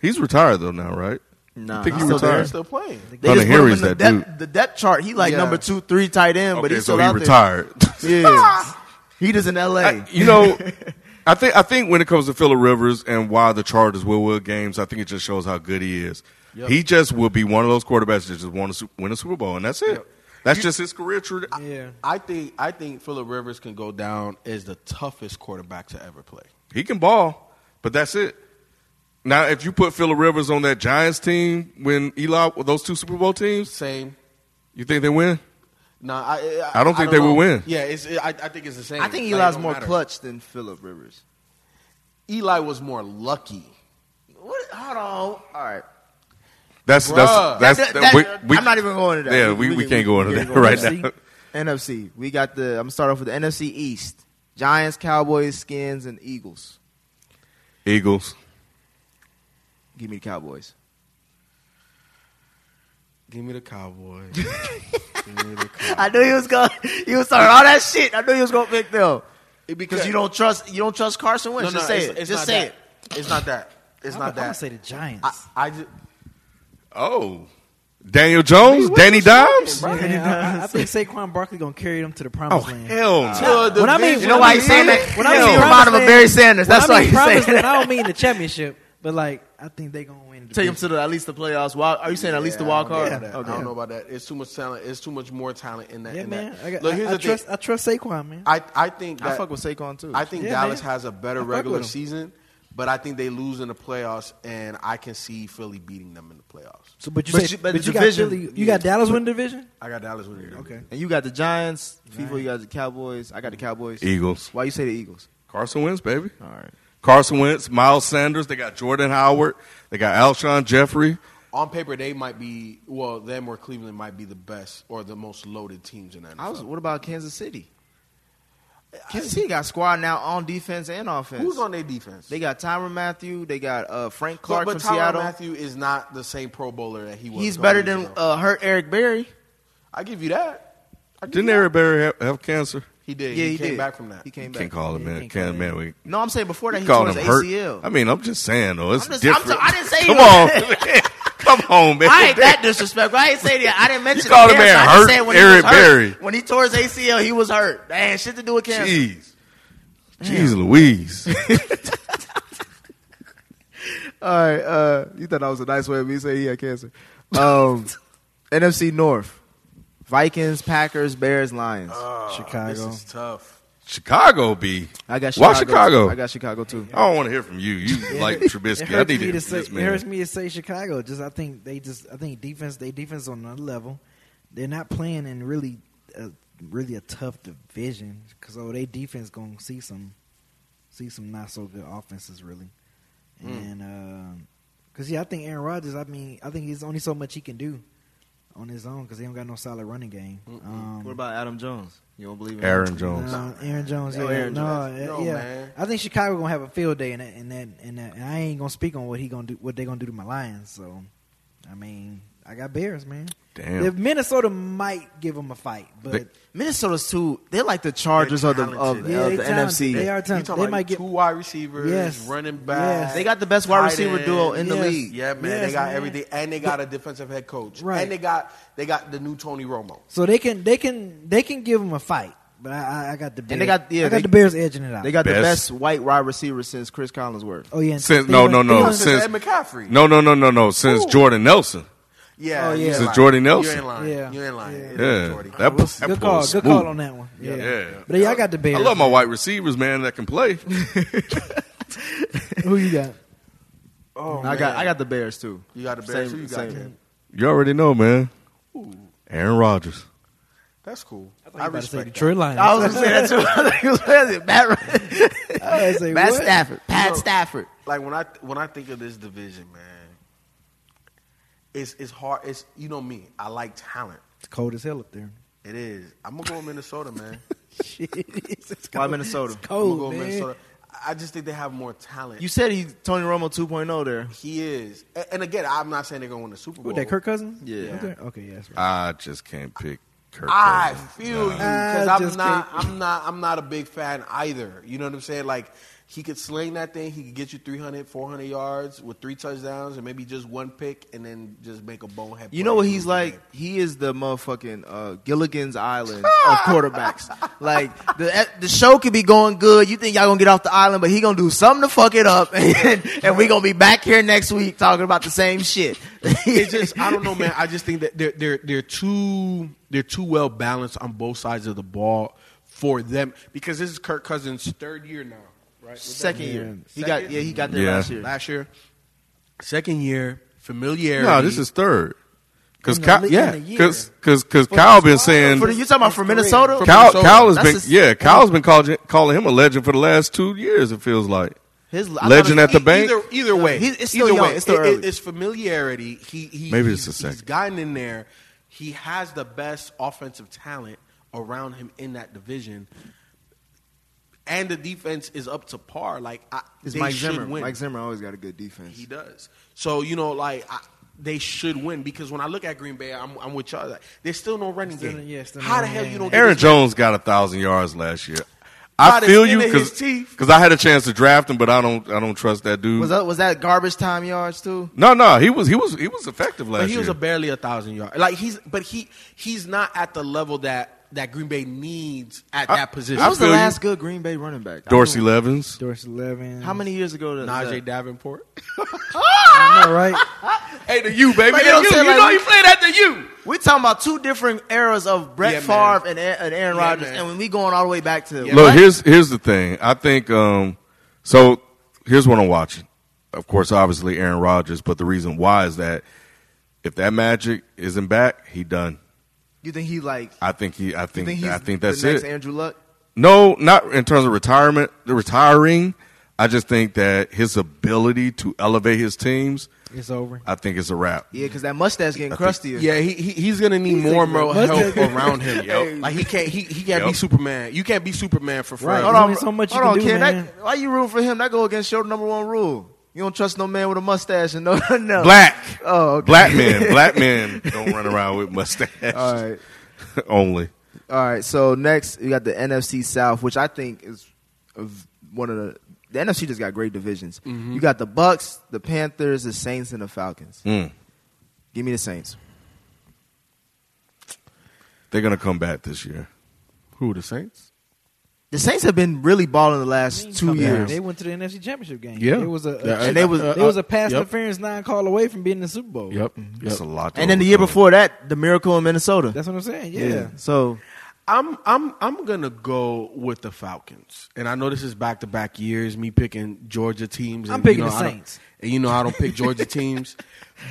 C: He's retired though now, right?
F: Nah,
C: I think he
F: he's still there.
G: They're
C: retired.
G: still playing.
C: Hunter
F: they just put him
C: Henry's
F: in the
C: that
F: depth, the depth chart. He like
G: Yeah.
F: number two, three tight end, but
C: okay,
F: he's
C: so
F: still
C: he
F: out there.
C: retired.
F: (laughs) Yeah, he does in L.A.
C: I- you
F: (laughs)
C: know, I think I think when it comes to Phillip Rivers and why the Chargers will win games, I think it just shows how good he is. He just will be one of those quarterbacks that just want to su- win a Super Bowl, and that's it. That's just his career. Tra-
D: yeah.
G: I think I think Philip Rivers can go down as the toughest quarterback to ever play.
C: He can ball, but that's it. Now, if you put Phillip Rivers on that Giants team when Eli those two Super Bowl teams,
G: Same.
C: you think they win?
G: Nah, I
C: I don't think they
G: know.
C: will win.
G: Yeah, it's, I, I think it's the same.
F: I think
G: Like, it
F: Eli's
G: don't
F: more
G: matter.
F: clutch than Philip Rivers.
G: Eli was more lucky.
F: What? Hold on. All right.
C: That's
G: Bruh.
C: that's that's.
F: That-
C: that-
F: that- I'm not even going into that.
C: Yeah, we, we, can't go into
F: we
C: that
F: can't go
C: right
F: into (laughs)
C: now.
F: NFC. We got the. I'm gonna start off with the NFC East: Giants, Cowboys, Skins, and Eagles.
C: Eagles.
F: Give me the Cowboys.
G: Give me the Cowboys. Give me the Cowboys.
F: I knew he was going. He was talking all that shit. I knew he was gonna pick them because you don't trust. You don't trust Carson Wentz. Just say
G: it's,
F: it.
G: it's
F: Just
G: not
F: say
G: that. It's not that. It's
D: I'm,
G: not
D: gonna
G: that.
D: say the Giants.
G: I, I just,
C: Oh, Daniel Jones, Danny Dimes.
D: (laughs) Yeah, I, I think Saquon Barkley gonna carry them to the promised land.
C: Oh, Hell, no.
G: Till
D: when I
G: the
D: mean,
G: vision-
F: You know why he's saying that?
D: When I
F: He's
D: mean
F: the bottom of
D: promised
F: Barry
D: land-
F: Sanders.
D: when
F: That's
D: I
F: why
D: mean
F: he's saying
D: promised land,
F: that.
D: I don't mean the championship, but like I think they gonna win. The
F: Take him
D: division.
F: to the, at least the playoffs. Wild, are you saying at least the
G: Yeah, I
F: wild
G: don't know
F: card?
G: about that. I
F: Okay.
G: don't know about that. It's too much talent. It's too much more talent in that.
D: yeah,
G: in
D: man.
G: that.
D: I, got,
G: Look,
D: I-
G: here's
D: I,
G: the
D: trust
G: thing.
D: I trust Saquon, man.
G: I I think
F: I
G: that,
F: fuck with Saquon too.
G: I think
D: Yeah,
G: Dallas
D: man.
G: has a better
D: I fuck
G: regular
D: with 'em.
G: season, but I think they lose in the playoffs, and I can see Philly beating them in the playoffs.
D: so, but you
F: But
D: say,
F: you- but
D: but,
F: the
D: you got
F: division-
D: Philly, you got Dallas win the division.
G: I got Dallas winning. Okay.
F: and you got the Giants. FIFA, you got the Cowboys. I got the Cowboys.
C: Eagles.
F: Why you say the Eagles?
C: Carson Wentz, baby.
F: All right.
C: Carson Wentz, Miles Sanders. They got Jordan Howard. They got Alshon Jeffrey.
G: On paper, they might be well. Them or Cleveland might be the best or the most loaded teams in that.
F: I was. What about Kansas City? Kansas City got squad now on defense and offense.
G: Who's on their defense?
F: They got Tyron Matthew. They got uh, Frank
G: But-
F: Clark
G: but
F: from
G: Tyrann
F: Seattle.
G: Matthew is not the same Pro Bowler that he was.
F: He's
G: a couple
F: better
G: years
F: than
G: ago.
F: uh, hurt Eric Berry.
G: I give you that. I give
C: Didn't
G: you that.
C: Eric Berry have, have cancer?
G: He did.
F: yeah,
G: he,
F: he
G: came
F: did.
G: back from that.
F: He came back.
C: Can't call him,
D: Yeah,
C: man.
D: can't
C: Can't,
D: call
C: man. We
F: No, I'm saying before that
C: you
F: he
C: call
F: tore
C: him
F: his
C: hurt.
F: ACL.
C: I mean, I'm just saying though, it's
F: I'm just- I'm
C: different.
F: t- I didn't say he
C: Come on,
F: was-
C: man. (laughs) come on, man.
F: (laughs) I ain't that disrespectful. I ain't saying that. I didn't mention
C: called
F: the
C: a
F: cancer.
C: man
F: I just
C: hurt
F: said when he
C: Eric
F: was hurt.
C: Berry.
F: When he tore his ACL, he was hurt. Damn, shit to do with cancer.
C: Jeez, jeez, Louise.
F: All right, uh, you thought that was a nice way of me saying he had cancer. (laughs) Um, NFC North: Vikings, Packers, Bears, Lions. Oh,
G: This
D: Chicago.
G: is tough.
C: Chicago be.
F: I got
C: Why
F: Chicago.
C: Chicago?
F: I got Chicago too.
C: I don't want to hear from you. You
D: (laughs)
C: like
D: It
C: Trubisky. I
D: hurts, me
C: need to hear
D: to
C: from
D: say,
C: this
D: it
C: man.
D: hurts me to say Chicago. Just I think they just I think defense they defense is on another level. They're not playing in really a, really a tough division because oh they defense gonna see some see some not so good offenses really,
C: Hmm.
D: and because yeah I think Aaron Rodgers I mean I think he's only so much he can do on his own because he don't got no solid running game. Um,
F: What about Adam Jones? You don't believe in
C: Aaron Jones.
D: no, Aaron Jones. Yeah,
F: No, Aaron
D: no,
F: Jones.
D: uh,
G: No,
D: yeah.
G: man.
D: I think Chicago gonna have a field day in that, in that, in that. And I ain't gonna speak on what he gonna do, what they gonna do to my Lions. So, I mean, I got Bears, man.
C: Damn.
D: If Minnesota might give them a fight, but
C: They-
F: Minnesota's too. They're like the Chargers of the of,
G: talented.
D: yeah,
F: of
D: they
F: the
D: talented.
F: NFC.
D: They are
G: You talking
D: talented. They
G: about
D: might get.
G: two wide receivers,
D: Yes.
G: running
D: Yes.
G: back.
F: They got the best wide
G: tight
F: receiver
G: end.
F: duo in the
D: Yes.
F: league.
G: Yeah, man.
D: Yes,
G: they got
D: man.
G: everything, and they got a defensive head coach.
D: Right.
G: And they got they got the new Tony Romo.
D: So they can they can they can give them a fight, but I, I, I got the Bears.
F: And they got- yeah,
D: I got
F: they-
D: the Bears edging it out.
F: They got the
C: Best.
F: best white wide receiver since Chris Collinsworth.
D: oh yeah. and
C: Since,
D: they
C: no,
D: went-
C: no,
D: they
C: no.
D: went-
C: Since
G: Ed McCaffrey.
C: No, no, no, no, no. Since Jordan Nelson.
G: Yeah,
D: Oh, yeah.
G: you ain't
D: This
C: is
G: lying.
C: Jordan Nelson.
G: You ain't lying.
D: Yeah.
G: You ain't lying.
D: Yeah.
G: It
C: Yeah,
G: is Jordy.
C: that, that
D: Good
C: boy
D: call.
C: is
D: Good
C: smooth.
D: call on that one. Yeah.
C: Yeah.
D: But yeah, I got the Bears.
C: I love my white receivers, man. That can play.
D: (laughs) Who you got?
G: Oh,
F: I got
G: man.
F: I got the Bears too.
G: You got the Bears.
F: Same-
G: Who you got
F: same.
G: Jim?
C: you already know, man. Aaron Rodgers.
G: That's cool.
D: I was about
G: I,
D: to say
G: respect. that.
D: Detroit Lions.
F: I was gonna say that too. (laughs) I was gonna say
D: (laughs)
F: Matt,
D: I was gonna say,
F: Matt
D: what?
F: Stafford. Pat
G: No.
F: Stafford.
G: Like when I when I think of this division, man, it's it's hard. It's you know me. I like talent.
D: It's cold as hell up
F: (laughs)
D: there.
G: It is. I'm gonna go with Minnesota, man.
D: Shit, it's it's
F: Why
D: cold.
F: Minnesota?
D: It's
G: I'm gonna
D: cold,
G: go with
D: Oh, man.
G: Minnesota. I- I just think they have more talent.
F: You said he's Tony Romo 2.0 there.
G: he is, A- and again, I'm not saying they're gonna win the Super Bowl.
D: With that Kirk Cousins?
F: Yeah.
D: Okay, okay yeah, that's right.
C: I just can't pick Kirk.
G: I
C: Cousins.
G: feel you
C: Nah.
G: because
D: I
G: I'm
D: just
G: not.
D: can't-
G: I'm not. I'm not a big fan either. You know what I'm saying? Like he could sling that thing. He could get you 300, 400 yards with three touchdowns and maybe just one pick, and then just make a bonehead.
F: You
G: play
F: know what
G: and
F: he's
G: lose the
F: like?
G: game.
F: He is the motherfucking uh, Gilligan's (laughs) Island of quarterbacks. like the e, the show could be going good. You think y'all gonna get off the island, but he gonna do something to fuck it up, (laughs) and, and we gonna be back here next week talking about the same shit.
G: It's just
F: (laughs)
G: I don't know, man. I just think that they're they're they're too they're too well balanced on both sides of the ball for them because this is Kirk Cousins' third year now, right? Was that
F: second
G: his
F: year. He
G: Second?
F: got yeah, he got there
C: Yeah.
F: last year.
G: last year, second year familiarity.
C: No, this is third. Because
D: In the
C: Kyle,
D: le-
C: yeah,
D: in the year.
C: because Kyle been saying
F: For the, you talking about from Minnesota?
G: From-
C: Kyle,
G: Minnesota.
C: Kyle has
F: That's
C: been
F: his-
C: yeah Kyle's been calling calling him a legend for the last two years. It feels like
F: His I thought
C: Legend
F: it-
C: at the bank.
G: Either, either way,
F: He- it's still
G: either
F: young,
G: way,
F: it's still
G: it- it-
F: early.
G: it's familiarity. He, he
C: Maybe
G: he's-
C: it's the
G: He's
C: second.
G: gotten in there. He has the best offensive talent around him in that division, and the defense is up to par. Like I,
F: It's
G: they
F: Mike
G: should
F: Zimmer.
G: win.
F: Mike Zimmer always got a good defense.
G: He does. So you know, like I, they should win because when I look at Green Bay, I'm, I'm with y'all. Like, there's still no running
D: Still-
G: game.
D: yeah, still no
G: How the
D: running
G: hell
D: game.
G: you don't? get
C: Aaron
G: this man-
C: Jones got a thousand yards last year.
G: By
C: I
G: the
C: feel
G: skin
C: you
G: of his teeth.
C: because I had a chance to draft him, but I don't I don't trust that dude.
F: Was that was that garbage time yards too?
C: no, no, he was he was he was effective last
G: But he
C: year.
G: was a barely a thousand yard. Like he's, but he he's not at the level that that Green Bay needs at
C: I-
G: that position.
C: I
F: Who was the
C: feel you.
F: last good Green Bay running back? I
C: Dorsey
F: don't-
C: Levens.
D: Doris Eleven.
F: How many years ago? was
G: Najee
F: that?
G: Davenport.
D: (laughs) I know, right?
C: Hey, the U baby,
F: Like,
C: the
F: you know what I'm
C: U.
F: saying?
C: You
F: Like,
C: know
F: we-
C: he played at the U.
F: We're talking about two different eras of Brett
G: Yeah, man.
F: Favre and Aaron, and Aaron
G: Yeah,
F: Rodgers,
G: man.
F: and when we going all the way back to
C: Look, here's here's the thing. I think um, so. Here's what I'm watching. Of course, obviously Aaron Rodgers, but the reason why is that if that magic isn't back, he done.
F: you think he like?
C: I think he. I
F: You
C: think.
F: think he's
C: I think that's
F: the next
C: it.
F: Andrew Luck.
C: No, not in terms of retirement. The retiring. I just think that his ability to elevate his teams.
D: It's over.
C: I think it's a wrap.
F: Yeah, because that mustache getting
C: think-
F: crustier.
G: Yeah, he, he he's gonna need more moral
D: Mustard.
G: help around
F: (laughs)
G: him. yo.
C: Yep.
G: Like he can't he, he can't
C: Yep.
G: be Superman. You can't be Superman for
D: Right.
G: forever.
D: Hold
F: Hold on,
D: There's only so much you can
F: hold on,
D: do,
F: kid.
D: man.
F: That, why you rooting for him? That go against your number one rule. You don't trust no man with a mustache and no (laughs) no
C: Black.
F: Oh, okay.
C: Black
F: (laughs)
C: men. Black men don't run around with mustache.
F: All right,
C: (laughs) Only.
F: all right. So next we got the NFC South, which I think is of one of the the NFC just got great divisions.
D: Mm-hmm.
F: You got the Bucks, the Panthers, the Saints, and the Falcons.
C: Mm.
F: Give me the Saints.
C: They're gonna come back this year.
G: Who the Saints?
F: The Saints have been really balling the last two
D: Come back.
F: years.
D: They went to the NFC Championship game.
G: Yeah.
D: It was a,
G: Yeah,
F: and they was- uh,
D: it was a pass
G: yep.
D: interference non call away from being in the Super Bowl.
G: Mm-hmm. Yep.
C: That's a lot. to
F: And then the year
C: overcome.
F: before that, the miracle in Minnesota.
D: That's what I'm saying. Yeah.
F: yeah. So
G: I'm I'm I'm gonna go with the Falcons, and I know this is back to back years. Me picking Georgia teams. And,
D: I'm picking
G: you know,
D: the
G: I don't-
D: Saints.
G: and you know I don't
F: (laughs)
G: pick Georgia teams,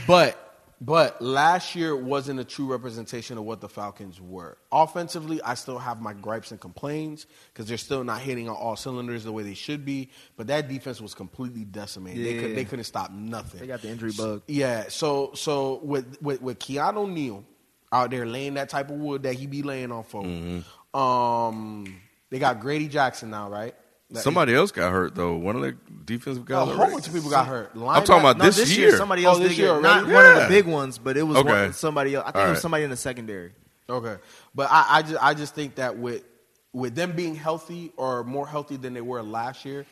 G: but but last year wasn't a true representation of what the Falcons were. Offensively, I still have my gripes and complaints because they're still not hitting on all cylinders the way they should be. But that defense was completely decimated. They could,
F: Yeah.
G: they couldn't stop nothing.
F: They got the injury
G: So-
F: bug.
G: yeah. So so with with, with Keanu Neal out there laying that type of wood that he be laying on for.
C: Mm-hmm.
G: Um, they got Grady Jackson now, right? That-
C: Somebody else got hurt though. One of the defensive
G: A
C: guys.
G: whole
C: already.
G: bunch of people got hurt.
C: I'm talking about
F: No,
C: this, year.
F: somebody
G: Oh,
F: else
G: this
F: did
G: year
F: get, not
G: already?
F: one of the
C: Yeah.
F: big ones, but it was
C: Okay.
F: one, somebody else. I think it was
C: Alright.
F: somebody in the secondary.
G: Okay, but I, I just I just think that with with them being healthy or more healthy than they were last year,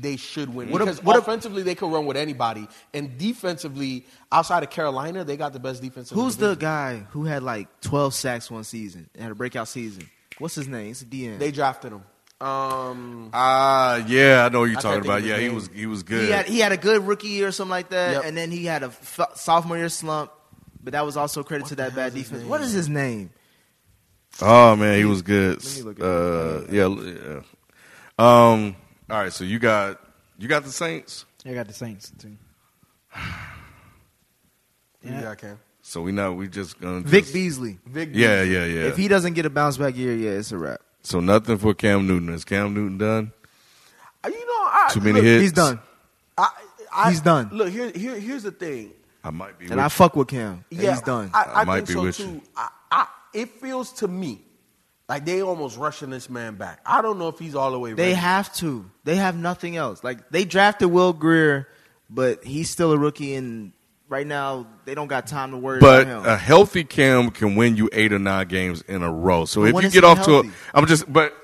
G: they should win
F: What a-
G: because
F: what a-
G: offensively they could run with anybody, and defensively outside of Carolina they got the best defense. in
F: Who's the
G: division.
F: guy who had like 12 sacks one season and had a breakout season? What's his name? It's a DN.
G: They drafted him. Um,
C: Ah, yeah, I know what you're
G: I
C: talking
G: thought they
C: about.
G: was
C: Yeah, he
G: named.
C: was he was good.
F: he had he had a good rookie year or something like that,
G: Yep.
F: and then he had a f- sophomore year slump. But that was also credit to that bad defense. What is his name?
C: oh man, he was good.
F: Let me look it
C: Uh, yeah, l- yeah. Um, all right, so you got you got the Saints.
D: I got the Saints too.
G: who you got, Cam?
C: So we know we just gonna
F: Vic
C: just-
F: Beasley.
G: Vic
C: Yeah, yeah, yeah.
F: If he doesn't get a bounce back year, yeah, it's a wrap.
C: so nothing for Cam Newton. Is Cam Newton done?
G: You know, I,
C: Too many
G: look,
C: hits.
F: He's done,
G: I, I,
F: He's done.
G: Look, here, here, here's the thing.
C: I might be.
F: and
C: with
F: I
C: you.
F: fuck with Cam. and
G: Yeah,
F: he's done.
G: I, I,
C: I might
G: think
C: be
G: so
C: with
G: too.
C: you.
G: I, I, it feels to me like they almost rushing this man back. I don't know if he's all the way.
F: They
G: ready.
F: have to. They have nothing else. Like they drafted Will Greer, but he's still a rookie, and right now they don't got time to worry
C: But uh,
F: about him.
C: a healthy Cam can win you eight or nine games in a row. So
F: But
C: if
F: when
C: you
F: is
C: get
F: he
C: off to
F: healthy?
C: a, I'm just, but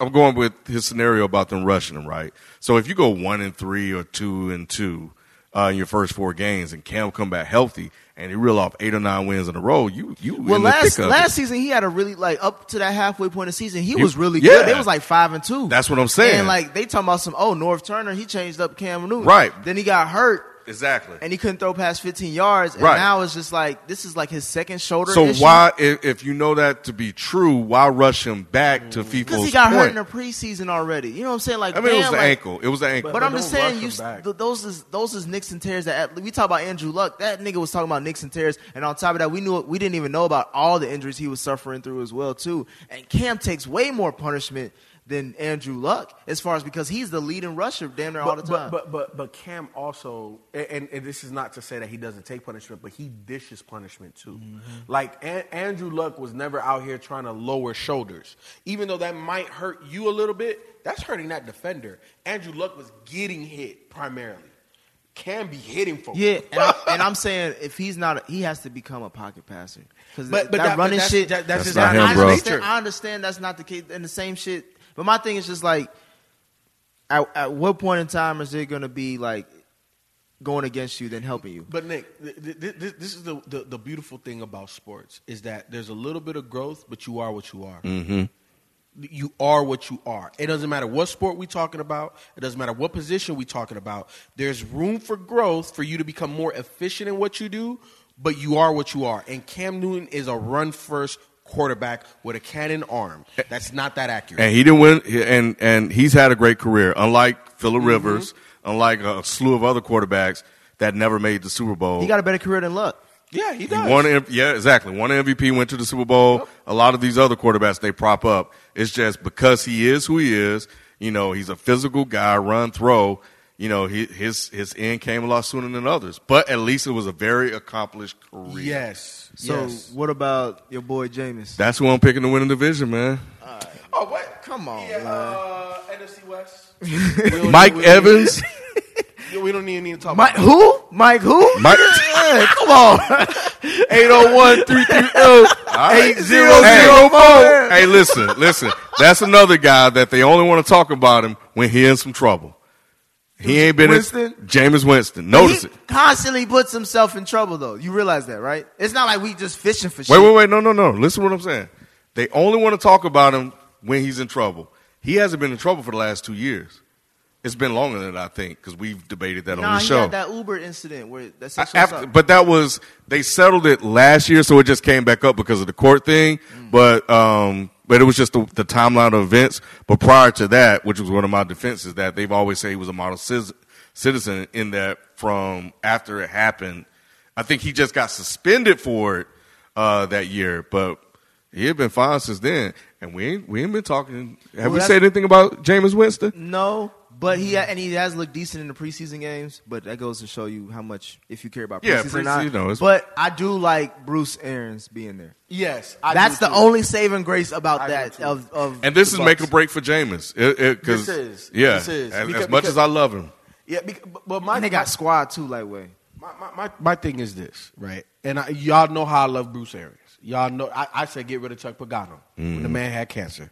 C: I'm going with his scenario about them rushing him, right? So if you go one and three or two and two uh, in your first four games, and Cam come back healthy and he reel off eight or nine wins in a row, you you
F: well,
C: in
F: last
C: the thick of
F: last
C: it.
F: season he had a really like up to that halfway point of the season he,
C: He-
F: was really
C: yeah.
F: good. They was like five and two.
C: That's what I'm saying.
F: And like they talking about some oh North Turner he changed up Cam Newton
C: Right.
F: Then he got hurt
C: exactly.
F: and he couldn't throw past 15 yards. And
C: Right.
F: now it's just like this is like his second shoulder.
C: So
F: issue.
C: why, if, if you know that to be true, why rush him back to FIFO's
F: Because Mm. he got hurt
C: point?
F: in the preseason already. You know what I'm saying? Like
C: I mean, it
F: damn,
C: was the
F: like,
C: ankle. It was the ankle.
F: But,
G: But
F: I'm just
G: don't rush
F: saying, you
G: him
F: s-
G: back.
F: th- those is those is nicks and tears that we talk about Andrew Luck. That nigga was talking about nicks and tears, and on top of that, we knew we didn't even know about all the injuries he was suffering through as well too. And Cam takes way more punishment than Andrew Luck as far as because he's the leading rusher damn near all the
G: But,
F: time.
G: but but but but Cam also, a- and, and this is not to say that he doesn't take punishment, but he dishes punishment too. Like a- Andrew Luck was never out here trying to lower shoulders, even though that might hurt you a little bit. That's hurting that defender. Andrew Luck was getting hit primarily. Cam be hitting folks.
F: yeah, and, I, and I'm saying if he's not, he has to become a pocket passer because that,
G: But- but that- but
F: running
G: that's-
F: shit.
G: that- that's
C: That's his not him,
F: I
C: bro.
F: understand, I understand that's not the case, and the same shit. But my thing is just like, at, at what point in time is it going to be like going against you than helping you?
G: But Nick, th- th- th- th- this is the, the the beautiful thing about sports is that there's a little bit of growth, but you are what you are.
F: Mm-hmm.
G: You are what you are. It doesn't matter what sport we talking about. It doesn't matter what position we talking about. There's room for growth for you to become more efficient in what you do, but you are what you are. And Cam Newton is a run first quarterback with a cannon arm. That's not
F: (laughs)
G: that accurate.
C: And he didn't win. And and he's had a great career. Unlike Phillip Rivers, unlike a slew of other quarterbacks that never made the Super Bowl.
F: He got a better career than Luck.
G: yeah, he
C: He
G: does.
C: won, M- yeah, exactly. One MVP went to the Super Bowl. A lot of these other quarterbacks they prop up. It's just because he is who he is. You know, he's a physical guy, run, throw. You know, he, his his end came a lot sooner than others, but at least it was a very accomplished career.
G: yes.
F: So
G: yes.
F: what about your boy Jameis?
C: that's who I'm picking to win the division, man.
G: Oh, what?
F: Come on,
G: Yeah,
F: man.
G: uh, NFC
F: (laughs)
G: West. We don't-
C: Mike
G: we don't-
C: Evans,
G: Yeah, we don't need, need to talk
F: Mike
G: about
F: who? Mike (laughs) who?
C: Mike.
F: Yeah, come on.
C: 801
F: oh.
C: (laughs)
F: 8004.
C: Hey, listen, listen. That's another guy that they only want to talk about him when he in some trouble. He ain't been
F: Winston?
C: in Jameis Winston. Notice
F: he
C: it.
F: constantly puts himself in trouble, though. You realize that, right? It's not like we just fishing for shit.
C: Wait, wait, wait. No, no, no. Listen to what I'm saying. They only want to talk about him when he's in trouble. He hasn't been in trouble for the last two years. It's been longer than that, I think because we've debated that on
F: Nah,
C: the
F: he
C: show.
F: had that Uber incident where that's
C: I- after- but that was they settled it last year, so it just came back up because of the court thing.
G: Mm.
C: But um, but it was just the, the timeline of events. But prior to that, which was one of my defenses, that they've always said he was a model cis- citizen. In that, from after it happened, I think he just got suspended for it uh, that year. But he had been fine since then, and we ain't, we ain't been talking. Have we
F: that's-
C: said anything about Jameis Winston?
F: no, but he
C: Mm-hmm.
F: and he has looked decent in the preseason games. But that goes to show you how much if you care about preseason
C: Yeah,
F: or not.
C: preseason, you know, it's-
F: but I do like Bruce Arians being there.
G: Yes, I
F: that's
G: do
F: the
G: too.
F: only saving grace about
G: I do
F: that
G: too.
F: of, of
C: And this
F: the
C: is make or
F: Bucks.
C: break for Jameis. It, it, 'cause-
G: This is.
C: yeah.
G: This is.
C: As,
G: Because-
C: as much
G: because-
C: as I love him,
G: Yeah, bec- but- but my
F: And they got squad too, lightweight.
G: my, my, my, my thing is this, right? And I, y'all know how I love Bruce Arians. Y'all know I, I said get rid of Chuck Pagano when the
F: Mm.
G: man had cancer.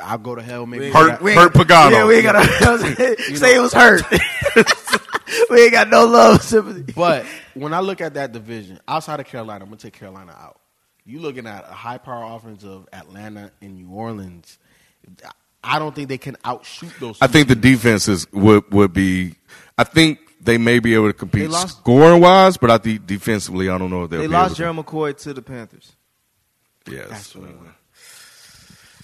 G: I'll go to hell, maybe.
C: Hurt-
G: But I-
C: we- Hurt Pagano.
F: Yeah, we ain't (laughs) got to say it
C: (laughs)
F: was hurt. (laughs) we ain't got no love sympathy. (laughs)
G: But when I look at that division outside of Carolina, I'm gonna take Carolina out. You looking at a high power offense of Atlanta and New Orleans. I don't think they can outshoot those.
C: I
G: two
C: think the
G: teams.
C: defenses would would be. I think they may be able to
F: They
C: compete
F: lost-
C: scoring wise, but I think defensively, I don't know if they'll
F: they
C: be
F: lost
C: able
F: Gerald McCoy to the Panthers,
C: to. Yes,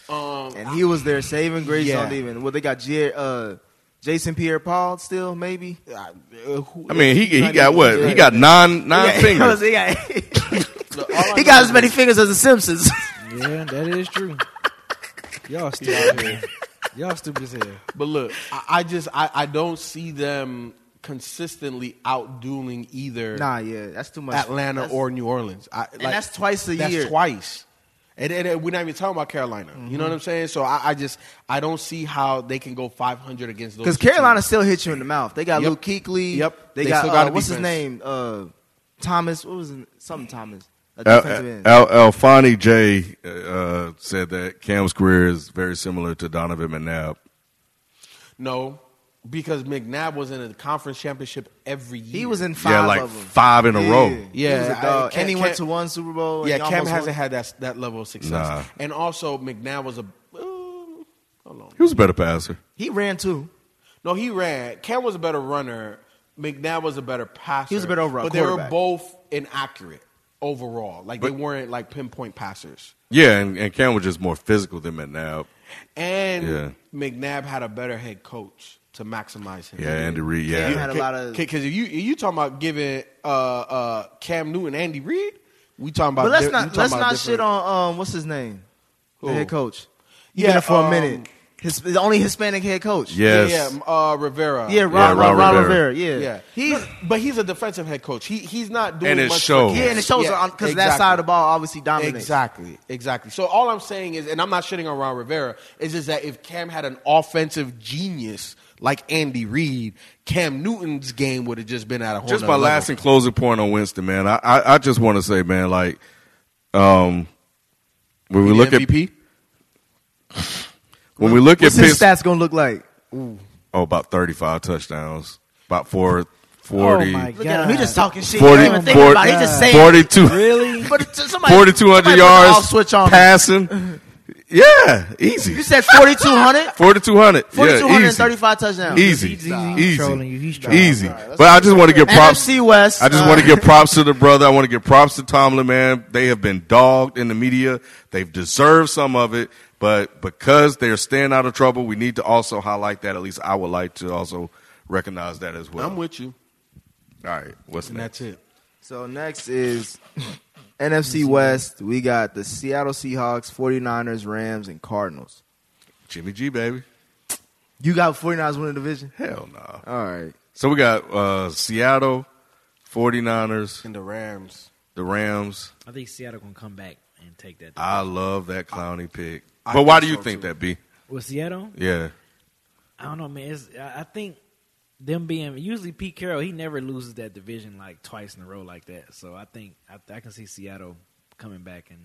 F: and he was their saving grace
G: Yeah.
F: on even. Well, they got Jer- uh, Jason Pierre-Paul still, maybe.
G: Uh, who-
C: I mean he he
G: not
C: got
G: even-
C: what
G: yeah.
C: he got nine nine
F: Yeah,
C: fingers.
F: (laughs) he got,
G: Look, all I
F: he
G: know
F: got
G: is
F: as many fingers as the Simpsons.
D: Yeah, that is true. Y'all stupid as
F: (laughs)
D: hell. Y'all stupid as hell.
G: But look, I, I just I, I don't see them consistently outdueling either
F: nah, yeah, that's too much.
G: Atlanta
F: That's-
G: or New Orleans. I,
F: and that's twice a
G: that's
F: year. Mm-hmm.
G: twice. And, and, and we're not even talking about Carolina. You know what I'm saying? So I, I just I don't see how they can go 500 against those.
F: Because
G: two teams.
F: Carolina still hits you in the mouth. They got
G: Yep.
F: Luke Kuechly.
G: Yep.
F: They,
G: They
F: got,
G: still got
F: uh,
G: a
F: what's his
G: defense.
F: name? Uh, Thomas. What was his, something Thomas? A defensive end.
C: Al, Al, Alfani J uh, said that Cam's career is very similar to Donovan McNabb.
G: No, because McNabb was in a conference championship every year.
F: he was in five
C: Yeah, like
F: of them.
C: five in a row.
G: Yeah,
F: He was a
G: I-
F: dog.
G: Cam-
F: and he went to
G: Cam-
F: one Super Bowl. and
G: Yeah,
F: he
G: Cam
F: almost won.
G: hasn't had that that level of success.
C: Nah.
G: And also McNabb was a. Uh, hold on.
C: He was a better passer.
F: He ran too.
G: No, he ran. Cam was a better runner. McNabb was a better passer.
F: He was a better overall
G: But they were
F: quarterback.
G: both inaccurate overall. Like they
C: But-
G: weren't like pinpoint passers.
C: Yeah, and, and Cam was just more physical than McNabb.
G: And
C: Yeah.
G: McNabb had a better head coach to maximize him.
C: Yeah, Andy Reid. Yeah,
F: You had a lot of-
G: because if you if you talking about giving uh, uh, Cam Newton Andy Reid, we talking about.
F: But let's
G: di- we
F: not
G: talking
F: let's
G: about
F: not
G: different-
F: shit on um what's his name,
G: Who?
F: the head coach.
G: Yeah,
F: Yeah, for a
G: um,
F: minute. His, the only Hispanic head coach.
C: Yes.
G: Yeah, yeah, uh, Rivera.
F: Yeah, Ron,
C: Yeah,
F: Ron,
C: Ron
F: Ron Rivera.
C: Rivera.
F: Yeah.
G: Yeah,
F: He's
G: No, but he's a defensive head coach. He he's not doing
C: And it
G: much. for
C: shows.
G: kids.
F: yeah, and it shows because that
G: exactly.
F: side of the ball obviously dominates.
G: Exactly, exactly. So all I'm saying is, and I'm not shitting on Ron Rivera, is is that if Cam had an offensive genius like Andy Reid, Cam Newton's game would have just been at a whole.
C: just
G: nother
C: my last
G: level.
C: and closing point on Winston, man. I I, I just want to say, man, like, um, when we
G: The
C: look at
G: MVP?
C: (sighs) when we look
F: What's
C: at
F: his
C: Pitts,
F: stats gonna look like?
C: oh, about thirty five touchdowns, about four forty.
D: Oh,
H: my God.
F: Look at him. He just talking shit. Oh He
C: 40
F: don't even think
C: forty-
F: about it. He just saying.
C: 42
H: Really?
F: But somebody-
C: 4,200
F: somebody put the
C: yards
F: off switch on. him.
C: passing. Yeah, easy.
F: You said 4,200?
C: 4,235 (laughs) yeah, easy.
F: 4,235 touchdowns.
C: Easy, easy,
H: He's trolling you. He's
C: easy.
H: trolling.
C: easy. But I just want to give props.
F: NFC West.
C: I just
F: uh,
C: want to give props to the brother. I want to give props to Tomlin, man. They have been dogged in the media. They've deserved some of it, but because they're staying out of trouble, we need to also highlight that. At least I would like to also recognize that as well.
G: I'm with you,
C: All right, what's
G: and
C: next?
G: that's it.
F: So next is NFC West. We got the Seattle Seahawks, 49ers, Rams, and Cardinals.
C: Jimmy G, baby.
F: You got 49ers winning the division?
C: Hell no.
F: All right.
C: So we got uh, Seattle, 49ers,
G: And the Rams.
C: the Rams.
D: I think Seattle gonna come back and take that.
C: I love that clowny pick. But why do you think that, B?
D: With Seattle,
C: Yeah.
D: I don't know, man. It's, I I think them being usually Pete Carroll, he never loses that division like twice in a row like that. So I think I, I can see Seattle coming back, and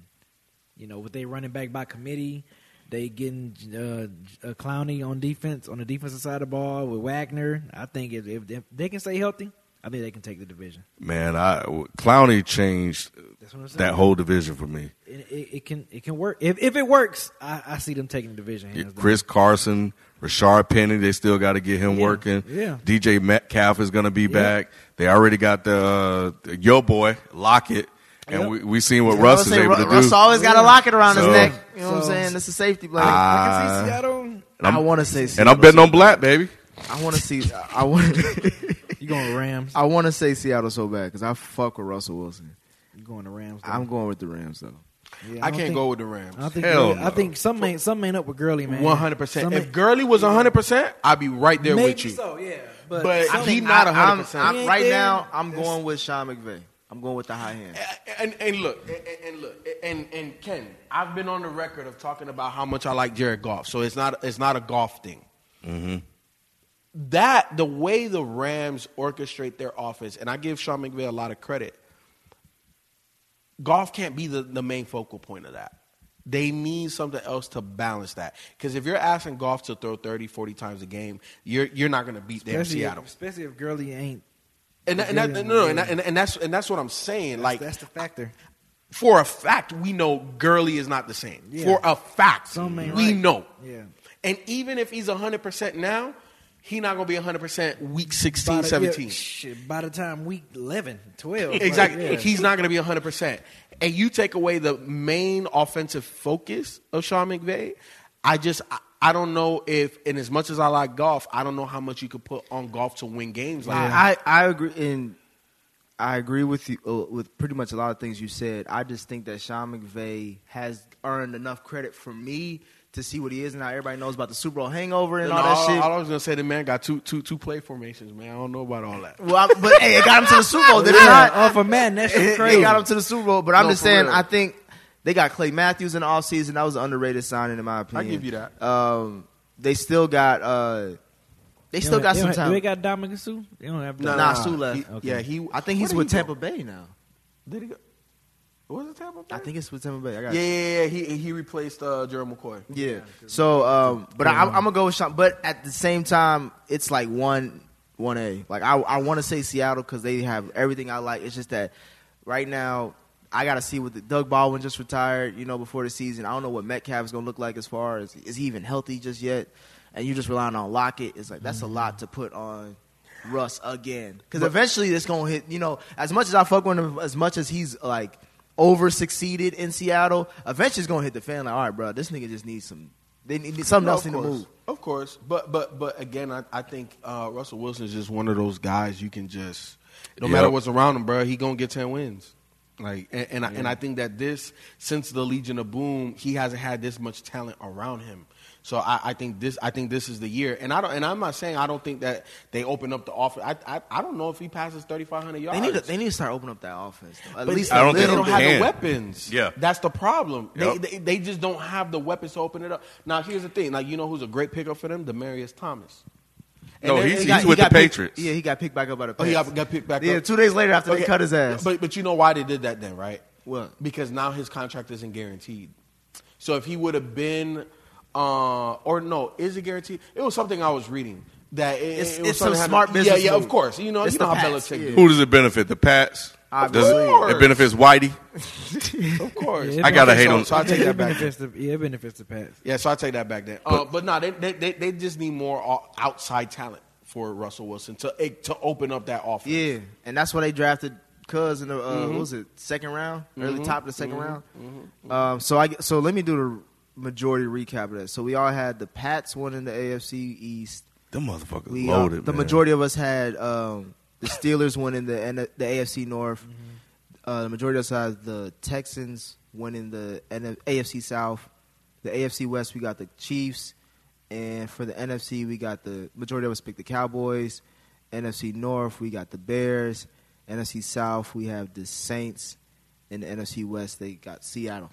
D: you know, with they running back by committee, they getting uh, uh, Clowney on defense on the defensive side of the ball with Wagner. I think if, if, if they can stay healthy, I think they can take the division.
C: Man, I Clowney changed
D: That's what I'm saying.
C: that whole division for me.
D: it, it, it can it can work if if it works. I, I see them taking the division.
C: Yeah,
D: hands down.
C: Chris Carson, Rashard Penny, they still got to get him
D: Yeah,
C: working.
D: yeah.
C: DJ Metcalf is going to be back. They already got the uh, yo boy Lockett, and
D: Yep.
C: we we seen what
F: You know
C: Russ is
F: what I'm saying?
C: able to
F: Ru- Russ
C: do.
F: always got a locket around his
C: So-
F: neck. You know what I'm
D: So-
F: saying? That's a safety blanket.
D: I
C: Ah.
D: can
C: Uh,
D: see Seattle.
F: I want to say Seattle.
C: and I'm betting on black, baby.
F: I want to see. I want.
D: You going to Rams?
F: (laughs) I want to say Seattle so bad because I fuck with Russell Wilson.
D: You going to Rams? though.
F: I'm going with the Rams though.
D: Yeah,
G: I,
D: don't
G: can't
D: think-
G: go with the Rams.
D: I don't think.
C: Hell
D: Gurley- I
C: no.
D: think some ain't some ain't up with Gurley, man.
G: One hundred percent.
D: Some
G: If
D: ain't-
G: Gurley was one hundred percent, I'd be right there
D: maybe
G: with you.
D: so, yeah. But,
G: But
D: some-
G: he not
F: I-
G: one hundred
F: I'm,
G: percent.
F: I'm-
D: He
F: right
D: ain't
F: now.
D: there.
F: I'm going with Sean McVay. I'm going with the high hand.
G: And, and look, and, and look, and and Ken, I've been on the record of talking about how much I like Jared Goff, so it's not it's not a golf thing. That the way the Rams orchestrate their offense, and I give Sean McVay a lot of credit. Golf can't be the, the main focal point of that. They need something else to balance that. Because if you're asking golf to throw 30, 40 times a game, you're you're not going to beat them
H: Especially
G: Seattle.
H: if, especially if Gurley ain't.
G: And, that- and that, no, no, and, that- and, and that's and that's what I'm saying. like
H: that's the factor.
G: for a fact, we know Gurley is not the same.
H: Yeah.
G: For a fact,
H: Some
G: we
H: ain't right.
G: know.
H: Yeah.
G: And even if he's 100% now, he not going to be 100% week 16,
H: By the- yeah,
G: 17.
H: shit, by the time week 11, 12. like,
G: Exactly.
H: yeah.
G: He's not going to be 100%. And you take away the main offensive focus of Sean McVay, I just I, I don't know if and as much as I like golf, I don't know how much you could put on golf to win games like that.
F: I, I I agree and I agree with you uh, with pretty much a lot of things you said. I just think that Sean McVay has earned enough credit for me to see what he is and how everybody knows about the Super Bowl hangover and
G: No,
F: all that
G: all,
F: shit.
G: all I was gonna say, the man got two two two play formations, man. I don't know about all that.
F: well, I- but hey, it got him to the Super Bowl. Did it
H: Yeah,
D: Uh,
F: not?
H: off of man, that's
G: (laughs)
F: It-
H: crazy.
F: It got him to the Super Bowl. But I'm
G: No,
F: just
G: for
F: saying,
G: real.
F: I think they got Clay Matthews in the offseason. That was an underrated signing, in my opinion.
G: give you that.
F: Um, they still got. Uh, they
D: They
F: still
D: don't-
F: got
D: they
F: some
D: don't have- Do
F: time.
D: they got Dominic Sue? They don't have Dominic.
G: No,
F: nah,
G: Nah,
F: Sue left.
G: he- yeah, he-
F: I think he's with Tampa Bay now.
G: Did he go? Was it Tampa Bay?
F: I think it's with Tampa Bay. I got
G: Yeah, yeah, yeah. He he replaced uh, Gerald McCoy.
F: Yeah. So, um, but I, I'm gonna go with Sean. But at the same time, it's like one, one A. Like I, I want to say Seattle because they have everything I like. It's just that right now I gotta see what the, Doug Baldwin just retired. You know, before the season, I don't know what Metcalf is gonna look like as far as is he even healthy just yet. And you just relying on Lockett. It's like that's a lot to put on. Russ again, because eventually it's gonna hit. You know, as much as I fuck with him, as much as he's like over succeeded in Seattle, eventually it's gonna hit the fan. Like, all right, bro, this nigga just needs some. They need something
G: No,
F: else
G: of
F: in the
G: course.
F: move.
G: Of course, but but but again, I, I think uh, Russell Wilson is just one of those guys you can just no
C: Yep.
G: matter what's around him, bro. He gonna get ten wins. Like and and, I, and I think that this since the Legion of Boom, he hasn't had this much talent around him. So I, I think this I think this is the year. And I don't and I'm not saying I don't think that they open up the office. I I, I don't know if he passes 3500 yards.
F: They need, to, they need to start opening up that offense. Though. At
G: But
F: least
G: they-
C: I don't
G: they
C: think
G: don't
C: they
G: have
C: can.
G: the weapons.
C: Yeah.
G: that's the problem. They,
C: Yep.
G: they they just don't have the weapons to open it up. Now here's the thing. Like you know who's a great pickup for them? Demarius Thomas.
C: No,
G: there-
C: he's,
G: he
C: he's
G: got-
F: he
C: with the
F: got picked-
C: Patriots.
F: yeah, he got picked back up by the
G: Oh,
F: Pats.
G: he got, got picked back
F: yeah,
G: up.
F: two days later after
G: Okay.
F: they cut his ass.
G: But but you know why they did that then, right?
F: What?
G: Because now his contract isn't guaranteed. So if he would have been, uh, or no, is it guaranteed? It was something I was reading that it,
F: It's-
G: it was
F: it's some
G: something that-
F: smart business
G: Yeah, yeah, of
F: move.
G: course. You know,
F: It's
G: you know
F: the
G: how
F: Pats,
G: Belichick
F: yeah.
G: do.
C: Who does it benefit? The Pats?
F: Of
C: Does
G: course.
C: it, it benefits Whitey?
G: Of course.
D: Yeah, I gotta
G: Okay,
C: hate
G: so-
C: on-
G: So I take
D: it
G: that back. then.
D: benefits the, yeah, it benefits the Pats.
G: Yeah, so I take that back then. uh, but no, they, they, they, they just need more o- outside talent for Russell Wilson to eh, to open up that offense.
F: yeah, and that's why they drafted Cuz in the uh,
G: Mm-hmm.
F: what was it second round, early top of the 2nd round. Um, so I so let me do the majority recap of that. So we all had the Pats winning the AFC East.
C: Them motherfuckers
F: We uh,
C: loaded.
F: the
C: man.
F: majority of us had um, the Steelers winning the N- the AFC North. Uh, the majority of us had the Texans winning the N- AFC South. The AFC West, we got the Chiefs, and for the NFC, we got the majority of us picked the Cowboys. NFC North, we got the Bears. NFC South, we have the Saints. And the NFC West, they got Seattle.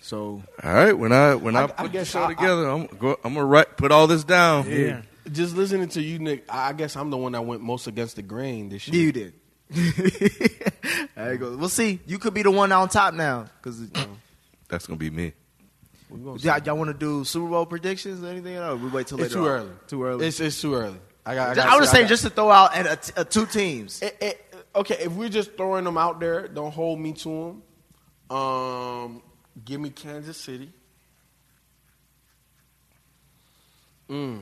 F: So
C: All right, when I when I,
G: I- I
C: put
G: guess
C: this show
G: I- I-
C: together, I, am go, I'm gonna write, put all this down.
D: Yeah.
G: Just listening to you, Nick, I I guess I'm the one that went most against the grain this year.
F: You did. (laughs) there you go. We'll see. You could be the one on top now. Cause you know.
C: That's gonna be me.
G: We gonna
F: y'all, want to do Super Bowl predictions or anything? Or we wait till later
G: It's too
F: on?
G: early.
F: Too early.
G: It's it's too early. I got. I,
F: Just-
G: got
F: I would
G: I
F: say
G: got-
F: just to throw out at a t- uh, two teams.
G: It- it- okay, if we're just throwing them out there, don't hold me to them. Um, give me Kansas City. Mm,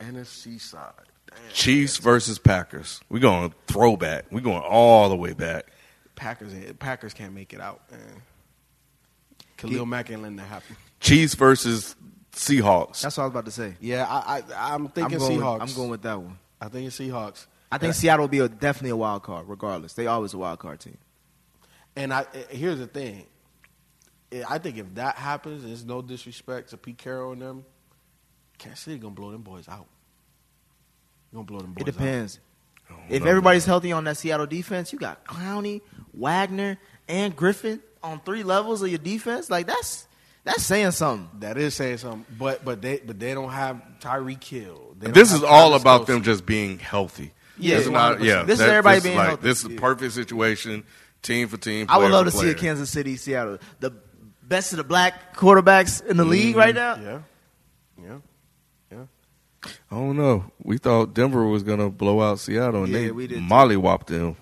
G: NFC side. Damn.
C: Chiefs versus Packers. We going throwback. We going all the way back.
G: Packers. Packers can't make it out. Man. Khalil Mack ain't letting that happen.
C: Chiefs versus Seahawks.
F: That's what I was about to say.
G: Yeah, I, I I'm
F: I'm
G: thinking
F: going,
G: Seahawks.
F: With, I'm going with that one.
G: I think it's Seahawks.
F: I think Seattle will be a, definitely a wild card, regardless. They always a wild card team.
G: And I eh, here's the thing. Eh, I think if that happens, there's no disrespect to Pete Carroll and them. Kansas City gonna blow them boys out. Gonna blow them boys
F: It depends.
C: I don't
F: If
C: know,
F: everybody's healthy on that Seattle defense, you got Clowney, Wagner, and Griffin on three levels of your defense. Like that's that's saying something.
G: out. That is saying something. But but they but they don't have Tyreek Kill.
C: man. This is all about them just being healthy.
F: Yeah,
C: This is not-
F: 100%.
C: yeah.
F: This is everybody being
C: like,
F: healthy.
C: This is the
F: Yeah.
C: perfect situation, team for team.
F: I would
C: player
F: love to
C: for
F: see
C: player.
F: a Kansas City, Seattle, the best of the black quarterbacks in the league right now.
G: Mm-hmm. Yeah. Yeah.
C: I don't know. We thought Denver was gonna blow out Seattle, and
F: Yeah,
C: they
F: we did too.
C: mollywopped them.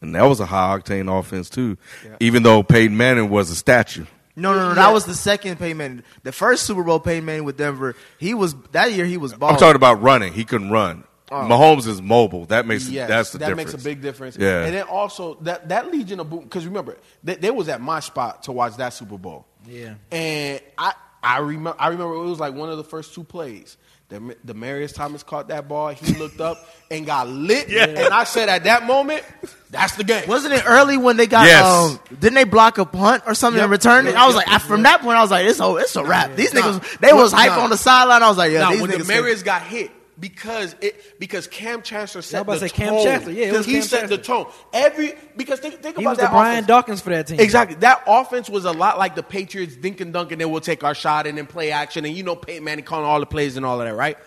C: And that was a high octane offense too. Even though Peyton Manning was a statue.
F: No, no, no. That was the second Peyton Manning. The first Super Bowl Peyton Manning with Denver, he was that year he was
C: I'm
F: balling.
G: Oh.
C: talking about running. He couldn't run.
F: Oh.
C: Mahomes is mobile. That makes
G: Yes,
C: that's the
G: that
C: difference.
G: makes a big difference.
C: Yeah.
G: and then also that that Legion of Boom because remember they, they was at my spot to watch that Super Bowl.
D: Yeah.
G: and I I remember I remember it was like one of the first two plays. The Demarius Thomas caught that ball. He looked up and got lit. And I said at that moment, that's the game.
F: Wasn't it early when they got?
C: Yes.
F: Um, didn't they block a punt or something and
G: Yep.
F: return it?
G: Yeah,
F: I was
G: yeah,
F: like, I- from that point, I was like, it's a, it's a wrap. These
G: Nah.
F: niggas, they was
G: Nah.
F: hype on the sideline. I was like, yeah,
G: Now
F: these
G: when
F: niggas.
G: Demarius got hit because it because Cam Chancellor
D: Yeah, I
G: set
D: was
G: the
D: about
G: tone.
D: to say Cam Chancellor. Yeah, it was
G: he
D: Cam
G: set the
D: Chancellor.
G: tone. Every because think, think
D: He
G: about
D: was
G: that
D: the Brian
G: offense.
D: Dawkins for that team.
G: Exactly. That offense was a lot like the Patriots dink and dunk and then we'll take our shot and then play action and you know Peyton Manning calling all the plays and all of that, right?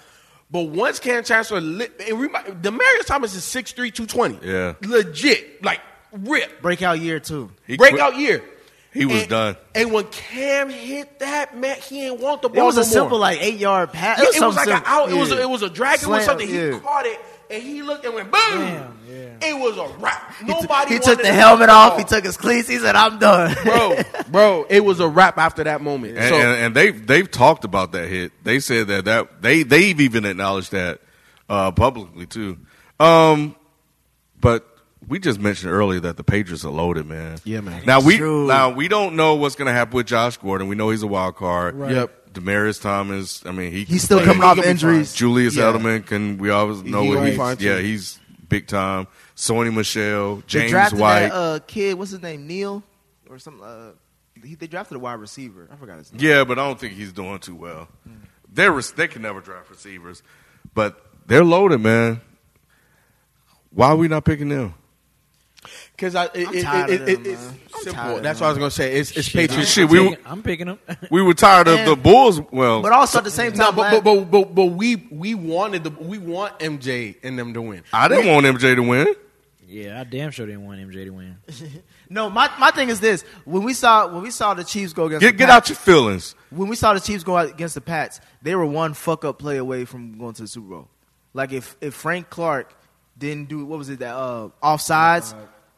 G: But once Cam Chancellor lit, and remi- Demarius Thomas is 6'3", 220.
C: Yeah.
G: Legit. Like rip.
F: breakout year too.
C: He
G: Breakout
C: quit-
G: year.
C: He was
G: And-
C: done.
G: And when Cam hit that, man, he ain't want the
F: It
G: ball.
F: was
G: no
F: a simple
G: more.
F: like eight yard pass.
G: Yeah,
F: It was,
G: it was like
F: something
G: an out. It was
F: simple.
G: a, it was a dragon or
F: Slam,
G: something. He
F: yeah.
G: caught it and he looked and went boom.
D: Damn, yeah.
G: It was a wrap.
F: He took-
G: Nobody.
F: He took
G: wanted
F: the
G: to
F: helmet
G: touch
F: off.
G: ball.
F: He took his cleats. He said, "I'm done."
G: bro, bro. It was a wrap after that moment.
C: And,
G: so
C: and, and they've they've talked about that hit. They said that that they they've even acknowledged that uh, publicly too. Um, but we just mentioned earlier that the Patriots are loaded, man.
G: Yeah, man.
C: Now we
F: True.
C: now we don't know what's gonna happen with Josh Gordon. We know he's a wild card.
D: Right.
C: Yep. Demarius Thomas. I mean, he
F: He's still coming off injuries.
C: Julius
G: Yeah.
C: Edelman can we always know
G: He
C: what
G: gonna be
C: he's
G: fine, too.
C: yeah he's big time. Sony Michelle,
F: They
C: James
F: drafted
C: White.
F: that uh, kid. What's his name? Neil or something. Uh, he, they drafted a wide receiver. I forgot his name.
C: Yeah, but I don't think he's doing too well. They're, they can never draft receivers, but they're loaded, man. Why are we not picking them?
G: Because I, it,
F: tired
G: it,
F: of
G: it, it,
F: them,
G: it's
F: man. I'm tired
G: simple.
F: of
G: That's
F: them.
G: what I was gonna say. It's, it's Patriots.
C: Shit, we
E: I'm picking them.
C: we were tired of
F: Man.
C: the Bulls. Well,
F: But also at the same
G: No,
F: time,
G: but,
F: last-
G: but but but but we we wanted the we want MJ and them to win.
C: I didn't want MJ to win.
E: yeah, I damn sure didn't want MJ to win.
F: no. My, my thing is this: when we saw when we saw the Chiefs go against
C: Get
F: the
C: get out
F: Pats-
C: your feelings.
F: when we saw the Chiefs go out against the Pats, they were one fuck up play away from going to the Super Bowl. Like if if Frank Clark didn't do what was it that uh, offsides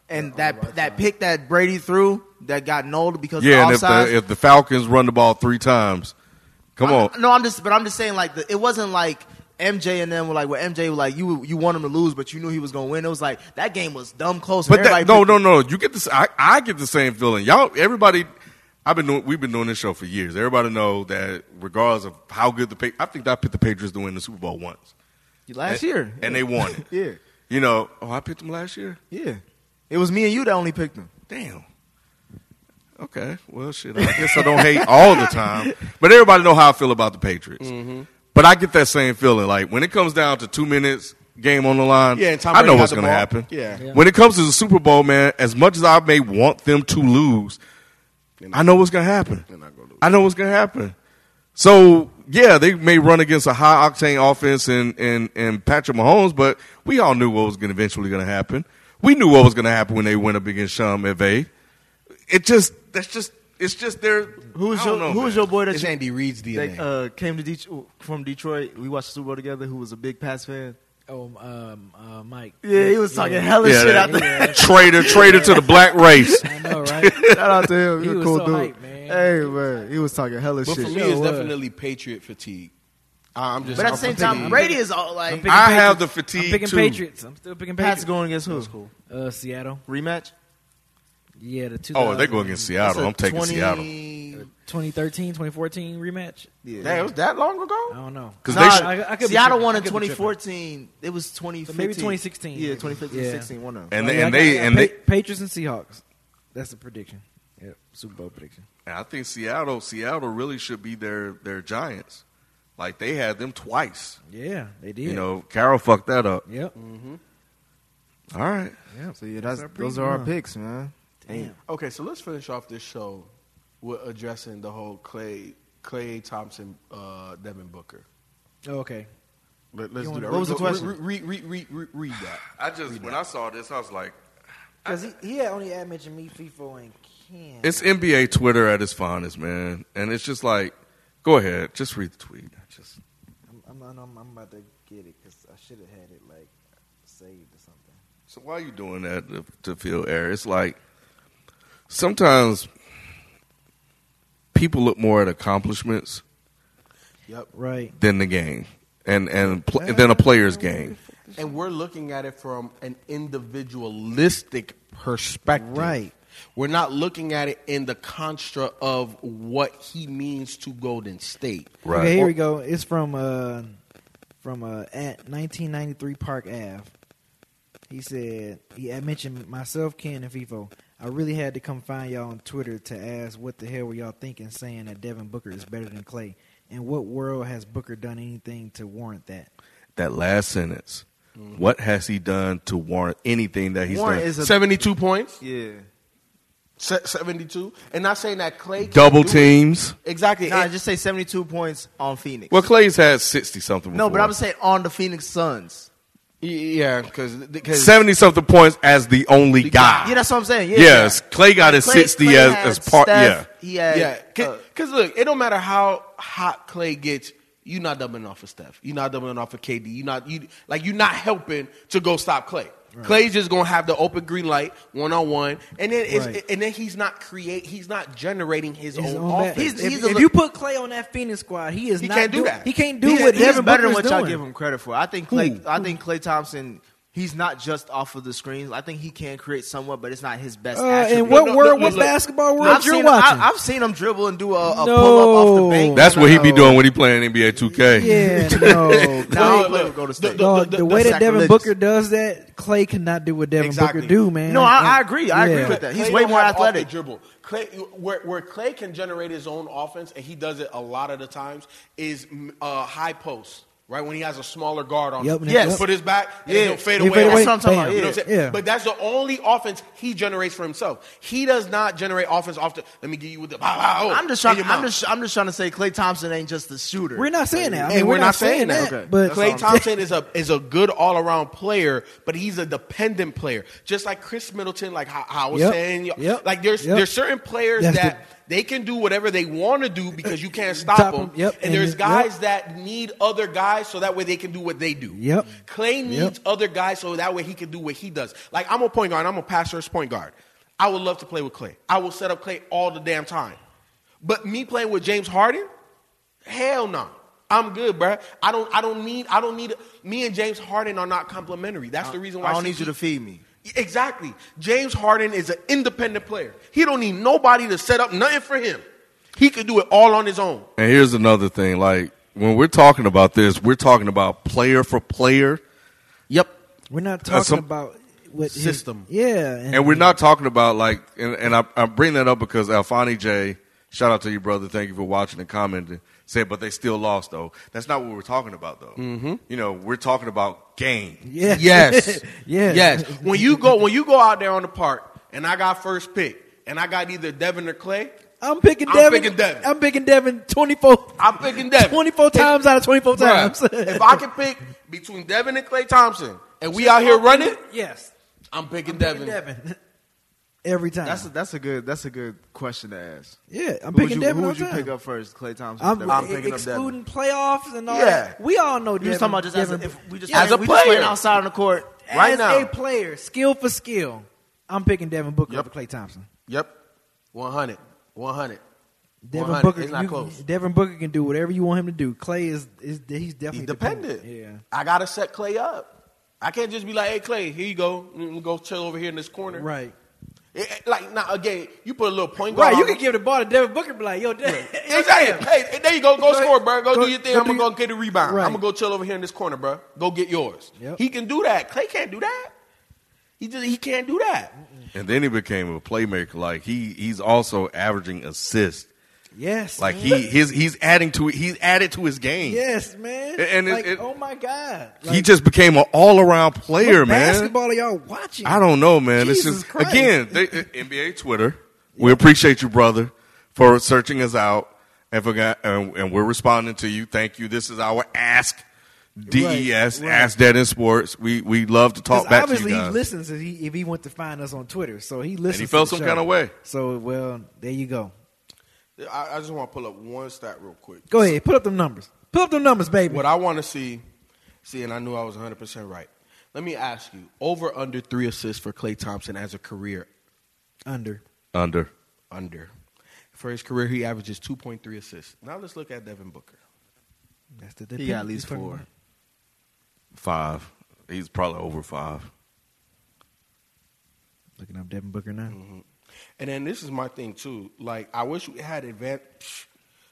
F: and that that pick that Brady threw that got nulled because
C: Yeah, and
F: of
C: if
F: offsides.
C: the if the Falcons run the ball three times, come
F: I'm-
C: on.
F: No, I'm just, but I'm just saying, like, the, it wasn't like MJ and them were like, well, MJ was like, you you want him to lose, but you knew he was going to win. It was like that game was dumb close. and
C: But that,
F: everybody
C: no,
F: picked-
C: no, no. You get this. I, I get the same feeling. Y'all, everybody. I've been doing. We've been doing this show for years. Everybody know that, regardless of how good the, Pa- I think I picked the Patriots to win the Super Bowl once
F: last
C: Eh.
F: year,
C: and they won it.
F: (laughs) Yeah.
C: You know. Oh, I picked them last year.
F: yeah, it was me and you that only picked them.
C: Damn. Okay. Well,
F: (laughs)
C: shit. I guess I don't hate all the time, but everybody know how I feel about the Patriots.
F: Mm-hmm.
C: But I get that same feeling. Like when it comes down to two minutes, game on the line.
G: Yeah, and Tom
C: I know
G: Brady got
C: what's
G: the
C: going to
G: ball.
C: happen.
G: Yeah. Yeah.
C: When it comes to the Super Bowl, man, as much as I may want them to lose, I know what's going to happen. I know what's going to happen. So yeah, they may run against a high octane offense and and and Patrick Mahomes, but we all knew what was going to eventually going to happen. We knew what was going to happen when they went up against Sean McVay. It just that's just it's just their
F: Who's
C: I don't
F: your
C: know,
F: Who
C: man.
F: was your boy that
G: It's
F: you-
G: Andy Reid's DNA.
F: that uh, came to Detroit from Detroit? We watched the Super Bowl together. Who was a big Pats fan?
E: Oh, um, uh, Mike.
F: Yeah, he was talking hella
C: yeah,
F: shit
C: that-
F: out (laughs) there.
C: (laughs) traitor traitor to the black race.
E: (laughs)
F: (laughs)
E: I know,
C: (laughs)
E: right?
F: Shout out to him. He,
E: He
F: was a
E: was
F: cool
E: so
F: dude.
E: hype, man.
F: Hey man, he was talking hella
G: but
F: shit.
G: for me, it's definitely Patriot fatigue. I- I'm just.
F: but at
G: I'm
F: the same
G: thinking-
F: time, Brady is all
E: I'm
F: like
E: picking
C: I have
E: Patriots.
C: the fatigue
E: I'm picking
C: too.
E: Patriots. I'm still picking
F: Pats
E: Patriots.
F: going against who? Cool.
E: Uh, Seattle.
F: Rematch.
E: Yeah, the two.
C: Oh, they go against Seattle.
F: That's a
C: I'm taking
F: 20
C: Seattle
F: Yeah.
E: 2013, 2014 rematch.
G: Damn, it was that long ago.
E: I don't know.
C: because
F: Nah,
C: they should,
E: I- I could be
F: Seattle
E: tripping.
F: won
E: I
F: in
E: could be
F: 2014. It was 2015.
E: maybe 2016.
F: Yeah, 2015,
E: Yeah.
F: 16, one of them.
C: and
E: So,
C: they,
E: Oh, yeah,
C: and
E: I got-
C: they
E: yeah,
C: and they
E: Pa- Patriots and Seahawks. That's the prediction. Yep, Super Bowl prediction.
C: And I think Seattle, Seattle really should be their their Giants. Like they had them twice.
E: Yeah, they did.
C: You know, Carroll fucked that up.
E: Yep.
C: All right.
F: So yeah, that's,
E: our
F: those
E: preview,
F: are our
E: huh?
F: picks, man.
E: Damn.
G: Okay, so let's finish off this show with addressing the whole Clay Clay Thompson uh, Devin Booker.
E: Oh, okay.
G: Let, us do
E: wanna-
G: that.
E: what was
G: Re-
E: the
G: re-
E: question?
G: Re, re, re, re, read that.
C: I just when I saw this, I was like,
D: Because he, he had only had mentioned me, FIFO, and Ken.
C: it's NBA Twitter at its finest, man. And it's just like, go ahead, just read the tweet. Just
D: I'm, I'm, I'm, I'm about to get it because I should have had it like saved or something.
C: so why are you doing that to, to feel air? It's like sometimes people look more at accomplishments
E: Right.
C: than the game, and and pl- than a player's game.
G: And we're looking at it from an individualistic perspective.
E: Right.
G: We're not looking at it in the construct of what he means to Golden State.
C: Right.
D: Okay, here we go. It's from uh, from uh, at 1993 Park Ave. He said he I mentioned myself, Ken, and FIFO. I really had to come find y'all on Twitter to ask what the hell were y'all thinking, saying that Devin Booker is better than Clay. In what world has Booker done anything to warrant that?
C: that last sentence. What has he done to warrant anything that he's
F: Warren
C: done?
F: is a
G: 72 points,
F: yeah.
G: Se- 72. And not saying that Clay can't
C: Double
G: do it.
C: teams.
G: Exactly.
F: Nah,
G: And-
F: just say 72 points on Phoenix.
C: Well, Clay's had sixty something.
F: no, but
C: before.
F: I'm saying on the Phoenix Suns.
G: yeah, because
C: seventy something points as the only guy.
F: Yeah, that's what I'm saying. Yeah,
C: yes, Clay got his
F: Clay-
C: sixty
F: Clay
C: as,
F: had
C: as part.
F: Steph, he had
G: Yeah,
F: uh,
G: because look, it don't matter how hot Clay gets. You're not doubling off of Steph. You're not doubling off of KD. You're not you like you're not helping to go stop Clay. Clay's just gonna have the open green light one on one, and then it's,
D: Right.
G: and then he's not create. He's not generating his,
D: His
G: own,
D: own back-
G: offense.
F: He's-
D: if
F: he's a
D: Oh, if
F: li-
D: you put Clay on that Phoenix squad, he is
G: He
D: not
G: can't do
D: do-
G: that.
D: He can't do
F: he's,
D: what
F: he's
D: Devin
F: better than
D: Booker's
F: what
D: doing.
F: y'all give him credit for. I think Clay. I think Clay Thompson He's not just off of the screens. I think he can create somewhat, but it's not his best.
D: Uh, in
F: attribute.
D: what
F: No, no,
D: world,
F: no,
D: what
F: look,
D: basketball world
F: I've
D: you're
F: seen,
D: watching?
F: I, have seen him dribble and do a, a pull up off the
D: No.
F: bank.
C: That's what he be
F: No.
C: doing when he playing NBA 2K.
D: yeah, (laughs) no.
F: Now he play with Golden State.
D: Dog, the, way that Devin
F: sacrilegious.
D: Booker does that, Clay cannot do what Devin Booker do, man.
F: No, I, I
D: Like,
F: agree. I agree
D: yeah.
F: with that. He's
G: Clay
F: way
G: don't
F: more
G: have off the
F: athletic.
G: Dribble. Clay, where, where Clay can generate his own offense, and he does it a lot of the times, is mm, uh, high post. Right when he has a smaller guard on
D: Yup,
G: him,
D: and Yes. yup.
G: put his back, and
F: Yeah.
G: he'll fade
D: He
G: away.
D: fade away,
G: That's what I'm talking about. You know what I'm
D: bam.
G: saying?
D: Yeah.
G: But that's the only offense he generates for himself. He does not generate offense off the. Let me give you with the. Bow, bow,
F: I'm just
G: in
F: trying.
G: your
F: I'm
G: mouth.
F: just. I'm just trying to say Clay Thompson ain't just a shooter.
D: We're not saying that. I
G: Hey,
D: mean, we're, not saying that.
G: Okay.
D: But
G: Clay Thompson is a is a good all around player, but he's a dependent player, just like Chris Middleton, like how, how I was
D: Yep.
G: saying. y-
D: Yep.
G: Like there's
D: Yep.
G: there's certain players
D: That's
G: that they can do whatever they want to do because you can't stop,
D: Stop 'em.
G: them.
D: Yep.
G: And,
D: And
G: there's
D: it-
G: guys that need other guys so that way they can do what they do.
D: Yep.
G: Clay needs other guys so that way he can do what he does. Like I'm a point guard. I'm a passer's point guard. I would love to play with Clay. I will set up Clay all the damn time. But me playing with James Harden, Hell no. I'm good, bruh. I don't. I don't need. I don't need. Me and James Harden are not complimentary. That's the reason why
F: I don't need
G: CP
F: you to feed me.
G: Exactly. James Harden is an independent player. He don't need nobody to set up nothing for him. He could do it all on his own.
C: And here's another thing. Like when we're talking about this, we're talking about player for player,
F: Yep.
D: we're not
C: That's
D: talking
C: some-
D: about what his-
G: System.
D: yeah,
C: and we're not talking about like. And, and I, I bring that up because Alfani J. Shout out to you, brother. Thank you for watching and commenting. Said, but they still lost though. That's not what we're talking about though.
F: Mm-hmm.
C: You know, we're talking about game.
F: (laughs)
D: yeah. (laughs) yeah.
G: Yes. When you go, when you go out there on the park, and I got first pick, and I got either Devin or Clay.
D: I'm picking
G: I'm
D: Devin.
G: picking Devin.
D: I'm picking Devin 24,
G: I'm picking Devin.
D: 24 times out of 24
G: Bruh,
D: times. (laughs)
G: if I can pick between Devin and Clay Thompson, and we out here running,
D: yes.
G: I'm picking
D: Picking
G: Devin.
D: Devin. Every time.
F: That's a, that's a good that's a good question to ask.
D: yeah, I'm
F: Who would
D: picking
F: you-
D: Devin
F: Who
D: all
F: would you
D: the time.
F: pick up first, Clay Thompson?
D: I'm,
F: Devin?
D: excluding playoffs and all
F: Yeah.
D: that. We all know
F: You
D: Devin.
F: was talking about just as a,
D: Devin-
F: if we just
D: Yeah,
F: playing-
G: as a
F: we just playing
G: player.
F: outside on the court
D: as
F: right now.
D: a player, skill for skill, I'm picking Devin Booker over Clay Thompson.
G: Yep. 100. 100.
D: Devin
G: 100.
D: Booker,
G: It's not
D: you-
G: close.
D: Devin Booker can do whatever you want him to do. Clay is, is he's definitely
G: He's dependent.
D: Yeah.
G: I got to set Clay up. I can't just be like, hey, Clay, here you go. Mm, Go chill over here in this corner.
D: Right.
G: It- it- like, now, again, you put a little point guard.
D: Right. You
G: on
D: can
G: him.
D: give the ball to Devin Booker and be like, yo, Devin.
G: Exactly. Hey, there you go. Go,
D: Go-
G: score, bro. Go,
D: go-
G: do your thing.
D: go
G: I'm
D: do
G: going to
D: your-
G: go get a rebound.
D: Right.
G: I'm going to go chill over here in this corner, bro. Go get yours.
D: Yep.
G: He can do that. Clay can't do that. He just he can't do that.
C: And then he became a playmaker. Like he he's also averaging assists.
D: (laughs) Yes.
C: Like
D: man.
C: he his he's adding to it. He's added to his game.
D: Yes, man.
C: And- and it-
D: like,
C: it-
D: oh my God.
C: he
D: Like,
C: just became an all around player,
D: what
C: man.
D: Basketball are y'all watching?
C: I don't know, man.
D: Jesus
C: it's just
D: Christ.
C: again they, uh, NBA Twitter. We appreciate you, brother, for searching us out and for got- and, and we're responding to you. Thank you. This is our ask. DES,
D: right.
C: Ask Dead in Sports. We we love to talk
D: 'Cause
C: back to you
D: obviously he
C: guys.
D: listens if he, if he went to find us on Twitter. So he listens.
C: he felt
D: to the
C: some
D: show.
C: kinda way.
D: So, well, there you go.
G: I, I just want to pull up one stat real quick.
D: Go ahead. Put up them numbers. Put up them numbers, baby.
G: What I want to see, see, and I knew I was 100% right. Let me ask you over under three assists for Clay Thompson as a career
D: Under.
C: Under.
G: under. For his career, he averages 2.3 assists. Now let's look at Devin Booker.
D: That's the
F: He got at least four.
C: Five. He's probably over five.
D: Looking up Devin Booker now.
G: And then this is my thing, too. Like, I wish we had advanced. (sniffs)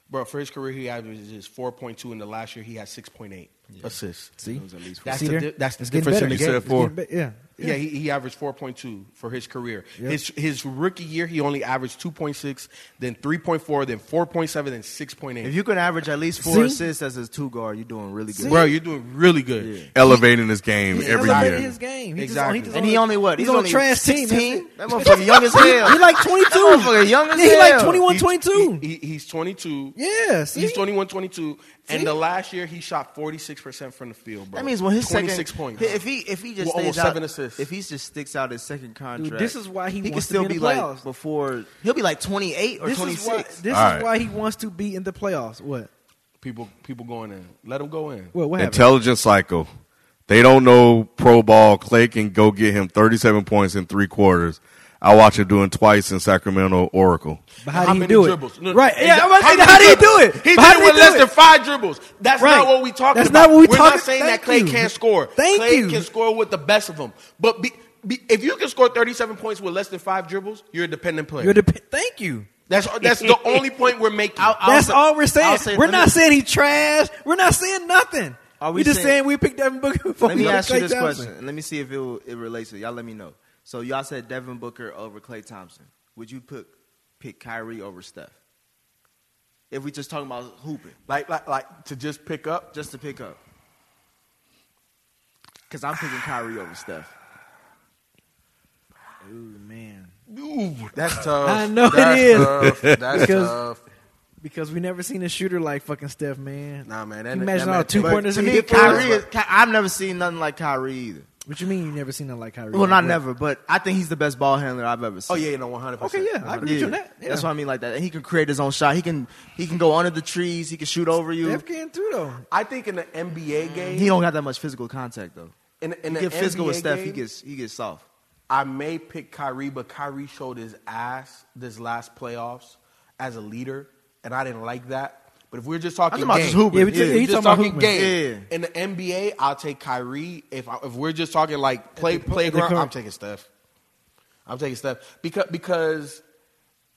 G: Bro, for his career, he averages 4.2, and the last year he had 6.8 assists.
D: See,
G: That's
D: See
G: the
D: there?
G: di- that's the
D: It's getting
G: difference
D: better.
G: in the
D: It's
G: game.
C: You said four.
D: getting be- Yeah.
G: Yeah, he, he averaged 4.2 for his career.
D: Yep.
G: His his rookie year, he only averaged 2.6, then 3.4, then 4.7, then 6.8.
F: If you can average at least four
D: See?
F: assists as a two guard, you're doing really good.
G: Bro, you're doing really good.
C: Elevating his game
D: He
C: every
D: elevated
C: year.
D: His game. He
G: Exactly.
D: Just,
F: And he only what?
D: He's,
F: He's
D: on
F: only
D: a trash team.
F: 16? That motherfucker young as hell.
D: He like 22.
F: That motherfucker young as
D: He like
F: hell.
D: 21,
G: He's-
D: 22.
G: he- he- he's 22.
D: yeah, see?
G: He's 21, 22.
D: See?
G: And the last year, he shot 46% from the field, bro.
F: That means when his
G: 26
F: second,
G: points.
F: if he if he just
G: Well,
F: stays
G: almost
F: out,
G: seven assists.
F: if he just sticks out his second contract,
D: Dude, this is why he
F: he can
D: wants to
F: still
D: be in
F: be
D: the
F: like
D: playoffs.
F: before he'll be like 28 or
D: this is why,
F: 26.
D: this is
C: All right.
D: why he wants to be in the playoffs. What?
G: people people going in. Let them go in.
D: What, what happened?
C: Intelligent cycle. They don't know pro ball. Clay can go get him 37 points in three quarters. I watched him doing twice in Sacramento Oracle.
D: But how, do you
E: many
D: do
E: dribbles?
D: it?
E: No,
D: Right. Yeah,
E: exa-
D: I'm about to say,
E: many
D: how do you do
E: dribbles?
D: it?
E: He
D: But how
E: did
D: do
E: it with
D: you
E: less
D: do
E: than
D: it?
E: five dribbles. That's
D: Right.
E: not what we talking
D: That's
E: about.
D: not what we
E: We're
D: talking-
E: not saying
D: Thank
E: that Clay
D: you.
E: can't score.
D: Thank
E: Clay
D: you.
E: can score with the best of them. But be, be, if you can score 37 points with less than five dribbles, you're a dependent player.
D: You're dep- thank you.
E: that's
D: (laughs)
E: that's the only point we're making.
D: That's all we're
F: I'll
D: saying.
F: say-
D: we're
F: let me-
D: not saying he trash. We're not saying nothing.
F: Are
D: Are
F: we
D: we just
F: saying-
D: saying, we picked Devin Booker before
F: Let
D: we
F: me
D: picked
F: ask you
D: Klay
F: this
D: Thompson.
F: question. Let me see if it will, it relates to it. y'all. Let me know. So y'all said Devin Booker over Clay Thompson. Would you pick pick Kyrie over Steph? If we just talking about hooping,
G: Like, like, like to just pick up.
F: just to pick up. Because I'm picking Kyrie over Steph.
G: That's tough.
D: I know
G: That's
D: it is.
G: tough. That's
D: Because-
G: tough.
D: Because we never seen a shooter like fucking Steph, man.
G: Nah, man. That,
D: Can you
G: that
D: imagine
G: man-
D: all the two pointers
F: To
D: he
F: me,
D: did for us?
F: Kyrie is, Ky- I've never seen nothing like Kyrie either.
D: What you mean you never seen a like Kyrie?
F: Well, not
D: What?
F: never, but I think he's the best ball handler I've ever seen.
G: Oh yeah, you know, one hundred
D: Okay,
G: percent.
D: yeah, I agree with you
F: Yeah.
D: on that. Yeah.
F: That's what I mean like that. And he can create his own shot. He can he can go under the trees. He can shoot over you.
D: Steph can too, though.
G: I think in the
E: Mm.
G: NBA game,
F: He don't got that much physical contact though.
G: in, in
F: You
G: the
F: get physical
G: NBA
F: with Steph, he
G: game,
F: gets he gets soft.
G: I may pick Kyrie, but Kyrie showed his ass this last playoffs as a leader, and I didn't like that. But if we're just talking
F: I'm talking about
G: game,
F: just hooping.
D: Yeah, we just-
G: if we're
D: he
G: just
D: talking about
G: talking
D: hooping.
G: game.
F: Yeah.
G: In the NBA, I'll take Kyrie. If I, if we're just talking like play
D: the- at
G: playground,
D: the cur-
G: I'm taking Steph. I'm taking Steph because because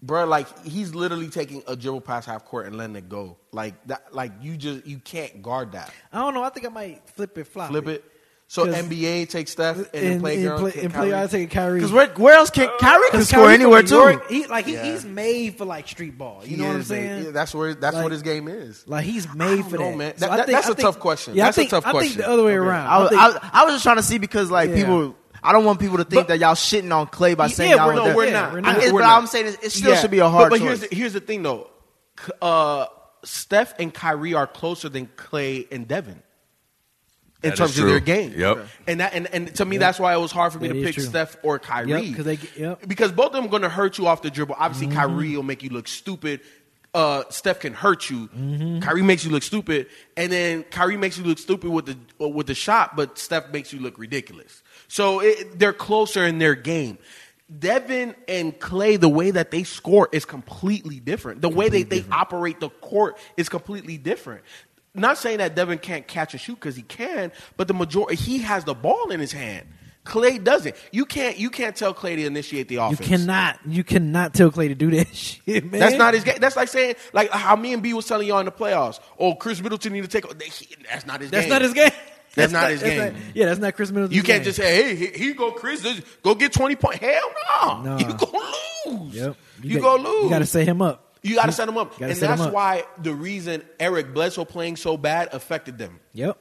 G: bro, like he's literally taking a dribble past half court and letting it go. Like that, like you just you can't guard that.
D: I don't know. I think I might flip it, flop
G: Flip it. So
D: 'Cause-
G: NBA takes Steph and,
D: And,
G: then
D: play,
G: playground.
D: and play,
G: take
D: and play I
G: Kyrie.
D: take Kyrie.
F: Because where, where else can Kyrie can
D: Because
F: score
D: Kyrie from
F: anywhere
D: New
F: too?
D: York, He, like he, he's made for like street ball. You
G: He
D: know what I'm
G: is, man.
D: saying?
G: Yeah, that's where that's
D: Like-
G: what his game is.
D: Like he's made for
G: know,
D: that.
G: man.
D: So
G: That-
D: I
G: that-
D: think-
G: that's
D: I
G: a
D: think-
G: tough question.
D: Yeah,
G: That's
D: I
G: a
D: think,
G: tough
D: I think
G: question.
D: the other way
G: Okay.
D: around.
F: I, was-
D: think-
F: I, I was just trying to see because like
D: Yeah.
F: people, I don't want people to think that
G: But-
F: y'all shitting on Clay by
D: Yeah,
F: saying y'all.
D: we're-
F: were
D: no,
F: there.
D: we're not. We're not.
F: I, it-
G: We're
F: but
G: not.
F: I'm saying it, it still
G: Yeah.
F: should be a hard
G: But, but
F: choice.
G: here's the, here's the thing though, C- uh, Steph and Kyrie are closer than Clay and Devin in
C: That is
G: terms of
C: true.
G: their game.
C: Yep.
G: And that and, and to me that's why it was hard for me
D: That
G: to
D: is
G: pick
D: true.
G: Steph or Kyrie
D: 'cause they get- yep. Mm-hmm.
G: because both of them going to hurt you off the dribble. Obviously, Kyrie will make you look stupid. Uh, Steph can hurt you.
D: Mm-hmm.
G: Kyrie makes you look stupid, and then Kyrie makes you look stupid with the uh, with the shot, but Steph makes you look ridiculous. So it, they're closer in their game. Devin and Clay, the way that they score is completely different. The way they, they operate the court is completely different. Not saying that Devin can't catch a shoot because he can, but the majority he has the ball in his hand. Clay doesn't. You can't you can't tell Clay to initiate the
D: you
G: offense.
D: cannot, you cannot tell Clay to do that (laughs) shit, man.
G: That's not his game. That's like saying like how me and B was telling y'all in the playoffs. Oh, Chris Middleton need to take. that- he- That's not his.
D: That's
G: game.
D: not his game.
G: That's not his game.
D: not- yeah, that's not Chris Middleton.
G: You can't just say, "Hey, here- here you go, Chris. This- Go get twenty points." Hell no.
D: Nah.
G: You gonna lose.
D: Yep.
G: You,
D: got-
G: gonna lose.
D: You got to set him up.
G: You got to set them up,
D: gotta
G: and
D: set 'em
G: that's
D: up.
G: why the reason Eric Bledsoe playing so bad affected them
D: Yep.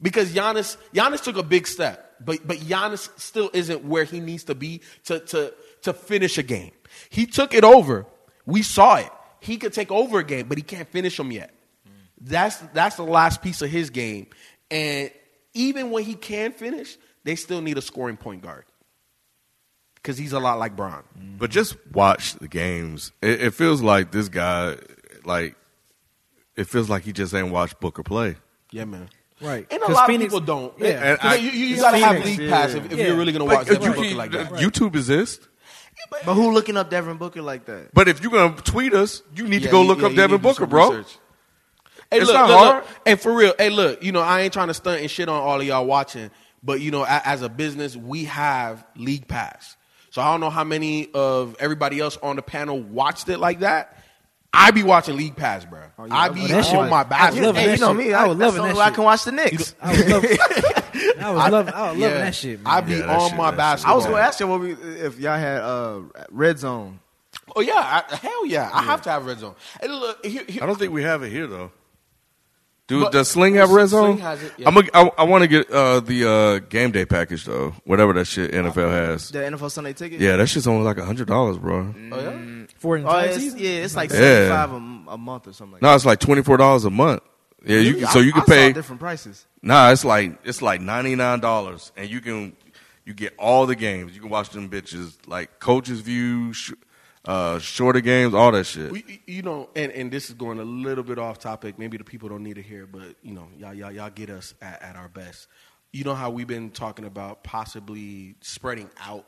G: because Giannis Giannis took a big step, but but Giannis still isn't where he needs to be to to to finish a game. He took it over. We saw it. He could take over a game, but he can't finish them yet. That's that's the last piece of his game. And even when he can finish, they still need a scoring point guard because he's a lot like Bron.
C: But just watch the games. It, it feels like this guy, like, it feels like he just ain't watched Booker play.
G: Yeah, man.
D: Right.
G: And a
D: 'Cause
G: lot
D: Phoenix-
G: of people don't.
D: Yeah.
C: And I-
G: you you, you
D: It's
G: got to have
D: Phoenix,
G: league pass if, if
D: yeah.
G: you're really going to watch
C: But
G: that
C: you
G: Booker
C: can- uh,
G: like that.
C: YouTube exists.
F: but who looking up Devin Booker like that?
C: But if you're gonna tweet us, you need to go
G: you-
C: look
G: yeah,
C: up
G: you
C: Devin
G: need to do
C: Booker,
G: some
C: bro.
G: research. Hey,
C: It's
G: look,
C: not
G: look,
C: hard.
G: look. and for real, hey, look, you know, I ain't trying to stunt and shit on all of y'all watching, but you know, a- as a business, we have League Pass. So I don't know how many of everybody else on the panel watched it like that. I be watching League Pass, bro.
D: Oh,
G: I be
D: that shit.
G: on my back.
D: I love
F: Hey,
D: that
F: you know
D: shit.
F: me.
D: I
F: I,
D: was
F: that's
D: loving
F: the only
D: that
F: way I
D: shit.
F: can watch the Knicks.
D: I was loving. I was loving. I was loving
G: Yeah.
D: that shit, man.
G: I be
C: Yeah, that
G: on
C: shit-
G: my
C: that shit
G: basketball.
F: I was going to ask you what we, if y'all had uh, red zone.
G: Oh yeah, I, hell yeah, I have to have red zone. Hey, look, here, here-
C: I don't think we have it here though. Dude,
G: But-
C: does Sling have red zone?
G: Sling has it, yeah.
C: I'm a, I, I want to get uh, the uh, game day package though, whatever that shit NFL has.
F: The NFL Sunday ticket.
C: Yeah, that shit's only like hundred dollars, bro.
G: oh, yeah?
D: for an
F: Oh,
D: entire
F: it's,
D: season.
F: yeah, it's like
C: Yeah.
F: seventy five a, m- a month or something. Like
C: No, it's like twenty four dollars a month. Yeah,
F: that.
C: you can, so
F: I-
C: you can
F: I saw
C: pay.
F: different prices.
C: Nah, it's like it's like ninety nine dollars, and you can you get all the games. You can watch them bitches like coaches view, sh- uh, shorter games, all that shit.
G: We, you know, and, and this is going a little bit off topic. Maybe the people don't need to hear, but you know, y'all y'all, y'all get us at, at our best. You know how we've been talking about possibly spreading out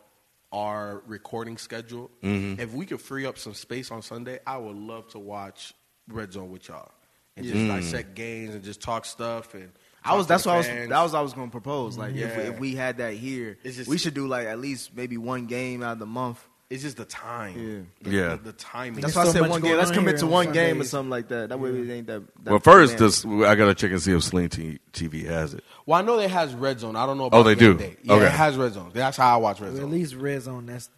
E: our recording schedule,
F: Mm-hmm.
E: if we could free up some space on Sunday, I would love to watch Red Zone with y'all and just dissect games and just talk stuff. And
F: Mm. I was.
E: talk
F: That's
E: to
F: what I
E: the
F: was.
E: fans.
F: That was what I was going to propose. Like if, we,
E: Yeah.
F: if we had that here,
E: It's just-
F: we should do like at least maybe one game out of the month.
E: It's just the time.
F: Yeah.
E: The-
C: Yeah.
E: The, the timing.
F: That's
D: There's
F: why
D: so
F: I said
D: much
F: one
D: going
F: game. Let's
D: on
F: commit
D: here
F: to
D: on
F: one game or
D: Sundays.
F: something like that. That way we ain't that. that
C: Well, first,
F: man.
C: this, I gotta check and see if Sling T- TV has it.
E: Well, I know they has red zone. I don't know. About
C: Oh, they
E: game
C: do?
E: Day. Yeah,
C: Okay.
E: it has red zone. That's how I watch red
D: Well, at
E: zone.
D: least red zone. That's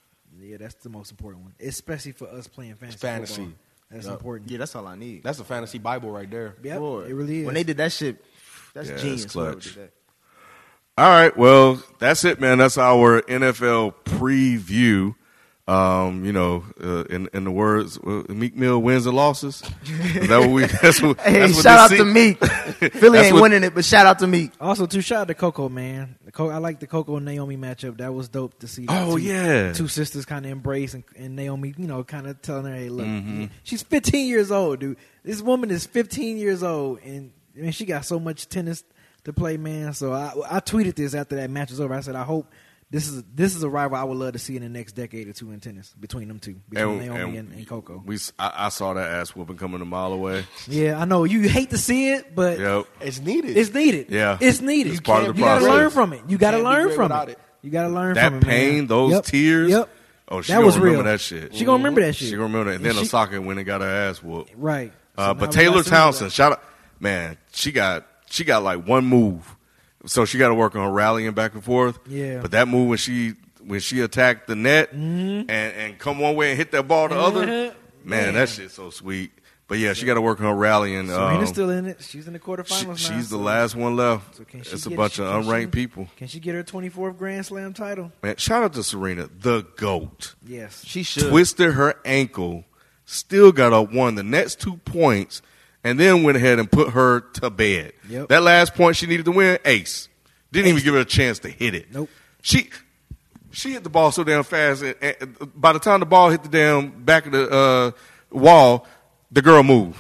D: yeah, that's the most important one, especially for us playing fantasy.
E: fantasy.
D: football. That's
E: Yup.
D: important.
F: yeah, that's all I need.
E: That's a fantasy Bible right there.
D: Yep,
F: Lord.
D: it really is.
F: When they did that shit, that's
C: Yeah, it's
F: genius. whoever
C: clutch.
F: did that.
C: All right. Well, that's it, man. That's our NFL preview. Um, you know, uh, in in the words, uh, Meek Mill wins and losses. Is that what we? (laughs) That's what.
F: Hey,
C: that's what
F: shout out
C: this
F: to
C: se- (laughs)
F: Meek. Philly
C: That's
F: ain't
C: what-
F: winning it, but shout out to Meek.
D: Also, too, shout out to Coco, man. The Co- I like the Coco and Naomi matchup. That was dope to see.
C: Oh,
D: two-
C: yeah.
D: two sisters kind of embrace and, and Naomi, you know, kind of telling her, "Hey, look,
C: Mm-hmm.
D: she's 15 years old, dude. This woman is 15 years old, and man, she got so much tennis to play, man." So I, I tweeted this after that match was over. I said, "I hope." This is this is a rival I would love to see in the next decade or two in tennis between them two, between Naomi and, and Coco.
C: We, s- I, I saw that ass whooping coming a mile away.
D: yeah, I know you hate to see it, but
C: Yep.
E: It's needed.
D: It's needed.
C: Yeah.
D: It's needed.
C: It's part
D: you
C: of the
D: gotta
C: process.
D: learn from it. You gotta
E: Can't be
D: learn
E: great
D: from
E: without
D: it.
E: it.
D: You gotta learn
C: That
D: from it. man.
C: pain, those
D: Yep.
C: tears.
D: Yep.
C: Oh, she
D: That
C: gonna
D: was
C: remember
D: real.
C: that shit.
D: She gonna remember that shit.
C: She gonna remember that. And then
D: she-
C: Osaka went and got her ass whooped.
D: Right.
C: Uh,
D: So now
C: but
D: we
C: Taylor
D: got some of
C: Townsend, shout out, man. She got she got like one move, so she got to work on her rallying back and forth.
D: Yeah.
C: But that move when she when she attacked the net
D: Mm-hmm.
C: and and come one way and hit that ball the other, man, that shit's so sweet. But yeah, she got to work on her rallying.
D: that. Serena's
C: um,
D: still in it. She's in the quarterfinals.
C: she-
D: now,
C: she's the
D: so-
C: last one left.
D: so can she
C: it's a
D: get-
C: bunch
D: can
C: of
D: she-
C: unranked people.
D: Can she get her 24th Grand Slam title?
C: Man, shout out to Serena, the goat.
D: Yes.
F: She should.
C: twisted her ankle, still got up, won the next two points, and then went ahead and put her to bed.
D: Yep.
C: That last point she needed to win, ace. Didn't even give her a chance to hit it.
D: Nope.
C: She she hit the ball so damn fast, and, and by the time the ball hit the damn back of the uh, wall, the girl moved.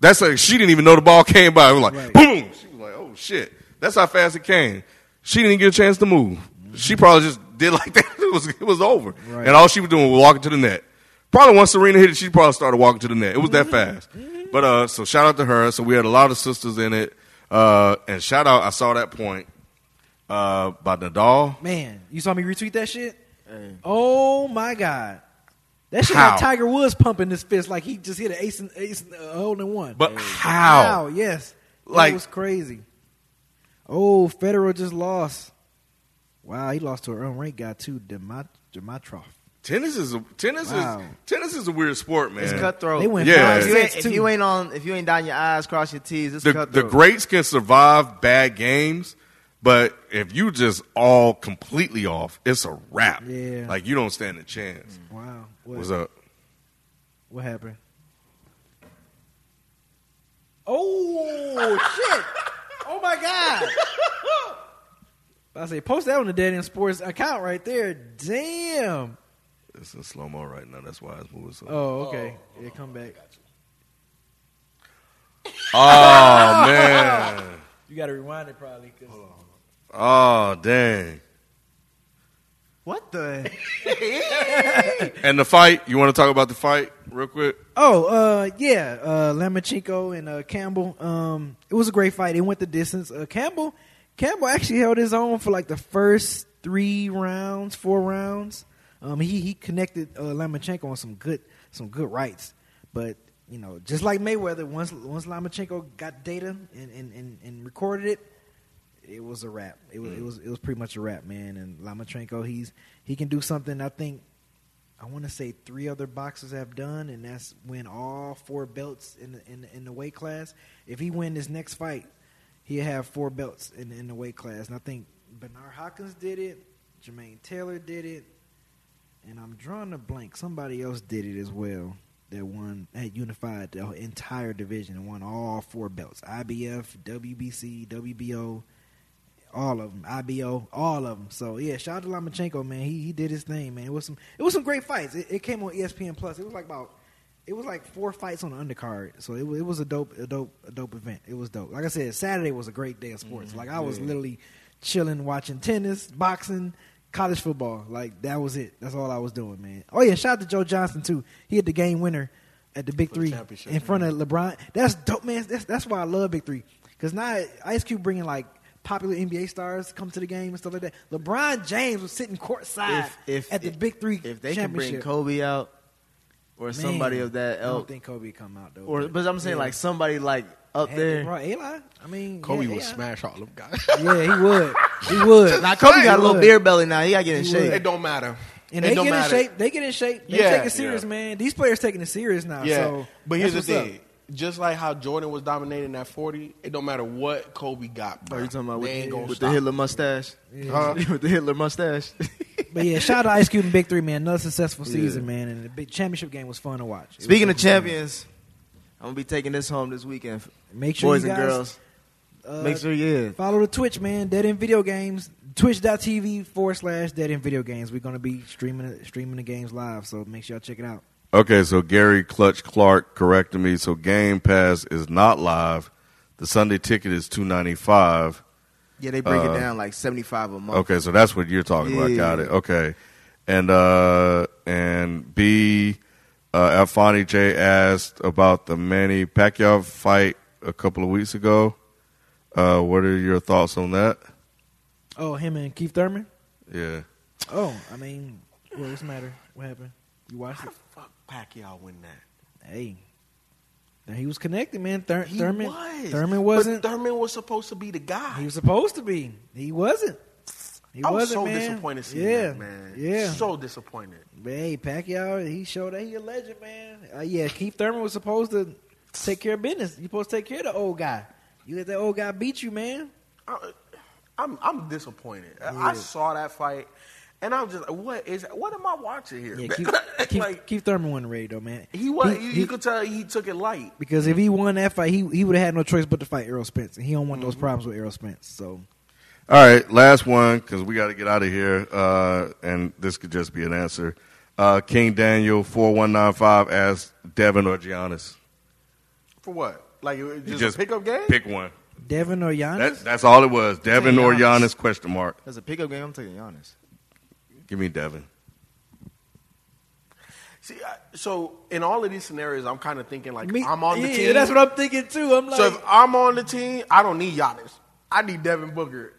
C: That's like she didn't even know the ball (laughs) came by. It was like
D: Right.
C: boom. She was like, oh shit. That's how fast it came. She didn't get a chance to move. She probably just did (laughs) like that. It was it was over.
D: Right.
C: And all she was doing was walking to the net. Probably once Serena hit it, she probably started walking to the net. It was that
D: Mm-hmm.
C: fast. But uh, so shout out to her. So we had a lot of sisters in it. Uh, and shout out, I saw that point uh, by Nadal.
D: Man, you saw me retweet that shit? Oh my god. That shit
C: How?
D: had Tiger Woods pumping his fist like he just hit an ace and ace and a hole in one.
C: But how?
D: How? Yes.
C: Like-
D: it was crazy. Oh, Federer just lost. Wow, he lost to an unranked guy too, Demat- Dimitrov.
C: Tennis is a, tennis
D: Wow.
C: is tennis is a weird sport, man.
F: It's cutthroat.
D: They went
C: Yeah.
D: five
F: If you, ain't,
D: sets
F: if
D: too.
F: you ain't on, if you ain't down your eyes, cross your T's. It's
C: the, the
F: cutthroat.
C: greats can survive bad games, but if you just all completely off, it's a wrap.
D: Yeah.
C: Like you don't stand a chance.
D: wow,
C: What's
D: what,
C: up?
D: what happened? Oh shit! Oh my god! (laughs) I say post that on the Dead End Sports account right there. Damn.
C: It's in slow mo right now. That's why it's moving so. Oh,
D: Oh, okay. Yeah, come back.
C: man.
D: You got to rewind it probably. Cause
C: Oh dang.
F: What the?
C: And the fight. You want to talk about the fight real quick?
D: Oh, uh, yeah, uh, Lamachenko and uh, Campbell. Um, it was a great fight. It went the distance. Uh, Campbell, Campbell actually held his own for like the first three rounds, four rounds. Um, he he connected uh, Lamachenko on some good some good rights, but you know, just like Mayweather, once once Lamachenko got data and and, and, and recorded it, it was a wrap. It was it was it was pretty much a wrap, man. And Lamachenko, he's he can do something. I think I want to say three other boxers have done, and that's win all four belts in the, in the, in the weight class. If he win this next fight, he'll have four belts in in the weight class. And I think Bernard Hawkins did it, Jermaine Taylor did it, and I'm drawing a blank. Somebody else did it as well. That won had unified the entire division and won all four belts: IBF, WBC, WBO, all of them, IBO, all of them. So yeah, shout out to Lamachenko, man. He he did his thing, man. It was some it was some great fights. It, it came on E ESPN Plus. It was like about it was like four fights on the undercard. So it, wa- it was a dope a dope a dope event. It was dope. Like I said, Saturday was a great day of sports. Like I was literally chilling, watching tennis, boxing, college football. Like that was it. That's all I was doing, man. Oh yeah, shout out to Joe Johnson too. He hit the game winner at the Big Three in front of LeBron. That's dope, man. That's that's why I love Big Three because now Ice Cube bringing like popular NBA stars come to the game and stuff like that. LeBron James was sitting courtside at the Big Three
F: if they can
D: championship.
F: bring Kobe out or
D: Man,
F: somebody of that
D: I don't
F: ilk,
D: think Kobe come out though.
F: or but I'm saying like somebody like up
D: Had they
F: there.
D: brought Eli. I mean,
E: Kobe
D: yeah,
E: would
D: AI.
E: smash all them (laughs) guys.
D: Yeah, he would.
F: (laughs)
D: He would.
F: Now Kobe got a little
D: Would.
F: beer belly now. He got to get in
D: He
F: shape.
D: would.
E: it don't matter.
D: And
E: It
D: they
E: don't
D: get in
E: matter.
D: shape. They get in shape. They
E: Yeah.
D: take it serious, man. These players taking it serious now.
E: Yeah,
D: So
E: but here's the
D: that's what's
E: thing:
D: up.
E: just like how Jordan was dominating that forty, it don't matter what Kobe got.
F: Are
E: Bro.
F: you talking about
E: they
F: with,
E: ain't
F: the-
E: gonna
F: with
E: stop.
F: the Hitler mustache? (laughs) with the Hitler mustache.
D: But yeah, shout out to Ice Cube and Big Three, man. Another successful season, man. And the big championship game was fun to watch. It
F: Speaking of
D: was- it was fun.
F: champions, I'm gonna be taking this home this weekend.
D: Make sure
F: boys
D: you
F: and
D: guys,
F: girls.
D: uh,
F: make sure you
D: follow the Twitch, man. Dead End Video Games. Twitch.tv forward slash Dead End Video Games. We're gonna be streaming streaming the games live, so make sure y'all check it out.
C: Okay, so Gary Clutch Clark corrected me. So Game Pass is not live. The Sunday ticket is two ninety five.
F: yeah they break
C: uh,
F: it down like 75 a month.
C: Okay, so that's what you're talking about. Got it.
F: Yeah.
C: Okay, and uh and B, uh, Alfani J asked about the Manny Pacquiao fight a couple of weeks ago. Uh, what are your thoughts on that?
D: Oh, him and Keith Thurman.
C: Yeah.
D: Oh, I mean, well, what's the matter? What happened? You watched it?
E: Fuck Pacquiao win that.
D: Hey, now he was connected, man. Thur-
E: He
D: Thurman,
E: was.
D: Thurman
E: But
D: wasn't.
E: Thurman was supposed to be the guy.
D: he was supposed to be. He wasn't. He
E: I was
D: wasn't,
E: so
D: man.
E: disappointed seeing
D: yeah,
E: that, man.
D: Yeah.
E: So disappointed.
D: hey, Pacquiao, he showed that he a legend, man. Uh, yeah, Keith Thurman was supposed to take care of business. You supposed to take care of the old guy. You let that old guy beat you, man.
E: I, I'm I'm disappointed. I I saw that fight, and I'm just like, what is what am I watching here?
D: Yeah, Keith, Keith,
E: (laughs) like
D: Keith Thurman wasn't ready though, man.
E: he was. you,
D: he-
E: you could tell he took it light.
D: because if he won that fight, he he would have had no choice but to fight Errol Spence, and he don't want those
E: Mm-hmm.
D: problems with Errol Spence. So
C: All right, last one because we got to get out of here, uh, and this could just be an answer. Uh, King Daniel four one nine five asked Devin or Giannis.
E: For what? Like it was
C: You
E: just, a pickup game?
C: Pick one.
D: Devin or Giannis,
C: That, that's all it was. Devin or Giannis? Question mark.
F: That's a pickup game. I'm taking Giannis.
C: Give me Devin.
E: See, I, so in all of these scenarios, I'm kind of thinking like
D: Me-
E: I'm on the
D: yeah,
E: team.
D: That's what I'm thinking too. I'm like,
E: so if I'm on the team, I don't need Giannis. I need Devin Booker.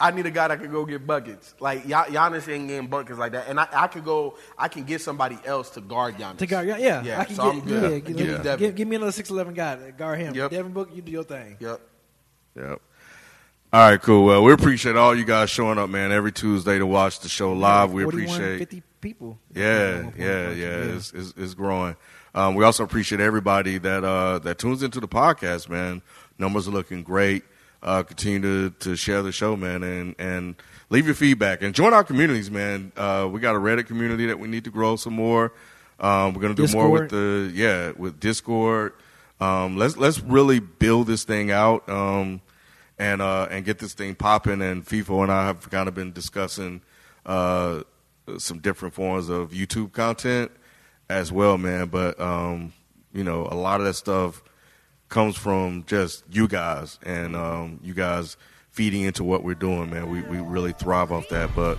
E: I need a guy that could go get buckets. Like Gia- Giannis ain't getting buckets like that, and I, I could go. I can get somebody else to guard Giannis.
D: to guard, yeah, yeah,
E: yeah.
D: I can
E: so
D: get, yeah,
E: I'm good.
D: give,
E: Give me
D: give-
E: Devin.
D: give- give me another six eleven guy, to guard him.
E: Yep.
D: Devin Book, you do your thing.
E: Yep.
C: Yep. All right, cool. Well, we appreciate all you guys showing up, man. Every Tuesday to watch the show live. We
D: 41,
C: appreciate.
D: fifty people.
C: Yeah, yeah, yeah. It's, it's, it's growing. Um, we also appreciate everybody that uh, that tunes into the podcast, man. Numbers are looking great. Uh, continue to, to share the show, man, and and leave your feedback and join our communities, man. Uh, we got a Reddit community that we need to grow some more. Um, we're gonna do more with the yeah with Discord. Um, let's let's really build this thing out. Um, and uh, and get this thing popping. And FIFO and I have kind of been discussing uh, some different forms of YouTube content as well, man. But um, you know, a lot of that stuff comes from just you guys and um, you guys feeding into what we're doing, man. We we really thrive off that, but.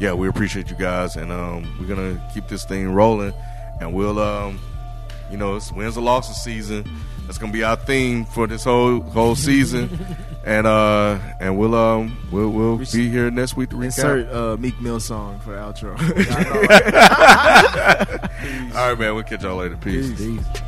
C: Yeah, we appreciate you guys, and um, we're gonna keep this thing rolling, and we'll um, you know, it's wins and losses season. That's gonna be our theme for this whole whole season, and uh, and we'll um, we'll we'll be here next week to recap.
F: Insert uh, Meek Mill song for the outro.
C: All right, man. We'll catch y'all later. Peace.
D: Peace.